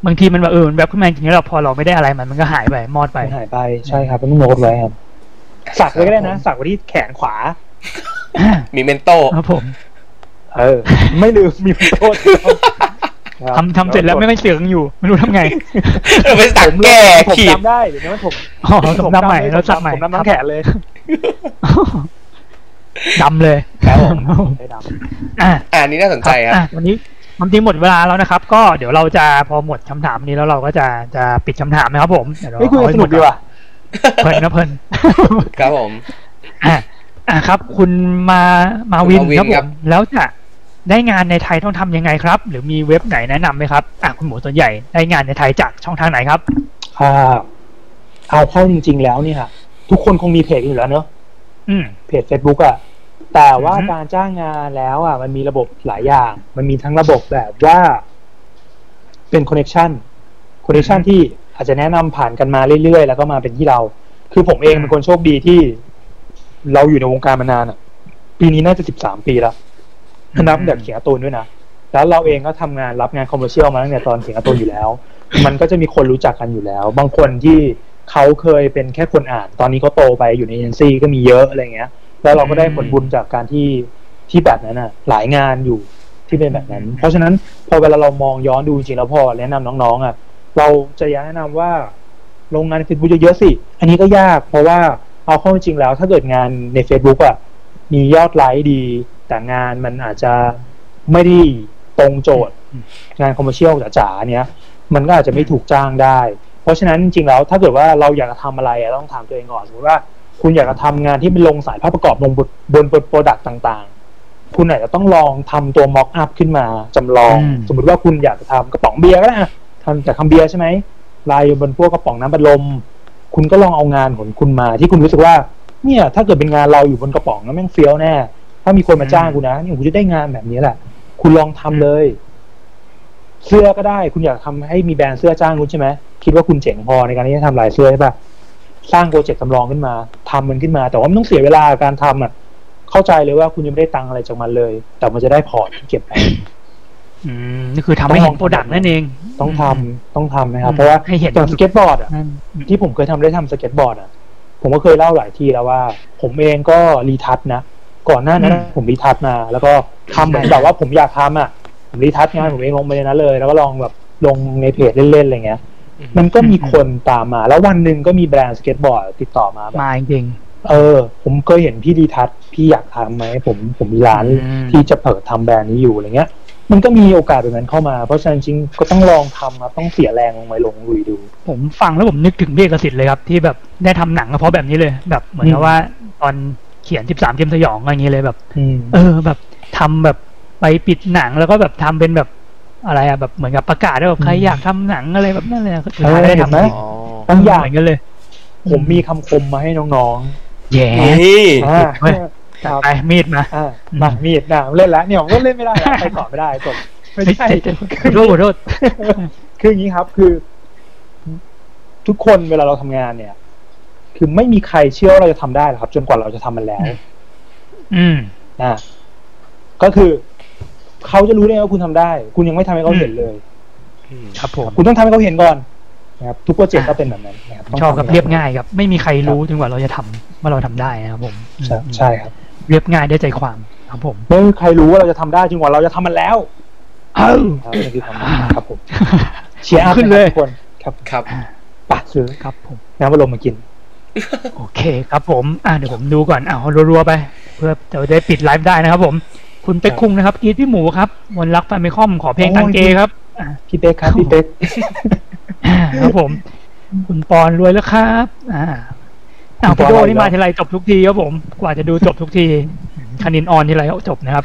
[SPEAKER 2] บางทีมันแบบเออมันแบบขึ้นมาจริงๆแล้วเราพอเราไม่ได้อะไรมันมันก็หายไปมอดไป
[SPEAKER 3] หายไป ใช่ครับต้องโน้ตไว้ครับ สักไว้ก็ได้นะ สักไว้ที่แขนขวา
[SPEAKER 1] มีเมนโต
[SPEAKER 2] ครับผม
[SPEAKER 3] เออ ไม่ลืม มีโทษ
[SPEAKER 2] ทำทำเสร็จแล้วไม่ไม่เสืองอยู่ไม่รู้ทำไง
[SPEAKER 1] ไปสั่งแก้
[SPEAKER 3] ผม
[SPEAKER 1] ขีด
[SPEAKER 3] จำได้เดี๋ยวนั้นผม
[SPEAKER 2] อ๋อสมน้ำใหม่แล้วสักใหม่
[SPEAKER 3] ผมจำทั้งแขนเลย
[SPEAKER 2] ดำเลย
[SPEAKER 1] ครับผม
[SPEAKER 3] ได้ด
[SPEAKER 2] อ่ะ
[SPEAKER 1] อ่าอันนี้น่าสนใจครับ
[SPEAKER 2] อ่ะวันนี้ความจริงหมดเวลาแล้วนะครับ ก็เดี๋ยวเราจะพอหมดคำถามนี้แล้วเราก็จะจะปิดคำถามนะครับผมเดี๋ยว
[SPEAKER 3] ำ
[SPEAKER 2] เรา
[SPEAKER 3] ไม่คุยกันสนุกดีว่ะ
[SPEAKER 2] เพลินนะเพลิน
[SPEAKER 1] ครับผม
[SPEAKER 2] อ่ะอ่ะครับ คุณมามาวิน
[SPEAKER 1] คุณมาวิน
[SPEAKER 2] ครับผ
[SPEAKER 1] ครับ
[SPEAKER 2] มแล้วจะได้งานในไทยต้องทำยังไงครับ หรือมีเว็บไหนแนะนำไหมครับอ่ะคุณหมูส่วนใหญ่ได้งานในไทยจากช่องทางไหนครับ
[SPEAKER 3] อ่าเอาเข้าจริง ๆ แล้วเนี่ยทุกคนคงมีเพจอยู่แล้วเนอะ
[SPEAKER 2] อืม
[SPEAKER 3] เพจ Facebook อะแต่ว่า
[SPEAKER 2] อือฮึ
[SPEAKER 3] การจ้างงานแล้วอะมันมีระบบหลายอย่าง มันมีทั้งระบบแบบว่าเป็นคอนเน t ชันคอนเน t ชันที่อาจจะแนะนำผ่านกันมาเรื่อยๆ แล้วก็มาเป็นที่เรา คือผมเองเป็นคนโชคดีที่ เราอยู่ในวงการมานานอะปีนี้น่าจะสิบสามปีแล้วนับแบบเขียนการ์ตูนด้วยนะ แล้วเราเองก็ทำงานรับงานคอมเมอร์เชียลมาตั้งแต่ตอนเขียนการ์ตูนอยู่แล้ว มันก็จะมีคนรู้จักกันอยู่แล้ว บางคนที่เขาเคยเป็นแค่คนอ่าน ตอนนี้เขาโตไปอยู่ในเอเจนซี่ก็มีเยอะอะไรเงี้ย แล้วเราก็ได้ผลบุญจากการที่ที่แบบนั้นอ่ะ หลายงานอยู่ที่เป็นแบบนั้น
[SPEAKER 2] อืม
[SPEAKER 3] เพราะฉะนั้นพอเวลาเรามองย้อนดูจริงๆแล้วพอแนะนำน้องๆอ่ะ เราจะแนะนำว่าลงงานใน Facebook เยอะๆสิ อันนี้ก็ยาก เพราะว่าเอาเข้าจริงๆแล้ว ถ้าเกิดงานใน Facebook อ่ะ มียอดไลค์ดี แต่งานมันอาจจะไม่ได้ตรงโจทย์ งานคอมเมอร์เชียลจ๋าๆเนี้ย มันก็อาจจะไม่ถูกจ้างได้ เพราะฉะนั้นจริงๆแล้วถ้าเกิดว่าเราอยากจะทำอะไรอะต้องถามตัวเองก่อนสมมติว่าคุณอยากจะทำงานที่เป็นลงสายภาพประกอบลงบนบนโปรดักต์ต่างๆ คุณอาจจะต้องลองทำตัวม็อกอัพขึ้นมาจำลอง
[SPEAKER 2] อืม
[SPEAKER 3] สมมติว่าคุณอยากจะทำกระป๋องเบียร์ก็ได้อะทำจากคำเบียร์ใช่ไหมลายบนพวกกระป๋องน้ำบัดลม คุณก็ลองเอางานของคุณมา ที่คุณรู้สึกว่า เนี่ย ถ้าเกิดเป็นงานเราอยู่บนกระป๋องแล้วแม่งเฟี้ยวแน่ ถ้ามีคนมาจ้างกูนะเนี่ยกูจะได้งานแบบนี้แหละ คุณลองทำเลย เสื้อก็ได้ คุณอยากทำให้มีแบรนด์เสื้อจ้างคุณใช่ไหมคิดว่าคุณเจ๋งพอในการที่จะทำลายเสื้อใช่ปะสร้างโปรเจกต์จำลองขึ้นมาทำมันขึ้นมา แต่ว่าไม่ต้องเสียเวลากับการทำอ่ะ เข้าใจเลยว่าคุณยังไม่ได้ตังค์อะไรจากมันเลย แต่มันจะได้พอร์ตเก็บไป
[SPEAKER 2] อืมนี่คือทำให้เห็นโปรดักต์นั่นเอง
[SPEAKER 3] ต้องทำต้องทำนะครับ
[SPEAKER 2] อืม
[SPEAKER 3] เพราะว่า
[SPEAKER 2] ให้เห็น
[SPEAKER 3] อย่างสเก็ตบอร์ดอ่ะ
[SPEAKER 2] นั่น
[SPEAKER 3] ที่ผมเคยทำได้ทำสเก็ตบอร์ดอ่ะ ผมก็เคยเล่าหลายทีแล้วว่า ผมเองก็รีทัชนะ ก่อนหน้านั้นผมรีทัชมา แล้วก็ทำเหมือนแบบว่าผมอยากทำอ่ะ ผมรีทัชงานผมเองลงไปในนั้นเลย แล้วก็ลองแบบลงในเพจเล่นๆอะไรเงี้ย มันก็มีคนตามมา แล้ววันหนึ่งก็มีแบรนด์สเก็ตบอร์ดติดต่อมาแบบ
[SPEAKER 2] มาจริง
[SPEAKER 3] เออ ผมเคยเห็นพี่รีทัชพี่อยากทำไหมผมผมมีร้าน
[SPEAKER 2] อืม
[SPEAKER 3] ที่จะเปิดทำแบรนด์นี้อยู่อะไรเงี้ย มันก็มีโอกาสแบบนั้นเข้ามา เพราะฉะนั้นจริงๆก็ต้องลองทำครับต้องเสียแรงลงไปลงลุยดู
[SPEAKER 2] ผมฟังแล้วผมนึกถึงพี่เอกสิทธิ์เลยครับ ที่แบบได้ทำหนังก็เพราะแบบนี้เลย แบบเหมือนกับ
[SPEAKER 3] อืม
[SPEAKER 2] ว่าตอนเขียน 13เกมสยองอะไรอย่างเงี้ยเลยแบบ
[SPEAKER 3] อืม
[SPEAKER 2] เออ แบบทำแบบไปปิดหนังแล้วก็แบบทำเป็นแบบอะไรอะแบบเหมือนกับประกาศว่าแบบใคร
[SPEAKER 3] อืม
[SPEAKER 2] อยากทำหนังอะไรแบบนั่นเลยอะสุด
[SPEAKER 3] เอ
[SPEAKER 2] ท้าย
[SPEAKER 3] อ
[SPEAKER 2] ได้
[SPEAKER 3] เห็นไหม
[SPEAKER 2] ทำจริง
[SPEAKER 1] อ๋อ
[SPEAKER 3] ต้งอยา
[SPEAKER 2] เห
[SPEAKER 3] ก
[SPEAKER 2] มือนกันเลย
[SPEAKER 3] ผมมีคำคมมาให้น้อง
[SPEAKER 2] แย่
[SPEAKER 1] นี่
[SPEAKER 3] ๆอ่า
[SPEAKER 2] จัดไปมีดมา
[SPEAKER 4] อ่ามามีดนะเล่นแล้วเนี่ยผมก็เล่นไม่ได้ แล้วไปต่อไม่ได้จบไม่ใช่
[SPEAKER 2] เฮ้ยเจ็บขอโทษขอโทษ
[SPEAKER 3] คืออย่างนี้ครับคือ ทุกคนเวลาเราทำงานเนี่ย คือไม่มีใครเชื่อว่าเราจะทำได้หรอกครับ จนกว่าเราจะทำมันแล้ว
[SPEAKER 2] อืม
[SPEAKER 3] อ่ะก็คือเขาจะรู้ได้ไงว่าคุณทำได้ คุณยังไม่ทำให้เขาเห็นเลย
[SPEAKER 2] ครับผม
[SPEAKER 3] คุณต้องทำให้เขาเห็นก่อนนะครับทุกโปรเจกต์ก็เป็นแบบนั้นนะครับ
[SPEAKER 2] ชอบครับ
[SPEAKER 3] ต้งทำ
[SPEAKER 2] เรียบง่ายครับ ไม่มีใครรู้จนกว่าเราจะทำว่าเราทำได้นะครับผม
[SPEAKER 3] ใช่
[SPEAKER 2] อืม
[SPEAKER 3] ใช่ครับ
[SPEAKER 2] เรียบง่ายได้ใจความครับผม
[SPEAKER 3] ไม่มีใครรู้ว่าเราจะทำได้จนกว่าเราจะทำมันแล้ว
[SPEAKER 2] เอ้า
[SPEAKER 3] ครับนี่คือความหมายครับผมเชียร์อัพ
[SPEAKER 2] ขึ้นเลย
[SPEAKER 3] ะครับทุกคนครับ
[SPEAKER 1] ครับ
[SPEAKER 3] ปะซื้อ
[SPEAKER 2] ครับผม
[SPEAKER 3] น้ำบัลลมมากิน
[SPEAKER 2] โอเคครับผม อ่ะเดี๋ยวผมดูก่อนอ้าวรัวๆไป เพื่อจะได้ปิดไลฟ์ได้นะครับผม คุณเป๊กคุงนะครับกรีดพี่หมูครับมนรักแฟมิคอมขอเพลงตังเกครับ
[SPEAKER 3] พี่เป๊กครับพี่เป๊ก
[SPEAKER 2] อ่าครับผม คุณปอนรวยแล้วครับ อ่าอ้าวพี่โดนี่มาทีไรจบทุกทีครับผม กว่าจะดูจบทุกทีคณินออนทีไรก็จบนะครับ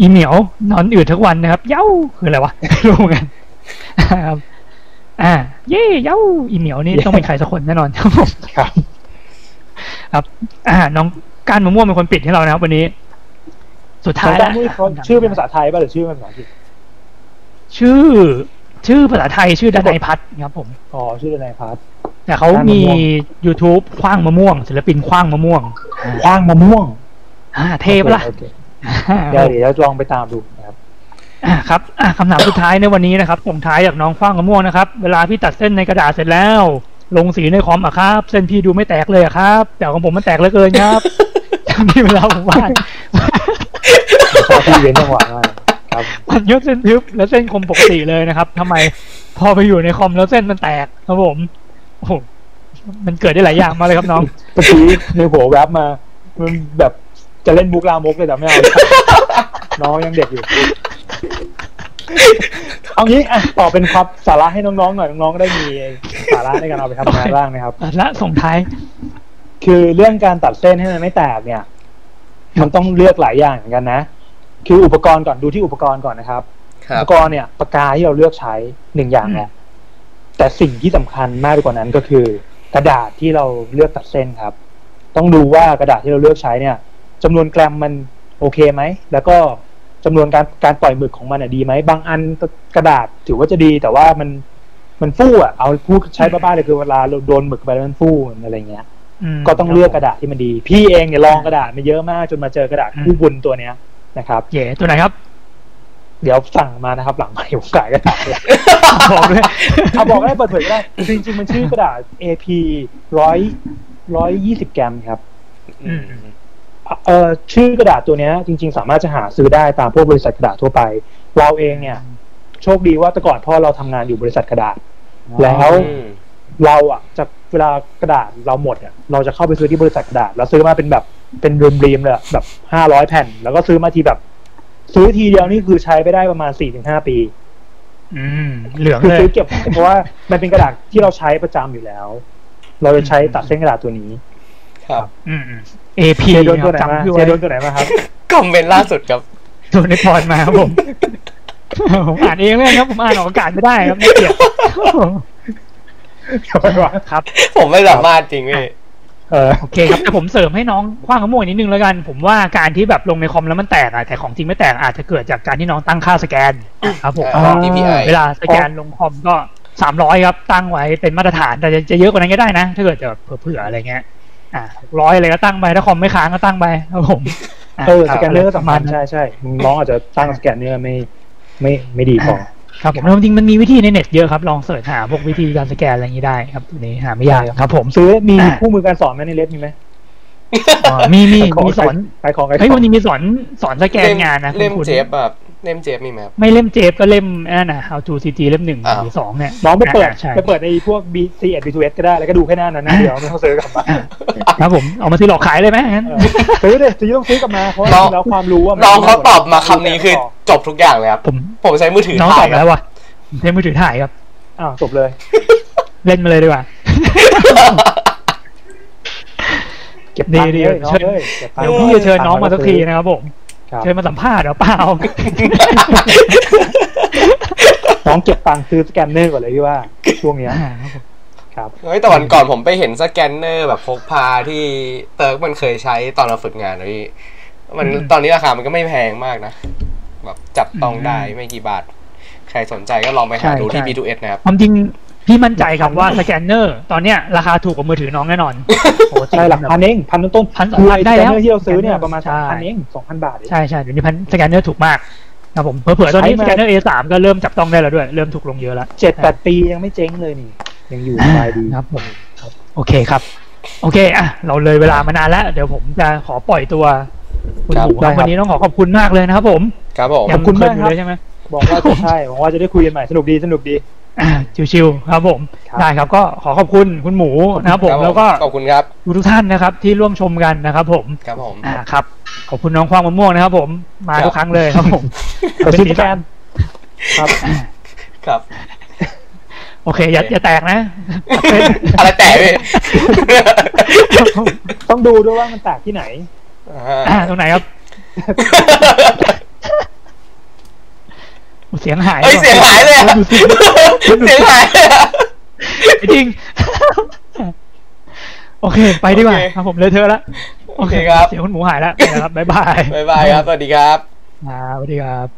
[SPEAKER 2] อีเหมียวนอนอืดทุกวันนะครับ เย้าคืออะไรวะ ไม่รู้เหมือนกันครับ อ่า เย่เย้าอีเหมียวนี่ต้องเป็นใครสักคนแน่นอนครับผม
[SPEAKER 3] ครับ
[SPEAKER 2] ครับ อ่า น้องการมะม่วงเป็นคนปิดให้เรานะครับ วันนี้ สุดท้า
[SPEAKER 3] ทาย ง
[SPEAKER 2] แล้
[SPEAKER 3] ด้า
[SPEAKER 2] วน
[SPEAKER 3] นู้นเขาชื่อเป็นภาษาไทยป่ะหรือชื่อเป็นภาษาอังกฤษ
[SPEAKER 2] ชื่อ ชื่อภาษาไทยชื่อดนายพัฒน์ครับผม
[SPEAKER 3] อ๋อชื่ออะไรพาร์ท
[SPEAKER 2] แต่เขา
[SPEAKER 3] คว้างมะม่
[SPEAKER 2] มี
[SPEAKER 3] วง
[SPEAKER 2] YouTube คว้างมะม่วง ศิลปินคว้างมะม่วง
[SPEAKER 3] คว้างมะม่วง
[SPEAKER 2] อ่า เทปละ
[SPEAKER 3] โอเคเดี๋ยวเดี๋ยวลองไปตามดูนะครับ
[SPEAKER 2] อ่าครับอ่าคำถามสุดท้ายในวันนี้นะครับส่งท้ายจากน้องคว้างมะม่วงนะครับ เวลาพี่ตัดเส้นในกระดาษเสร็จแล้ว ลงสีในคอมอะครับ เส้นพี่ดูไม่แตกเลยอะครับ แต่ของผมมันแตกเหลือเกินครับ ทำที่เวลาผมวาด
[SPEAKER 3] ขอพี่เว้นจังหวะมากครับ
[SPEAKER 2] มันยกเส้นทึบและเส้นคมปกติเลยนะครับทำไมพอไปอยู่ในคอมแล้วเส้นมันแตกครับผมโอ้โหมันเกิดได้หลายอย่างมากเลยครับน้อง
[SPEAKER 3] เมื่อกี้ในหัวแวบมามันแบบจะเล่นบุกลามกเลยแต่ ไม่เอา น้องยังเด็กอยู่ เอางี้อ่ะต่อเป็นครับสาระให้น้องๆหน่อยน้องๆก็ได้มีสาระในการเอาไปทำงานบ้างนะครับ
[SPEAKER 2] อ่ะและส่งท้าย
[SPEAKER 3] คือเรื่องการตัดเส้นให้มันไม่แตกเนี่ย มันต้องเลือกหลายอย่างเหมือนกันนะ คืออุปกรณ์ก่อนดูที่อุปกรณ์ก่อนนะครับ
[SPEAKER 1] ค
[SPEAKER 3] อุ
[SPEAKER 1] รับ
[SPEAKER 3] ปกรณ์เนี่ยปากกาที่เราเลือกใช้หนึ่งอย่างแหละแต่สิ่งที่สำคัญมากไปกว่านั้นก็คือ กระดาษที่เราเลือกตัดเส้นครับ ต้องดูว่ากระดาษที่เราเลือกใช้เนี่ยจำนวนแกรมมันโอเคไหมแล้วก็จำนวนการการปล่อยหมึกของมันอะดีไหมบางอันกระดาษถือว่าจะดี แต่ว่ามันมันฟู่อะเอาพูดใช้บ้าๆเลยคือเวลาเราโดนหมึกไปแล้วมันฟู่อะไรเงี้ย
[SPEAKER 2] ม
[SPEAKER 3] ก็ต้องเลือกกระดาษที่มันดี พี่เองเนี่ยลองกระดาษมาเยอะมากจนมาเจอกระดาษ
[SPEAKER 2] อืม
[SPEAKER 3] คู่บุญตัวเนี้ยนะครับ
[SPEAKER 2] เย่ตัวไหนครับ
[SPEAKER 3] เดี๋ยวสั่งมานะครับ หลังใหม่ผมขายกระดาษเลย
[SPEAKER 2] บอกด้วย
[SPEAKER 3] เอาบอกได้เปิดเผยก็ได้ จริงๆ มันชื่อกระดาษ AP ร้อยร้อยยี่สิบแกรมครับ
[SPEAKER 2] อืม
[SPEAKER 3] เอ่อชื่อกระดาษตัวเนี้ยจริง ๆ สามารถจะหาซื้อได้ตามพวกบริษัทกระดาษทั่วไป เราเองเนี่ย โชคดีว่าแต่ก่อนพ่อเราทำงานอยู่บริษัทกระดาษ แล้ว
[SPEAKER 1] อืม
[SPEAKER 3] เราอ่ะจะเวลากระดาษเราหมดอ่ะเราจะเข้าไปซื้อที่บริษัทกระดาษ แล้วซื้อมาเป็นแบบเป็นรีมๆเลยอะแบบห้าร้อยแผ่น แล้วก็ซื้อมาทีแบบ ซื้อทีเดียวนี่คือใช้ไปได้ประมาณสี่ถึงห้าปี
[SPEAKER 2] อืม เหลือง
[SPEAKER 3] คือ
[SPEAKER 2] เลย
[SPEAKER 3] ซื้อเก็บเพราะว่ามันเป็นกระดาษที่เราใช้ประจำอยู่แล้ว เราจะใช้ตัดเส้นกระดาษตัวนี้
[SPEAKER 1] ครับ
[SPEAKER 2] อืมเอพี
[SPEAKER 3] เจโดนตัวไหนมา
[SPEAKER 2] จำพี่
[SPEAKER 3] เจ
[SPEAKER 2] ไว้
[SPEAKER 3] โดนตัวไหนมาครับ
[SPEAKER 1] คอมเมนต์ล่าสุดครับ
[SPEAKER 2] โดนในพรมาครับ ผม ผมอ่านเองเลยครับ ผมอ่านออกอากาศไม่ได้ครับไม่เกี่ยว ครับ
[SPEAKER 1] ผมไม่สามารถจริงพี่
[SPEAKER 3] เออ
[SPEAKER 2] โอเคครับแต่ผมเสริมให้น้องคว้างขโมยนิดนึงแล้วกัน ผมว่าการที่แบบลงในคอมแล้วมันแตกอะแต่ของจริงไม่แตกอาจจะเกิดจากการที่น้องตั้งค่าสแกนครับผม
[SPEAKER 1] อ่า DPI
[SPEAKER 2] เวลาสแกนลงคอมก็สามร้อยครับตั้งไว้เป็นมาตรฐานแต่จะจะเยอะกว่านั้นก็ได้นะถ้าเกิดจะแบบเผื่อๆอะไรเงี้ย อ่าร้อยอะไรก็ตั้งไปถ้าคอมไม่ค้างก็ตั้งไปครับผมะ
[SPEAKER 3] เออสแกนเนอร์
[SPEAKER 2] ปะ
[SPEAKER 3] สำคั
[SPEAKER 2] ณ
[SPEAKER 3] ญ
[SPEAKER 2] นั้น
[SPEAKER 3] ใช่ใช่น้องอาจจะตั้งสแกนเนอร์ไม่ไม่ไม่ดีพอ
[SPEAKER 2] ครับผมแล้วจริงๆมันมีวิธีในเน็ตเยอะครับ ลองเสิร์ชหาพวกวิธีการสแกนอะไรอย่างนี้ได้ครับตัวนี้หาไม่ยากครับผม
[SPEAKER 3] ซื้อมี
[SPEAKER 2] อ่ะ
[SPEAKER 3] คู่มือการสอนไหมในเล็บมีไหม
[SPEAKER 2] อ๋อมีมีมีสอน
[SPEAKER 3] ขายของขายข
[SPEAKER 2] เฮ้ย
[SPEAKER 3] อ
[SPEAKER 2] วั
[SPEAKER 3] ง
[SPEAKER 2] นนี้มีสอนสอนสแกนงานนะ
[SPEAKER 1] เล่ม
[SPEAKER 2] คุณ
[SPEAKER 1] เจฟแบบเล่มเจฟมีไหมครับ
[SPEAKER 2] ไม่เล่มเจฟก็เล่มนั่นน่ะ How to CG เล่มหนึ่ง
[SPEAKER 1] อ้าว
[SPEAKER 2] หรือสองเนี่ย
[SPEAKER 3] น้องไปเปิด
[SPEAKER 2] ะใช่
[SPEAKER 3] ไปเปิดในพวก B C S B 2 S ก็ได้แล้วก็ดูแค่หน้านั้นนะเดี๋ยวไม่ต้องซื้อกลับมา
[SPEAKER 2] ครับผมเอามาซื้อหลอกขายเลยไหมงั้น
[SPEAKER 3] เออซื้อเลยซื้อต้องซื้อกลับมาเพราะว่าจริงแล้วความรู้อะมัน
[SPEAKER 1] น้องเขาตอบมาคำนี้คือจบทุกอย่างเลยครับ
[SPEAKER 2] ผม
[SPEAKER 1] ผมใช้มือถือ
[SPEAKER 2] น้องต
[SPEAKER 1] ถ่า
[SPEAKER 2] อย บ
[SPEAKER 1] ครั
[SPEAKER 2] แล้
[SPEAKER 1] บ
[SPEAKER 2] วว่ะเล่นมือถือถ่ายครับ
[SPEAKER 3] อ้าวจบเลย
[SPEAKER 2] เล่นมาเลยดีกว่า
[SPEAKER 3] เก็บตังค์
[SPEAKER 2] ดี
[SPEAKER 3] เลย
[SPEAKER 2] ๆ
[SPEAKER 3] น้อง
[SPEAKER 2] เชิญ
[SPEAKER 3] เอ้ยก็บตัง
[SPEAKER 2] เดี๋
[SPEAKER 3] ค์
[SPEAKER 2] ยวพี่จะเชิญน้องมาสักทีนะครับผม
[SPEAKER 3] ครับ
[SPEAKER 2] เชิญมาสัมภาษณ์เหรอเป ล่า
[SPEAKER 3] น้องเก็บตังค์ซื้อสแกนเนอร์ก่อนเลยพี่ว่าช่วงเนี้ย
[SPEAKER 2] อ่าครับผม
[SPEAKER 3] ครับ
[SPEAKER 1] เฮ้ยแต่วันก่อนผมไปเห็นสแกนเนอร์แบบพกพาที่เติร์กมันเคยใช้ตอนเราฝึกงานนะพี่มัน
[SPEAKER 2] อืม
[SPEAKER 1] ตอนนี้ราคามันก็ไม่แพงมากนะ แบบจับต้องได้ไม่กี่บาท ใครสนใจก็ลองไปหาดูที่
[SPEAKER 2] ใช่ใช่
[SPEAKER 1] B2S นะครับ
[SPEAKER 2] ความจริงพี่มั่นใจครับว่าสแกนเนอร์ ตอนเนี้ยราคาถูกกว่ามือถือน้องแน่นอน
[SPEAKER 3] โอ้ใช่หลักพันเองพันต้น
[SPEAKER 2] พันสอง
[SPEAKER 3] คือ
[SPEAKER 2] พัน
[SPEAKER 3] ไอ้
[SPEAKER 2] ได้
[SPEAKER 3] สแก
[SPEAKER 2] แล้
[SPEAKER 3] น
[SPEAKER 2] ว
[SPEAKER 3] เนอร์ที่เราซื้อเนี่ยประมาณ
[SPEAKER 2] ใช่
[SPEAKER 3] สองพันเองสองพันบาทเอง
[SPEAKER 2] ใช่ใช่เดี๋ยวนี้พันสแกนเนอร์ถูกมากนะผมเผื่อๆตอนนี้ส
[SPEAKER 3] ใช้มา
[SPEAKER 2] แกนเนอร์ A3 ก็เริ่มจับต้องได้แล้วด้วย เริ่มถูกลงเยอะแล้ว
[SPEAKER 3] เจ็ดแปดปียังไม่เจ๊งเลยนี่ ยังอยู่สบายดี
[SPEAKER 2] นะครับผมโอเคครับ โอเคอ่ะเราเลยเวลามานานแล้วเดี๋ยวผมจะขอปล่อยตัวคุณ
[SPEAKER 1] ครับ
[SPEAKER 2] หมูครับวันนี้ต้องขอขอบคุณมากเลยนะครับผม
[SPEAKER 1] ครับผม
[SPEAKER 2] ยังเพลินอยู่เลยใช่ไหม
[SPEAKER 3] บอกว่าจะใช่บอกว่าจะได้คุยกันใหม่สนุกดีสนุกดี
[SPEAKER 2] อ่าชิวๆครับผม
[SPEAKER 3] ครับ
[SPEAKER 2] ได้ครับก็ขอขอบคุณคุณหมูนะครับผมแล้วก็
[SPEAKER 1] ขอบคุณครับ
[SPEAKER 2] ทุกท่านนะครับที่ร่วมชมกันนะครับผม
[SPEAKER 1] ครับผม
[SPEAKER 2] อ่าครับขอบคุณน้องควางมะม่วงนะครับผมมา
[SPEAKER 1] ครับ
[SPEAKER 2] ทุกครั้งเลยครับ ผม
[SPEAKER 3] ขอบคุณแฟน
[SPEAKER 2] ครับ
[SPEAKER 1] ครับ
[SPEAKER 2] โอเคอย่าอย่าแตก นะ
[SPEAKER 1] อะไรแต่พี่
[SPEAKER 3] ต้องดูด้วยว่ามันแตกที่ไหน
[SPEAKER 2] อ่าตรงไหนครับเสียงหาย
[SPEAKER 1] เฮ้ยเสียงหายเลยอะเสียงหายเลยอะ
[SPEAKER 2] จริง โอเค ไปดีกว่า
[SPEAKER 1] โอเค
[SPEAKER 2] ครับผมเลยเธอะละ
[SPEAKER 1] โอเคครับ
[SPEAKER 2] เสียงคุณหมูหายแล้วนะครับบ๊ายบาย
[SPEAKER 1] บ๊ายบายครับสวัสดีครับ
[SPEAKER 2] อ่าสวัสดีครับ